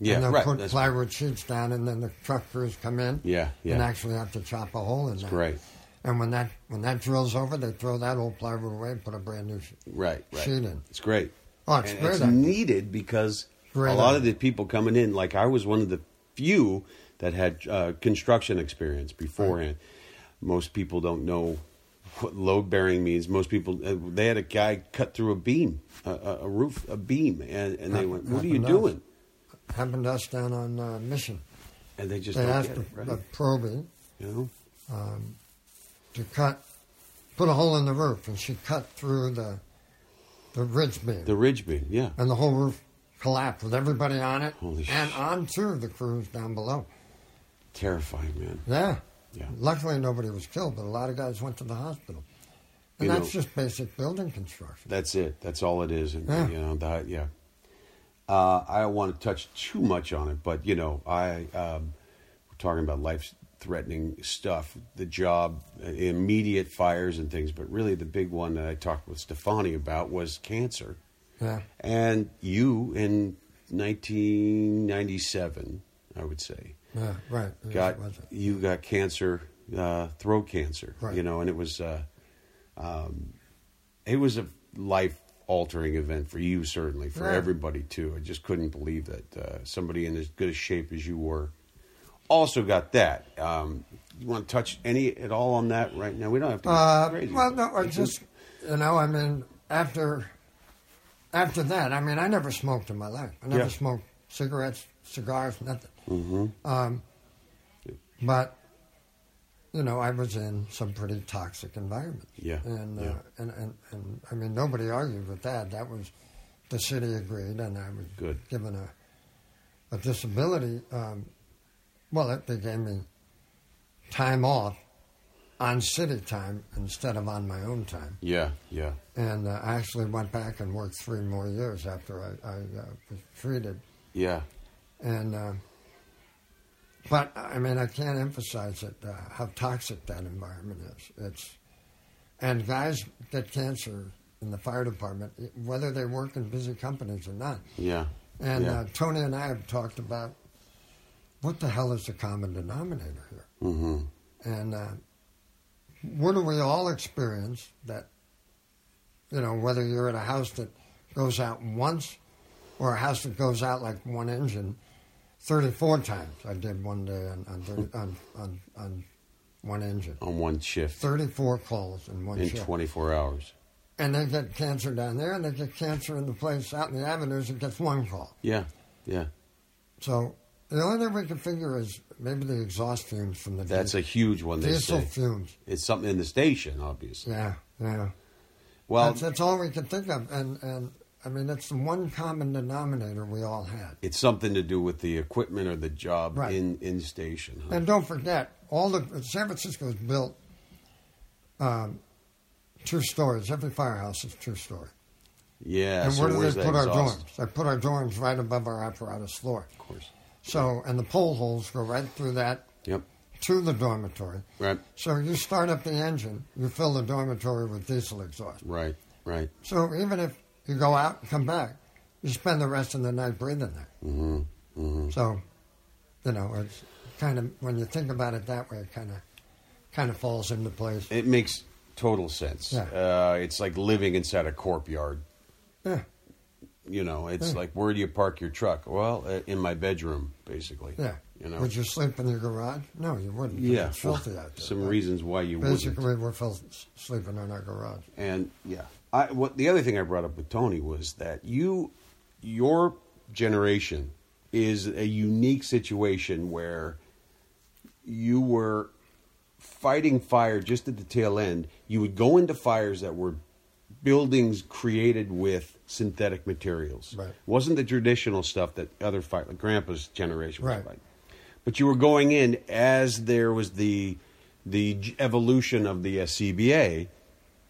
Speaker 1: yeah,
Speaker 2: and they'll
Speaker 1: right.
Speaker 2: put
Speaker 1: That's
Speaker 2: plywood sheets down, and then the truck crews come in.
Speaker 1: Yeah,
Speaker 2: And
Speaker 1: yeah.
Speaker 2: actually have to chop a hole in that.
Speaker 1: great.
Speaker 2: And when that when that drill's over, they throw that old plywood away and put a brand new sheet.
Speaker 1: Right, right.
Speaker 2: Shoot it.
Speaker 1: It's great.
Speaker 2: Oh, it's
Speaker 1: And
Speaker 2: great
Speaker 1: It's
Speaker 2: idea.
Speaker 1: needed because
Speaker 2: Great
Speaker 1: a lot of
Speaker 2: idea.
Speaker 1: the people coming in, like I was one of the few that had uh, construction experience beforehand. Most people don't know what load bearing means. Most people, uh, they had a guy cut through a beam, a, a a roof, a beam, and, and they
Speaker 2: Hap-
Speaker 1: went, "What are you
Speaker 2: happened to us.
Speaker 1: doing?"
Speaker 2: Happened to us down on uh, Mission.
Speaker 1: And they just
Speaker 2: They
Speaker 1: don't
Speaker 2: asked
Speaker 1: get
Speaker 2: the,
Speaker 1: it, right?
Speaker 2: the probing
Speaker 1: you know?
Speaker 2: to cut, put a hole in the roof, and she cut through the the ridge beam,
Speaker 1: The ridge beam, yeah.
Speaker 2: and the whole roof collapsed with everybody on it
Speaker 1: Holy
Speaker 2: and
Speaker 1: sh-
Speaker 2: onto the crews down below.
Speaker 1: Terrifying, man.
Speaker 2: Yeah.
Speaker 1: Yeah.
Speaker 2: Luckily, nobody was killed, but a lot of guys went to the hospital. And
Speaker 1: You
Speaker 2: that's
Speaker 1: know-
Speaker 2: just basic building construction.
Speaker 1: That's it. That's all it is. And,
Speaker 2: Yeah.
Speaker 1: You know, that, yeah. Uh, I don't want to touch too much on it, but you know, I um, we're talking about life threatening stuff, the job, uh, immediate fires and things. But really, the big one that I talked with Stefani about was cancer.
Speaker 2: Yeah.
Speaker 1: And you in 1997, I would say,
Speaker 2: Yeah. Right. Yes,
Speaker 1: got
Speaker 2: it was it.
Speaker 1: you got cancer, uh, throat cancer.
Speaker 2: Right.
Speaker 1: You know, and it was uh, um, it was a life altering event for you certainly for
Speaker 2: Yeah.
Speaker 1: everybody too. I just couldn't believe that uh, somebody in as good a shape as you were also got that. Um, you want to touch any at all on that right now? We don't have to. go
Speaker 2: Uh,
Speaker 1: crazy.
Speaker 2: well, no, I just you know, I mean, after after that, I mean, I never smoked in my life. I never
Speaker 1: Yeah.
Speaker 2: smoked cigarettes, cigars, nothing. Mm-hmm. Um, but you know, I was in some pretty toxic environments.
Speaker 1: Yeah,
Speaker 2: and
Speaker 1: yeah.
Speaker 2: Uh, and, and and I mean, nobody argued with that. That was the city agreed, and I was
Speaker 1: Good.
Speaker 2: given a a disability. Um, well, it, they gave me time off on city time instead of on my own time.
Speaker 1: yeah, yeah,
Speaker 2: And uh, I actually went back and worked three more years after I, I uh, was treated.
Speaker 1: yeah.
Speaker 2: And uh, but I mean, I can't emphasize it uh, how toxic that environment is. It's and guys get cancer in the fire department, whether they work in busy companies or not.
Speaker 1: Yeah.
Speaker 2: And
Speaker 1: yeah.
Speaker 2: uh, Tony and I have talked about what the hell is the common denominator here.
Speaker 1: mm-hmm.
Speaker 2: And uh, wouldn't we all experience that, you know, whether you're in a house that goes out once or a house that goes out like one engine 34 times? I did one day on,
Speaker 1: (laughs)
Speaker 2: on, 30, on, on, on one engine.
Speaker 1: On one shift
Speaker 2: 34 calls in one
Speaker 1: in
Speaker 2: shift.
Speaker 1: 24 hours.
Speaker 2: And they get cancer down there and they get cancer in the place out in the avenues that gets one call.
Speaker 1: Yeah, yeah.
Speaker 2: So the only thing we can figure is maybe the exhaust fumes from the
Speaker 1: That's a
Speaker 2: di-
Speaker 1: huge one. They
Speaker 2: diesel
Speaker 1: say.
Speaker 2: fumes.
Speaker 1: It's something in the station, obviously.
Speaker 2: Yeah,
Speaker 1: Um,
Speaker 2: yeah.
Speaker 1: Well,
Speaker 2: that's, that's all we can think of, and and I mean that's the one common denominator we all had.
Speaker 1: it's something to do with the equipment or the job
Speaker 2: Right.
Speaker 1: in in station. Huh?
Speaker 2: And don't forget, all the San Francisco is built um, two stories. Every firehouse is two story.
Speaker 1: yeah.
Speaker 2: and
Speaker 1: so
Speaker 2: where do
Speaker 1: where's
Speaker 2: they
Speaker 1: that
Speaker 2: put our
Speaker 1: exhaust?
Speaker 2: dorms? They put our dorms right above our apparatus floor.
Speaker 1: Of course.
Speaker 2: So and the pole holes go right through that
Speaker 1: Yep.
Speaker 2: to the dormitory.
Speaker 1: Right.
Speaker 2: So you start up the engine, you fill the dormitory with diesel exhaust.
Speaker 1: Right. Right.
Speaker 2: So even if you go out and come back, you spend the rest of the night breathing there.
Speaker 1: Mm-hmm. Mm-hmm.
Speaker 2: So, you know, it's kind of when you think about it that way, it kind of kind of falls into place.
Speaker 1: It makes total sense.
Speaker 2: Yeah.
Speaker 1: Uh, it's like living inside a corpyard.
Speaker 2: Yeah,
Speaker 1: You know, it's
Speaker 2: Yeah.
Speaker 1: like where do you park your truck? Well, uh, in my bedroom, basically.
Speaker 2: yeah.
Speaker 1: You know.
Speaker 2: Would you sleep in your garage? No, you wouldn't. 'cause
Speaker 1: yeah.
Speaker 2: it's filthy out there.
Speaker 1: Some reasons why you wouldn't.
Speaker 2: Basically, we're fil- sleeping in our garage.
Speaker 1: And yeah, I what the other thing I brought up with Tony was that you, your generation, is a unique situation where you were fighting fire just at the tail end. You would go into fires that were buildings created with synthetic materials.
Speaker 2: Right.
Speaker 1: Wasn't the traditional stuff that other fire, like Grandpa's generation was
Speaker 2: Right.
Speaker 1: fighting. But you were going in as there was the the j- evolution of the SCBA,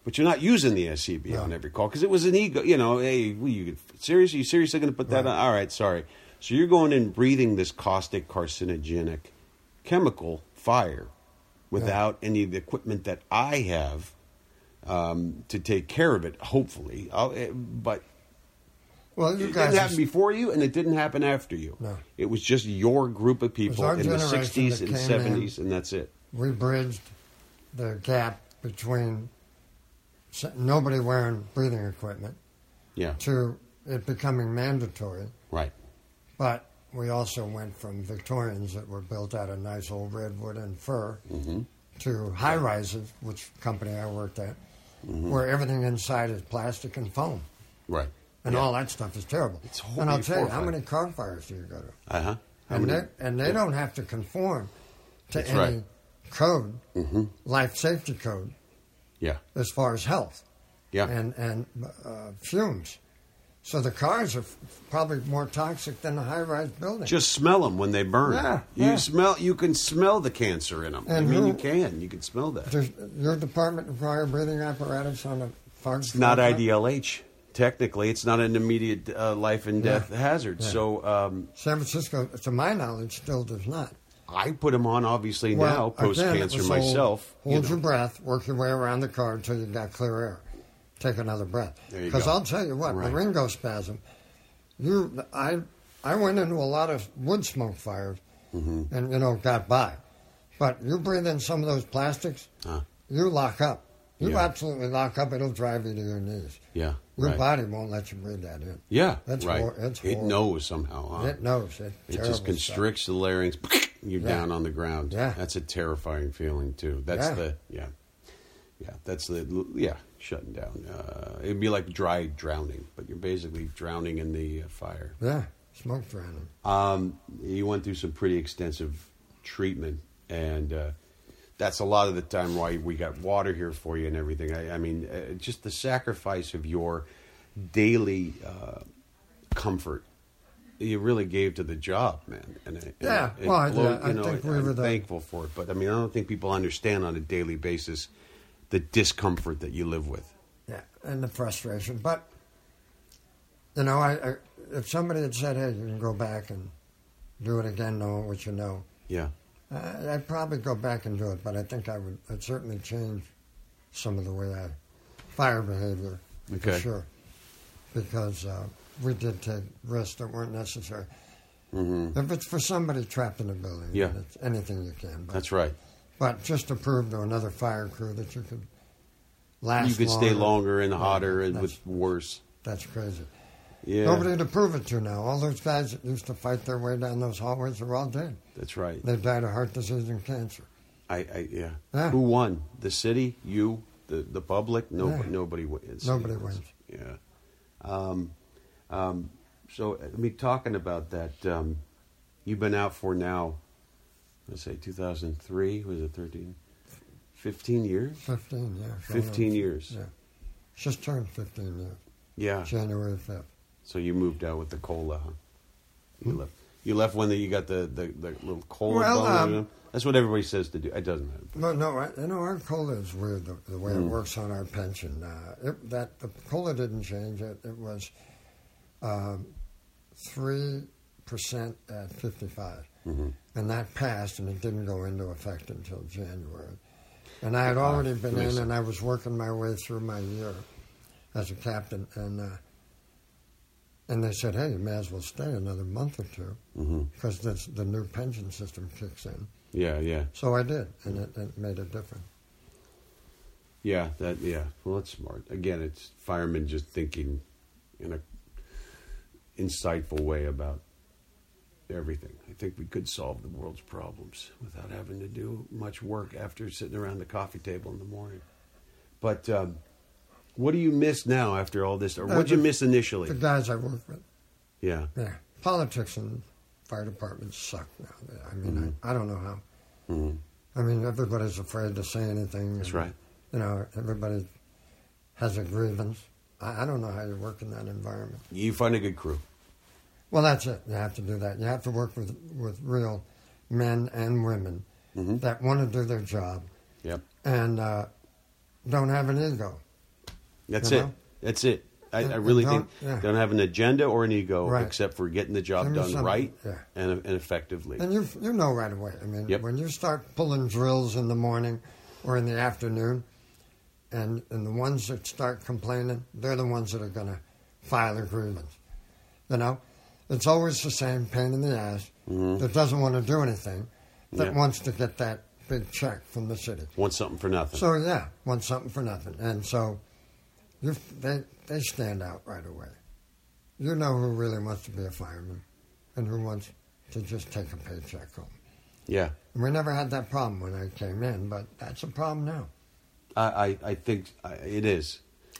Speaker 1: but you're not using the SCBA
Speaker 2: No.
Speaker 1: on every call because it was an ego. You know, hey, well, you could, seriously, you seriously going to put that
Speaker 2: Right.
Speaker 1: on? All right, sorry. So you're going in breathing this caustic, carcinogenic, chemical fire without any of the equipment that I have um, to take care of it. Hopefully, I'll, eh, but
Speaker 2: Well, you
Speaker 1: it
Speaker 2: guys,
Speaker 1: didn't happen before you, and it didn't happen after you.
Speaker 2: No.
Speaker 1: It was just your group of people
Speaker 2: our
Speaker 1: in the
Speaker 2: generation
Speaker 1: '60s
Speaker 2: that
Speaker 1: and
Speaker 2: came in.
Speaker 1: '70s, and that's it.
Speaker 2: we bridged the gap between s- nobody wearing breathing equipment
Speaker 1: Yeah,
Speaker 2: to it becoming mandatory.
Speaker 1: right.
Speaker 2: But we also went from Victorians that were built out of nice old redwood and fir to high rises, which company I worked at, where everything inside is plastic and foam.
Speaker 1: Right.
Speaker 2: And all that stuff is terrible.
Speaker 1: It's
Speaker 2: and I'll
Speaker 1: horribly
Speaker 2: tell you, how
Speaker 1: horrifying.
Speaker 2: many car fires do you go to?
Speaker 1: Uh huh.
Speaker 2: and they, and they don't have to conform to
Speaker 1: That's
Speaker 2: any
Speaker 1: right. Mm-hmm.
Speaker 2: code, life safety code,
Speaker 1: Yeah.
Speaker 2: as far as health
Speaker 1: Yeah.
Speaker 2: and, and uh, fumes. So the cars are f- probably more toxic than the high-rise buildings.
Speaker 1: just smell them when they burn.
Speaker 2: Yeah,
Speaker 1: you
Speaker 2: yeah.
Speaker 1: smell. You can smell the cancer in them. I
Speaker 2: And
Speaker 1: mean,
Speaker 2: who-
Speaker 1: you can. You can smell that.
Speaker 2: Does your department require breathing apparatus on a fire?
Speaker 1: It's not IDLH. Technically, it's not an immediate uh, life and death hazard. So, um,
Speaker 2: San Francisco, to my knowledge, still does not.
Speaker 1: I put them on obviously now,
Speaker 2: Well,
Speaker 1: post
Speaker 2: again, it
Speaker 1: cancer
Speaker 2: was hold-
Speaker 1: myself. you
Speaker 2: Hold,
Speaker 1: know.
Speaker 2: your breath, work your way around the car until you've got clear air. Take another breath.
Speaker 1: There you
Speaker 2: Because
Speaker 1: go.
Speaker 2: I'll tell you what,
Speaker 1: Right.
Speaker 2: laryngospasm. You, I, I went into a lot of wood smoke fires,
Speaker 1: Mm-hmm.
Speaker 2: and you know got by, but you breathe in some of those plastics,
Speaker 1: Huh.
Speaker 2: you lock up. You
Speaker 1: Uh-huh. Yeah.
Speaker 2: absolutely lock up. It'll drive you to your knees.
Speaker 1: Yeah.
Speaker 2: Your
Speaker 1: right.
Speaker 2: body won't let you breathe that in.
Speaker 1: Yeah.
Speaker 2: That's
Speaker 1: right.
Speaker 2: hor- that's
Speaker 1: it
Speaker 2: horrible.
Speaker 1: knows somehow, huh?
Speaker 2: It knows.
Speaker 1: Uh-huh.
Speaker 2: It,
Speaker 1: It just
Speaker 2: terrible stuff.
Speaker 1: constricts the larynx. (clears throat) You're
Speaker 2: Yeah.
Speaker 1: down on the ground.
Speaker 2: Yeah.
Speaker 1: That's a terrifying feeling too. That's
Speaker 2: Yeah.
Speaker 1: the yeah, yeah. That's the yeah shutting down. Uh, it'd be like dry drowning, but you're basically drowning in the uh, fire.
Speaker 2: Yeah, smoke drowning.
Speaker 1: Um, you went through some pretty extensive treatment, and uh, that's a lot of the time why we got water here for you and everything. I, I mean, uh, just the sacrifice of your daily uh, comfort you really gave to the job, man. And, I- and
Speaker 2: Yeah,
Speaker 1: it
Speaker 2: well, I-
Speaker 1: blow-
Speaker 2: I think we
Speaker 1: I'm
Speaker 2: were the-
Speaker 1: thankful for it, but I mean, I don't think people understand on a daily basis the discomfort that you live with.
Speaker 2: Yeah, and the frustration. But you know, I, I if somebody had said, "Hey, you can go back and do it again, knowing what you know,"
Speaker 1: Yeah,
Speaker 2: I, I'd probably go back and do it. But I think I would. I'd certainly change some of the way I fire behavior
Speaker 1: Okay.
Speaker 2: for sure, because uh, we did take risks that weren't necessary. Mm-hmm. If it's for somebody trapped in a building,
Speaker 1: Yeah.
Speaker 2: it's anything you can. But,
Speaker 1: that's right.
Speaker 2: but just to prove to another fire crew that you could last,
Speaker 1: You could stay longer and
Speaker 2: Yeah,
Speaker 1: hotter and
Speaker 2: that's-
Speaker 1: with worse.
Speaker 2: that's crazy.
Speaker 1: Yeah,
Speaker 2: Nobody to prove it to now. All those guys that used to fight their way down those hallways are all dead.
Speaker 1: that's right.
Speaker 2: They died of heart disease and cancer.
Speaker 1: I, I yeah.
Speaker 2: Yeah.
Speaker 1: Who won? The city? You? The the public? No,
Speaker 2: Yeah.
Speaker 1: nobody wins.
Speaker 2: Ah. Nobody
Speaker 1: It's-
Speaker 2: wins.
Speaker 1: Yeah. Um, um, so I mean, talking about that, um, you've been out for now. Let's say 2003 was it 13, 15 years?
Speaker 2: Fifteen years.
Speaker 1: 15 years.
Speaker 2: Yeah. She's turned fifteen years.
Speaker 1: Yeah.
Speaker 2: January fifth.
Speaker 1: So you moved out with the cola. Huh? You left. You left when you got the, the, the little cola.
Speaker 2: Hmm? Well,
Speaker 1: bone.
Speaker 2: um,
Speaker 1: that's what everybody says to do. It doesn't matter.
Speaker 2: No, no, I, you know our cola is weird. The, the way it works on our pension. Uh, it, that the cola didn't change. It, it was um, three percent at 55 and that passed, and it didn't go into effect until January. And I had
Speaker 1: Ah,
Speaker 2: already been
Speaker 1: that makes
Speaker 2: in, and I was working my way through my year as a captain, and uh, and they said, "Hey, you may as well stay another month or two because this the new pension system kicks in."
Speaker 1: Yeah, yeah.
Speaker 2: So I did, and it, it made a difference.
Speaker 1: Yeah, that yeah. Well, that's smart. Again, it's firemen just thinking in a insightful way about everything. I think we could solve the world's problems without having to do much work after sitting around the coffee table in the morning. But um, what do you miss now after all this? Or
Speaker 2: Uh,
Speaker 1: what'd you
Speaker 2: the-
Speaker 1: miss initially?
Speaker 2: The guys I worked with,
Speaker 1: yeah,
Speaker 2: yeah, politics and fire departments suck now. I mean,
Speaker 1: Mm-hmm.
Speaker 2: I, I don't know how.
Speaker 1: Mhm.
Speaker 2: I mean, everybody's afraid to say anything.
Speaker 1: that's right.
Speaker 2: You know, everybody has a grievance. I, I don't know how you work in that environment.
Speaker 1: You find a good crew.
Speaker 2: Well, that's it. You have to do that. You have to work with, with real men and women
Speaker 1: Mm-hmm.
Speaker 2: that want to do their job
Speaker 1: Yep,
Speaker 2: and uh, don't have an ego.
Speaker 1: that's
Speaker 2: You
Speaker 1: it.
Speaker 2: know?
Speaker 1: That's it. I,
Speaker 2: And-
Speaker 1: I
Speaker 2: and
Speaker 1: really
Speaker 2: Uh-huh. Uh, don't-
Speaker 1: think
Speaker 2: yeah.
Speaker 1: don't have an agenda or an ego
Speaker 2: Right.
Speaker 1: except for getting the job
Speaker 2: Give me
Speaker 1: done
Speaker 2: something,
Speaker 1: right
Speaker 2: yeah.
Speaker 1: and, and effectively.
Speaker 2: And you, you know right away. I mean,
Speaker 1: Yep.
Speaker 2: when you start pulling drills in the morning or in the afternoon, and, and the ones that start complaining, they're the ones that are going to file a grievance. You know, it's always the same pain in the ass that doesn't want to do anything, that
Speaker 1: Mm-hmm. Yeah.
Speaker 2: wants to get that big check from the city.
Speaker 1: Want something for nothing.
Speaker 2: So yeah, want something for nothing, and so you, they they stand out right away. You know who really wants to be a fireman, and who wants to just take a paycheck home.
Speaker 1: yeah,
Speaker 2: And we never had that problem when I came in, but that's a problem now.
Speaker 1: I, I, I think I, it is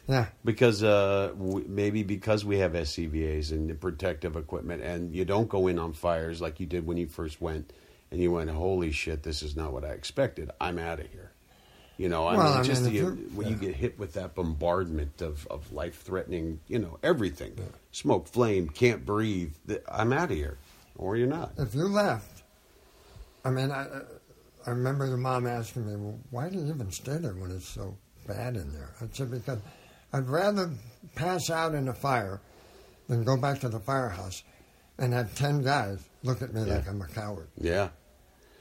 Speaker 2: Yeah,
Speaker 1: because uh, w- maybe because we have SCBA's and the protective equipment, and you don't go in on fires like you did when you first went, and you went, "Holy shit, this is not what I expected. I'm out of here." You know, I
Speaker 2: Well,
Speaker 1: mean,
Speaker 2: I
Speaker 1: just
Speaker 2: mean, if
Speaker 1: you,
Speaker 2: you're-
Speaker 1: when you
Speaker 2: yeah.
Speaker 1: get hit with that bombardment of, of life threatening, you know, everything smoke, flame, can't breathe. th- I'm out of here, or you're not.
Speaker 2: if you left, I mean, I I remember your mom asking me, "Well, why do you even stay there when it's so bad in there?" I said, "Because I'd rather pass out in a fire than go back to the firehouse and have ten guys look at me
Speaker 1: Yeah.
Speaker 2: like I'm a coward."
Speaker 1: Yeah.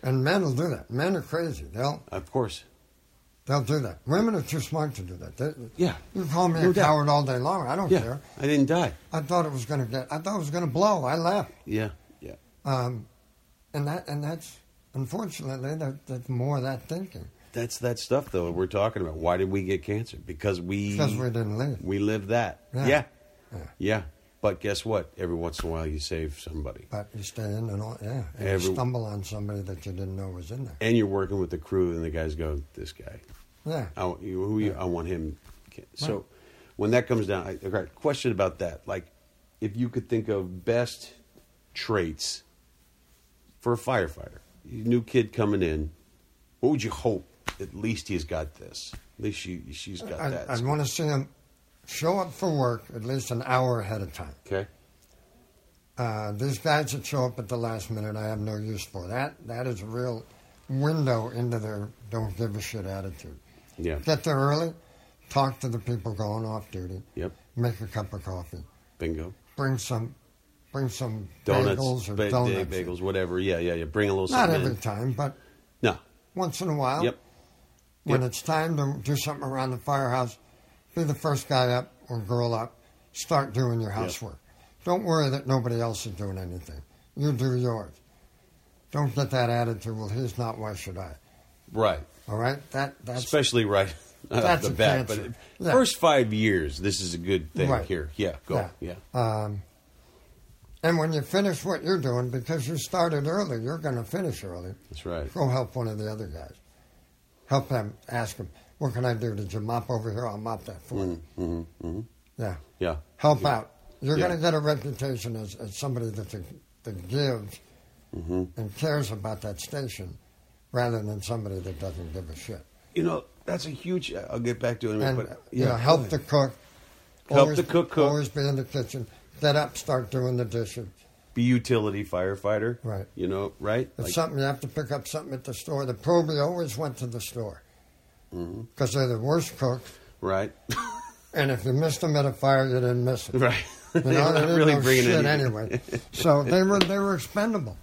Speaker 2: And men will do that. Men are crazy. They'll
Speaker 1: Of course.
Speaker 2: they'll do that. Women are too smart to do that. They,
Speaker 1: Yeah.
Speaker 2: You call me
Speaker 1: No
Speaker 2: a
Speaker 1: doubt.
Speaker 2: coward all day long. I don't
Speaker 1: Yeah.
Speaker 2: care.
Speaker 1: I didn't die.
Speaker 2: I thought it was going to get. I thought it was going to blow. I left.
Speaker 1: Yeah. Yeah.
Speaker 2: Um, and that and that's unfortunately there, there's more of that thinking
Speaker 1: That's that stuff though we're talking about. Why did we get cancer? Because we
Speaker 2: because we didn't live.
Speaker 1: we lived that.
Speaker 2: Yeah.
Speaker 1: Yeah. yeah.
Speaker 2: Yeah.
Speaker 1: But guess what? Every once in a while you save somebody.
Speaker 2: But you stay in and all, yeah. And
Speaker 1: Every-
Speaker 2: you stumble on somebody that you didn't know was in there.
Speaker 1: And you're working with the crew and the guys go, This guy.
Speaker 2: Yeah.
Speaker 1: I want you, who you, I want him. So when that comes down, I, okay, question about that. Like, if you could think of best traits for a firefighter, new kid coming in, what would you hope? At least he's got this. At least she, she's got
Speaker 2: I,
Speaker 1: that.
Speaker 2: I want to see them show up for work at least an hour ahead of time.
Speaker 1: okay.
Speaker 2: Uh, these guys that show up at the last minute, I have no use for. That that is a real window into their don't give a shit attitude.
Speaker 1: Yeah.
Speaker 2: Get there early, talk to the people going off duty,
Speaker 1: Yep.
Speaker 2: make a cup of coffee,
Speaker 1: Bingo.
Speaker 2: bring some, bring some
Speaker 1: Donuts,
Speaker 2: bagels or
Speaker 1: ba-
Speaker 2: donuts.
Speaker 1: bagels, whatever. Yeah, yeah, yeah. Bring a little
Speaker 2: Not
Speaker 1: something.
Speaker 2: every
Speaker 1: in.
Speaker 2: time, but
Speaker 1: No.
Speaker 2: once in a while.
Speaker 1: Yep.
Speaker 2: When
Speaker 1: Yep.
Speaker 2: it's time to do something around the firehouse, be the first guy up or girl up. Start doing your housework. Don't worry that nobody else is doing anything. You do yours. Don't get that attitude. Well, he's not. Why should I?
Speaker 1: Right.
Speaker 2: All right. That that's
Speaker 1: Especially right (laughs) out
Speaker 2: That's
Speaker 1: the
Speaker 2: a
Speaker 1: bat. But
Speaker 2: cancer. Yeah.
Speaker 1: first five years, this is a good thing
Speaker 2: Right.
Speaker 1: here. Yeah. Go.
Speaker 2: Yeah.
Speaker 1: yeah.
Speaker 2: Um, and when you finish what you're doing, because you started early, you're going to finish early.
Speaker 1: That's right.
Speaker 2: Go help one of the other guys. Help them. Ask them, what can I do? Did you mop over here? I'll mop that for you.
Speaker 1: hmm hmm
Speaker 2: Yeah.
Speaker 1: Yeah.
Speaker 2: Help out. You're
Speaker 1: Yeah.
Speaker 2: going to get a reputation as, as somebody that, that gives
Speaker 1: hmm
Speaker 2: and cares about that station rather than somebody that doesn't give a shit.
Speaker 1: You know, that's a huge. uh, I'll get back to it in a minute.
Speaker 2: And,
Speaker 1: But uh,
Speaker 2: you know, help the cook.
Speaker 1: Help the cook cook.
Speaker 2: Always be in the kitchen. Get up, start doing the dishes.
Speaker 1: be utility firefighter.
Speaker 2: Right.
Speaker 1: You know, right?
Speaker 2: It's
Speaker 1: Like,
Speaker 2: something you have to pick up something at the store. The probie always went to the store
Speaker 1: Mm-hmm.
Speaker 2: because they're the worst cooks. (laughs)
Speaker 1: right.
Speaker 2: And if you missed them at a fire, you didn't miss them.
Speaker 1: right.
Speaker 2: You
Speaker 1: (laughs) They're
Speaker 2: know, they
Speaker 1: not
Speaker 2: didn't
Speaker 1: really
Speaker 2: know
Speaker 1: bringing
Speaker 2: shit
Speaker 1: anything. (laughs)
Speaker 2: anyway. So they were they were expendable.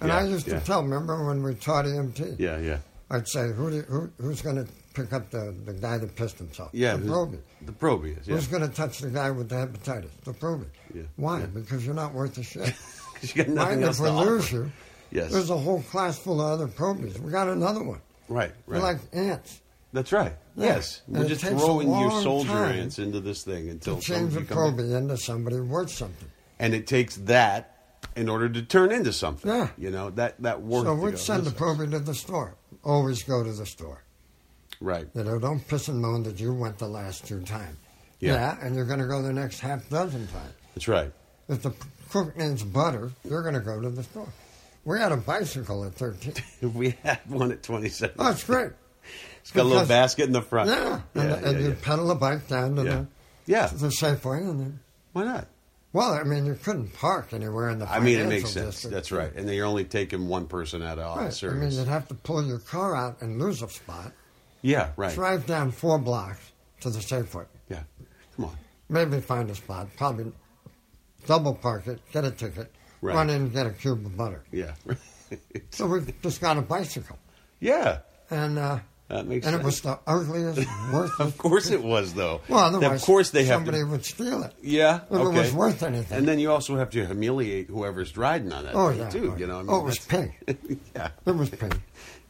Speaker 2: And I
Speaker 1: Yeah,
Speaker 2: used to
Speaker 1: yeah.
Speaker 2: tell. Remember when we taught EMT?
Speaker 1: Yeah. Yeah.
Speaker 2: I'd say, who, do, who who's going to pick up the, the guy that pissed himself?
Speaker 1: Yeah.
Speaker 2: the
Speaker 1: who's-
Speaker 2: probie.
Speaker 1: The probius. Yeah.
Speaker 2: Who's going to touch the guy with the hepatitis? The probie.
Speaker 1: Yeah,
Speaker 2: Why?
Speaker 1: yeah.
Speaker 2: Because you're not worth a shit.
Speaker 1: (laughs) 'Cause you got (laughs)
Speaker 2: Right?
Speaker 1: nothing
Speaker 2: And
Speaker 1: else
Speaker 2: if we
Speaker 1: to
Speaker 2: lose
Speaker 1: offer.
Speaker 2: you,
Speaker 1: Yes.
Speaker 2: there's a whole class full of other probies. We got another one.
Speaker 1: Right.
Speaker 2: We're
Speaker 1: Right.
Speaker 2: like ants.
Speaker 1: That's right.
Speaker 2: Yeah.
Speaker 1: Yes,
Speaker 2: And
Speaker 1: we're
Speaker 2: it
Speaker 1: just
Speaker 2: takes a
Speaker 1: throwing you
Speaker 2: long
Speaker 1: soldier
Speaker 2: time
Speaker 1: ants into this thing
Speaker 2: To
Speaker 1: until
Speaker 2: change a
Speaker 1: somebody comes-
Speaker 2: probie into somebody worth something.
Speaker 1: and it takes that in order to turn into something.
Speaker 2: Yeah.
Speaker 1: you know that that work.
Speaker 2: So
Speaker 1: to go-
Speaker 2: we'd send the
Speaker 1: this-
Speaker 2: probie to the store. Always go to the store.
Speaker 1: right.
Speaker 2: You know, don't piss and moan that you went the last two times.
Speaker 1: Yeah.
Speaker 2: and you're going to go the next half dozen times.
Speaker 1: That's right. (laughs)
Speaker 2: If the p- cook needs butter, you're going to go to the store. We had a bicycle
Speaker 1: (laughs)
Speaker 2: at 13.
Speaker 1: If we had one at twenty-seven,
Speaker 2: Oh, it's great.
Speaker 1: it's got a little
Speaker 2: because-
Speaker 1: basket in the front.
Speaker 2: Yeah. And,
Speaker 1: yeah,
Speaker 2: and
Speaker 1: yeah,
Speaker 2: you
Speaker 1: yeah.
Speaker 2: pedal the bike down to
Speaker 1: Yeah.
Speaker 2: the,
Speaker 1: Yeah.
Speaker 2: to the Safeway. And then,
Speaker 1: Why not?
Speaker 2: well, I mean, you couldn't park anywhere in the
Speaker 1: I mean, it
Speaker 2: financial
Speaker 1: makes sense.
Speaker 2: district.
Speaker 1: That's right. And they're only taking one person out of all the
Speaker 2: Right. I mean,
Speaker 1: service.
Speaker 2: you'd have to pull your car out and lose a spot.
Speaker 1: yeah, right.
Speaker 2: Drive down four blocks to the Safeway.
Speaker 1: Yeah, come on.
Speaker 2: maybe find a spot, probably double park it, get a ticket,
Speaker 1: Right.
Speaker 2: run in and get a cube of butter.
Speaker 1: Yeah, (laughs)
Speaker 2: So we just got a bicycle,
Speaker 1: yeah.
Speaker 2: and uh,
Speaker 1: That makes
Speaker 2: and
Speaker 1: sense.
Speaker 2: it was the ugliest,
Speaker 1: (laughs)
Speaker 2: worthless.
Speaker 1: of course it was though.
Speaker 2: Well, otherwise,
Speaker 1: of course they have
Speaker 2: somebody
Speaker 1: to
Speaker 2: would steal it.
Speaker 1: Yeah,
Speaker 2: if
Speaker 1: okay.
Speaker 2: it was worth anything.
Speaker 1: And then you also have to humiliate whoever's riding on that
Speaker 2: oh
Speaker 1: thing,
Speaker 2: yeah,
Speaker 1: too.
Speaker 2: oh,
Speaker 1: you
Speaker 2: yeah.
Speaker 1: know, I mean,
Speaker 2: oh, it was
Speaker 1: that's-
Speaker 2: pink.
Speaker 1: (laughs) yeah,
Speaker 2: It was pink.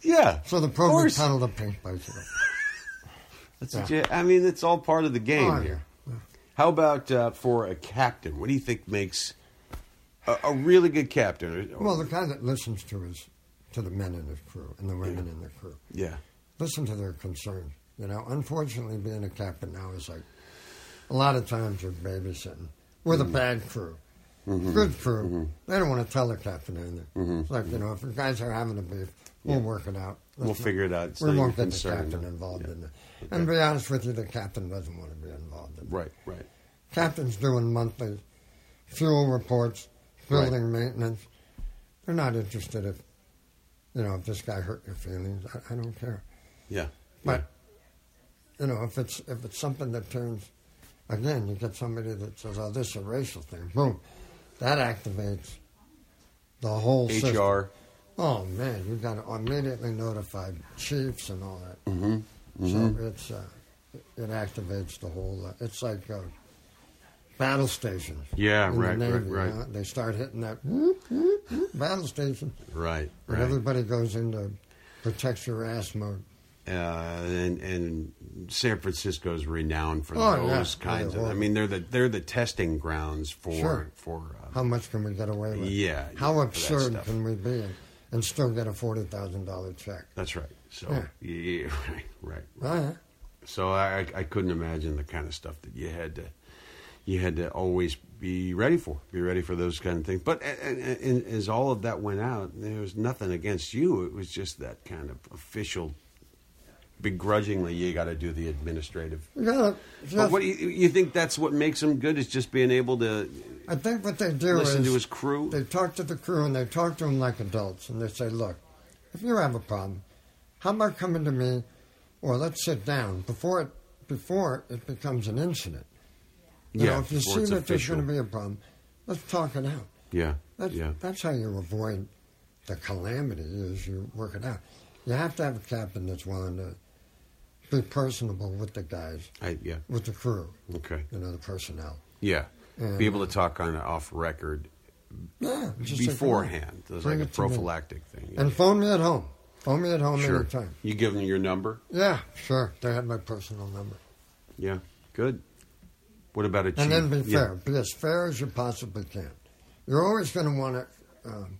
Speaker 1: yeah.
Speaker 2: So the
Speaker 1: of
Speaker 2: program
Speaker 1: course.
Speaker 2: pedaled a pink bicycle.
Speaker 1: That's what you- I mean, it's all part of the game
Speaker 2: Oh, yeah.
Speaker 1: here. How about uh, for a captain? What do you think makes a, a really good captain?
Speaker 2: Well, the guy that listens to his to the men in his crew and the women in the crew,
Speaker 1: yeah,
Speaker 2: listen to their concerns. You know, unfortunately, being a captain now is like a lot of times you're babysitting with
Speaker 1: Mm-hmm.
Speaker 2: a bad crew, good crew. They don't want to tell the captain anything.
Speaker 1: Mm-hmm.
Speaker 2: It's like you know, if the guys are having a beef, we'll work it out.
Speaker 1: We'll
Speaker 2: Let's not-
Speaker 1: figure it out. It's
Speaker 2: we
Speaker 1: not your
Speaker 2: won't get the
Speaker 1: concern.
Speaker 2: captain involved
Speaker 1: Yeah.
Speaker 2: in it. And to be honest with you, the captain doesn't want to be involved in it.
Speaker 1: right, right.
Speaker 2: Captain's doing monthly fuel reports, building maintenance. They're not interested if you know if this guy hurt your feelings. I, I don't care.
Speaker 1: Yeah,
Speaker 2: But you know, if it's if it's something that turns again, you get somebody that says, "Oh, this is a racial thing." Boom, that activates the whole system.
Speaker 1: HR.
Speaker 2: Oh man, you got to immediately notify chiefs and all that.
Speaker 1: Mm-hmm.
Speaker 2: So it's uh, it activates the whole. Uh, it's like uh, battle stations.
Speaker 1: Yeah,
Speaker 2: in the
Speaker 1: right, right,
Speaker 2: Navy, you
Speaker 1: right.
Speaker 2: know? They start
Speaker 1: (laughs)
Speaker 2: hitting that whoop, whoop, whoop, battle station,
Speaker 1: Right,
Speaker 2: and
Speaker 1: right.
Speaker 2: everybody goes into protect your ass mode.
Speaker 1: uh, and and San Francisco is renowned for
Speaker 2: Oh, yeah.
Speaker 1: those kinds
Speaker 2: Yeah,
Speaker 1: of. I
Speaker 2: well-
Speaker 1: mean, they're the they're the testing grounds for
Speaker 2: Sure.
Speaker 1: for. Uh,
Speaker 2: How much can we get away with?
Speaker 1: Yeah,
Speaker 2: How
Speaker 1: yeah, for that
Speaker 2: absurd
Speaker 1: stuff.
Speaker 2: can we be and, and still get a forty thousand dollar check?
Speaker 1: that's right. So
Speaker 2: Yeah.
Speaker 1: yeah, yeah, (laughs) right, right.
Speaker 2: Oh, yeah.
Speaker 1: So I I- I couldn't imagine the kind of stuff that you had to you had to always be ready for, be ready for those kind of things. But a- a- and as all of that went out, there was nothing against you. It was just that kind of official. Begrudgingly, you got to do the administrative
Speaker 2: You gotta
Speaker 1: But
Speaker 2: just-
Speaker 1: what do you, you think that's what makes him good is just being able to
Speaker 2: I think what they do
Speaker 1: listen
Speaker 2: is
Speaker 1: to his crew?
Speaker 2: they talk to the crew and they talk to them like adults and they say, look, if you have a problem, how about coming to me or let's sit down before it before it becomes an incident. You know, if you
Speaker 1: before
Speaker 2: see
Speaker 1: it's
Speaker 2: that there's
Speaker 1: official.
Speaker 2: going to be a problem, let's talk it out.
Speaker 1: yeah,
Speaker 2: That's,
Speaker 1: yeah,
Speaker 2: that's how you avoid the calamity is you work it out. You have to have a captain that's willing to be personable with the guys,
Speaker 1: I, yeah,
Speaker 2: with the crew,
Speaker 1: okay,
Speaker 2: you know, the personnel.
Speaker 1: yeah.
Speaker 2: And-
Speaker 1: Be able to talk on an off record
Speaker 2: Yeah, just like-
Speaker 1: beforehand. It's like
Speaker 2: Bring
Speaker 1: a
Speaker 2: it to me.
Speaker 1: prophylactic thing.
Speaker 2: And phone me at home. Phone me at home
Speaker 1: sure.
Speaker 2: anytime.
Speaker 1: You give them your number.
Speaker 2: Yeah, sure. They had my personal number.
Speaker 1: Yeah, good. What about a chief?
Speaker 2: And then be
Speaker 1: Yeah.
Speaker 2: fair. Be as fair as you possibly can. You're always going to want to, um,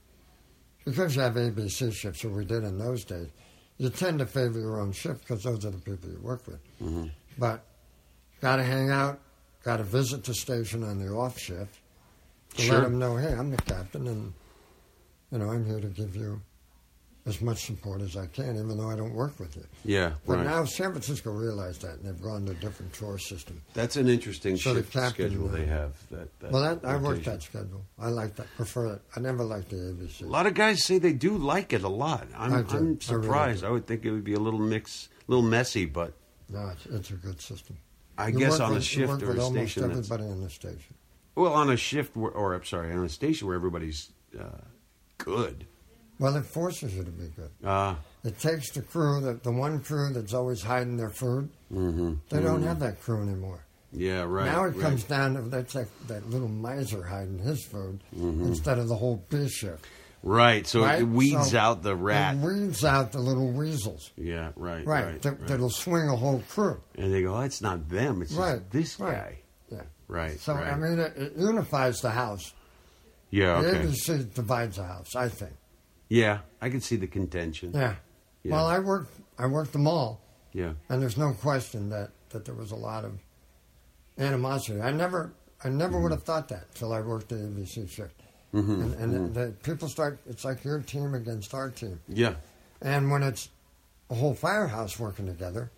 Speaker 2: because you have ABC shifts, or we did in those days, you tend to favor your own shift because those are the people you work with.
Speaker 1: Mm-hmm.
Speaker 2: But got to hang out, got to visit the station on the off shift to
Speaker 1: Sure.
Speaker 2: let them know, hey, I'm the captain, and, you know, I'm here to give you as much support as I can, even though I don't work with you.
Speaker 1: Yeah,
Speaker 2: But
Speaker 1: right.
Speaker 2: now San Francisco realized that, and they've gone to a different tour system.
Speaker 1: That's an interesting
Speaker 2: So the
Speaker 1: shift
Speaker 2: captain,
Speaker 1: schedule they
Speaker 2: uh,
Speaker 1: have. That, that
Speaker 2: Well, that, I worked
Speaker 1: rotation.
Speaker 2: that schedule. I like that. Prefer it. I never liked the ABC.
Speaker 1: A lot of guys say they do like it a lot. I'm,
Speaker 2: I
Speaker 1: I'm
Speaker 2: do. I really
Speaker 1: surprised.
Speaker 2: do.
Speaker 1: I would think it would be a little mix, a little messy, but
Speaker 2: no, it's, it's a good system.
Speaker 1: I
Speaker 2: You
Speaker 1: guess
Speaker 2: work
Speaker 1: on a
Speaker 2: with- you
Speaker 1: shift
Speaker 2: work
Speaker 1: or
Speaker 2: with
Speaker 1: a
Speaker 2: almost
Speaker 1: station that's
Speaker 2: Everybody in the station.
Speaker 1: Well, on a shift, where, or I'm sorry, on a station where everybody's uh, good.
Speaker 2: Well, it forces you to be good.
Speaker 1: Uh,
Speaker 2: It takes the crew that the one crew that's always hiding their food. Mm-hmm. They don't have that crew anymore.
Speaker 1: yeah, right.
Speaker 2: now it
Speaker 1: right.
Speaker 2: comes down to that's like that little miser hiding his food instead of the whole B shift.
Speaker 1: Right, Mm-hmm. so
Speaker 2: right?
Speaker 1: it weeds
Speaker 2: So
Speaker 1: out the rat.
Speaker 2: It weeds out the little weasels.
Speaker 1: yeah, right,
Speaker 2: Right,
Speaker 1: right.
Speaker 2: that,
Speaker 1: right.
Speaker 2: that'll swing a whole crew.
Speaker 1: And they go, oh, it's not them, it's
Speaker 2: Right,
Speaker 1: just this
Speaker 2: right.
Speaker 1: guy.
Speaker 2: Yeah.
Speaker 1: Right.
Speaker 2: So
Speaker 1: right.
Speaker 2: I mean, it, it unifies the house.
Speaker 1: yeah,
Speaker 2: The
Speaker 1: okay,
Speaker 2: ABC divides the house, I think.
Speaker 1: yeah, I can see the contention.
Speaker 2: Yeah.
Speaker 1: Yeah.
Speaker 2: Well, I worked. I worked them all,
Speaker 1: yeah,
Speaker 2: and there's no question that that there was a lot of animosity. I never, I never
Speaker 1: Mm-hmm.
Speaker 2: would have thought that till I worked the ABC shift. And, and
Speaker 1: Mm-hmm.
Speaker 2: The, people start. It's like your team against our team.
Speaker 1: yeah,
Speaker 2: And when it's a whole firehouse working together,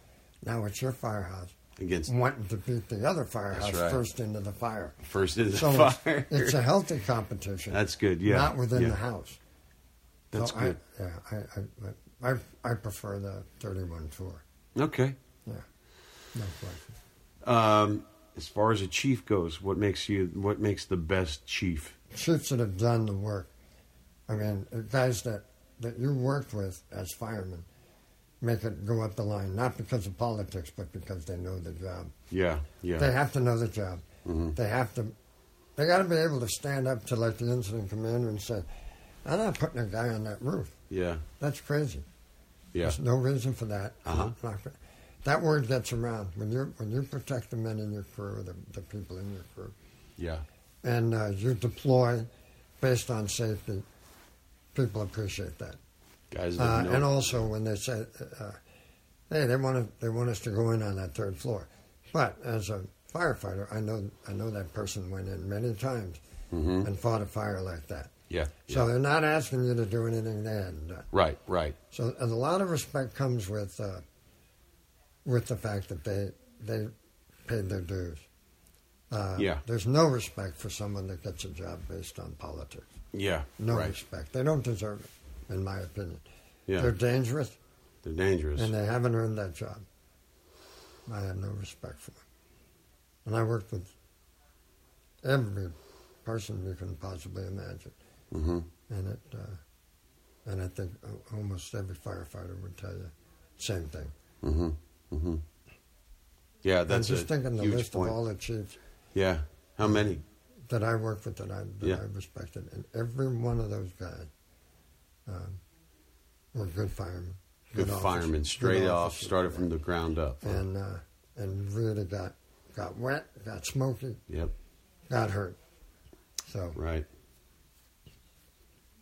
Speaker 2: now it's your firehouse
Speaker 1: against
Speaker 2: wanting to beat the other firehouse
Speaker 1: right.
Speaker 2: first into the fire.
Speaker 1: first is
Speaker 2: So
Speaker 1: the
Speaker 2: it's-
Speaker 1: fire. (laughs)
Speaker 2: It's, a healthy competition.
Speaker 1: That's good, yeah,
Speaker 2: Not within
Speaker 1: yeah.
Speaker 2: the house.
Speaker 1: That's
Speaker 2: so
Speaker 1: good.
Speaker 2: I, yeah, I, I, I, I prefer the 31 tour.
Speaker 1: okay.
Speaker 2: Yeah, no question.
Speaker 1: Um, as far as a chief goes, what makes you? What makes the best chief?
Speaker 2: Chiefs that have done the work. I mean, the guys that, that you worked with as firemen make it go up the line, not because of politics, but because they know the job.
Speaker 1: Yeah, yeah. Mm-hmm.
Speaker 2: They have to know the job. They have to. They got to be able to stand up to like the incident commander and say, "I'm not putting a guy on that roof.
Speaker 1: yeah,
Speaker 2: That's crazy.
Speaker 1: yeah.
Speaker 2: There's no reason for that.
Speaker 1: Uh-huh.
Speaker 2: Not for- That word gets around when you when you protect the men in your crew, the, the people in your crew,
Speaker 1: Yeah.
Speaker 2: and uh, you deploy based on safety. People appreciate that,
Speaker 1: Guys that
Speaker 2: uh,
Speaker 1: know.
Speaker 2: and also when they say, uh, "Hey, they want to, they want us to go in on that third floor," but as a firefighter, I know I know that person went in many times and fought a fire like that.
Speaker 1: Mm-hmm. yeah.
Speaker 2: So
Speaker 1: yeah.
Speaker 2: they're not asking you to do anything they hadn't done.
Speaker 1: Right, right.
Speaker 2: So and a lot of respect comes with uh, with the fact that they they paid their dues. Uh,
Speaker 1: Yeah.
Speaker 2: There's no respect for someone that gets a job based on politics.
Speaker 1: Yeah.
Speaker 2: No
Speaker 1: right.
Speaker 2: respect. They don't deserve it, in my opinion.
Speaker 1: Yeah.
Speaker 2: They're
Speaker 1: They're,
Speaker 2: dangerous
Speaker 1: dangerous.
Speaker 2: and uh, they haven't earned that job. I have no respect for them. And I worked with every person you can possibly imagine.
Speaker 1: Mhm.
Speaker 2: And it, uh, And I think a- almost every firefighter would tell you same thing.
Speaker 1: Mm-hmm. Mm-hmm. Yeah, that's
Speaker 2: I'm just
Speaker 1: a
Speaker 2: thinking the
Speaker 1: huge
Speaker 2: list
Speaker 1: point.
Speaker 2: of all the chiefs
Speaker 1: yeah. How many?
Speaker 2: that I worked with that I that
Speaker 1: Yeah.
Speaker 2: I respected, and every one of those guys um, were good firemen.
Speaker 1: Good
Speaker 2: officers,
Speaker 1: firemen,
Speaker 2: good
Speaker 1: straight off,
Speaker 2: officers,
Speaker 1: started
Speaker 2: yeah.
Speaker 1: from the ground up.
Speaker 2: and uh, and really got got wet, got smoky,
Speaker 1: Yep.
Speaker 2: got hurt. So
Speaker 1: Right.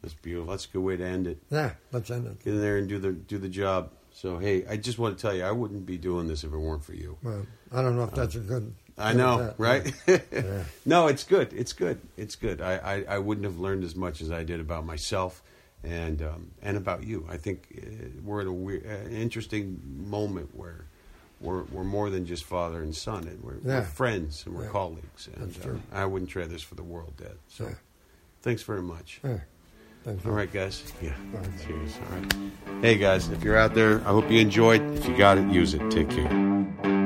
Speaker 1: That's beautiful. That's a good way to end it.
Speaker 2: yeah, let's end it.
Speaker 1: Get in there and do the do the job. So hey, I just want to tell you, I wouldn't be doing this if it weren't for you.
Speaker 2: Well, I don't know if that's a good.
Speaker 1: Uh, I
Speaker 2: good
Speaker 1: know,
Speaker 2: bet.
Speaker 1: right? (laughs)
Speaker 2: Yeah.
Speaker 1: no, it's good. It's good. It's good. I, I, I wouldn't have learned as much as I did about myself and um, and about you. I think uh, we're in a weird, uh, interesting moment where we're, we're more than just father and son. And we're, we're
Speaker 2: Yeah.
Speaker 1: friends and we're
Speaker 2: Yeah.
Speaker 1: colleagues. And
Speaker 2: That's true.
Speaker 1: uh, I wouldn't trade this for the world, Dad. So (laughs)
Speaker 2: Yeah.
Speaker 1: thanks very much.
Speaker 2: Yeah. Thank you.
Speaker 1: All right, guys. Yeah.
Speaker 2: All right.
Speaker 1: Cheers. All right. Hey, guys. If you're out there, I hope you enjoyed. If you got it, use it. Take care.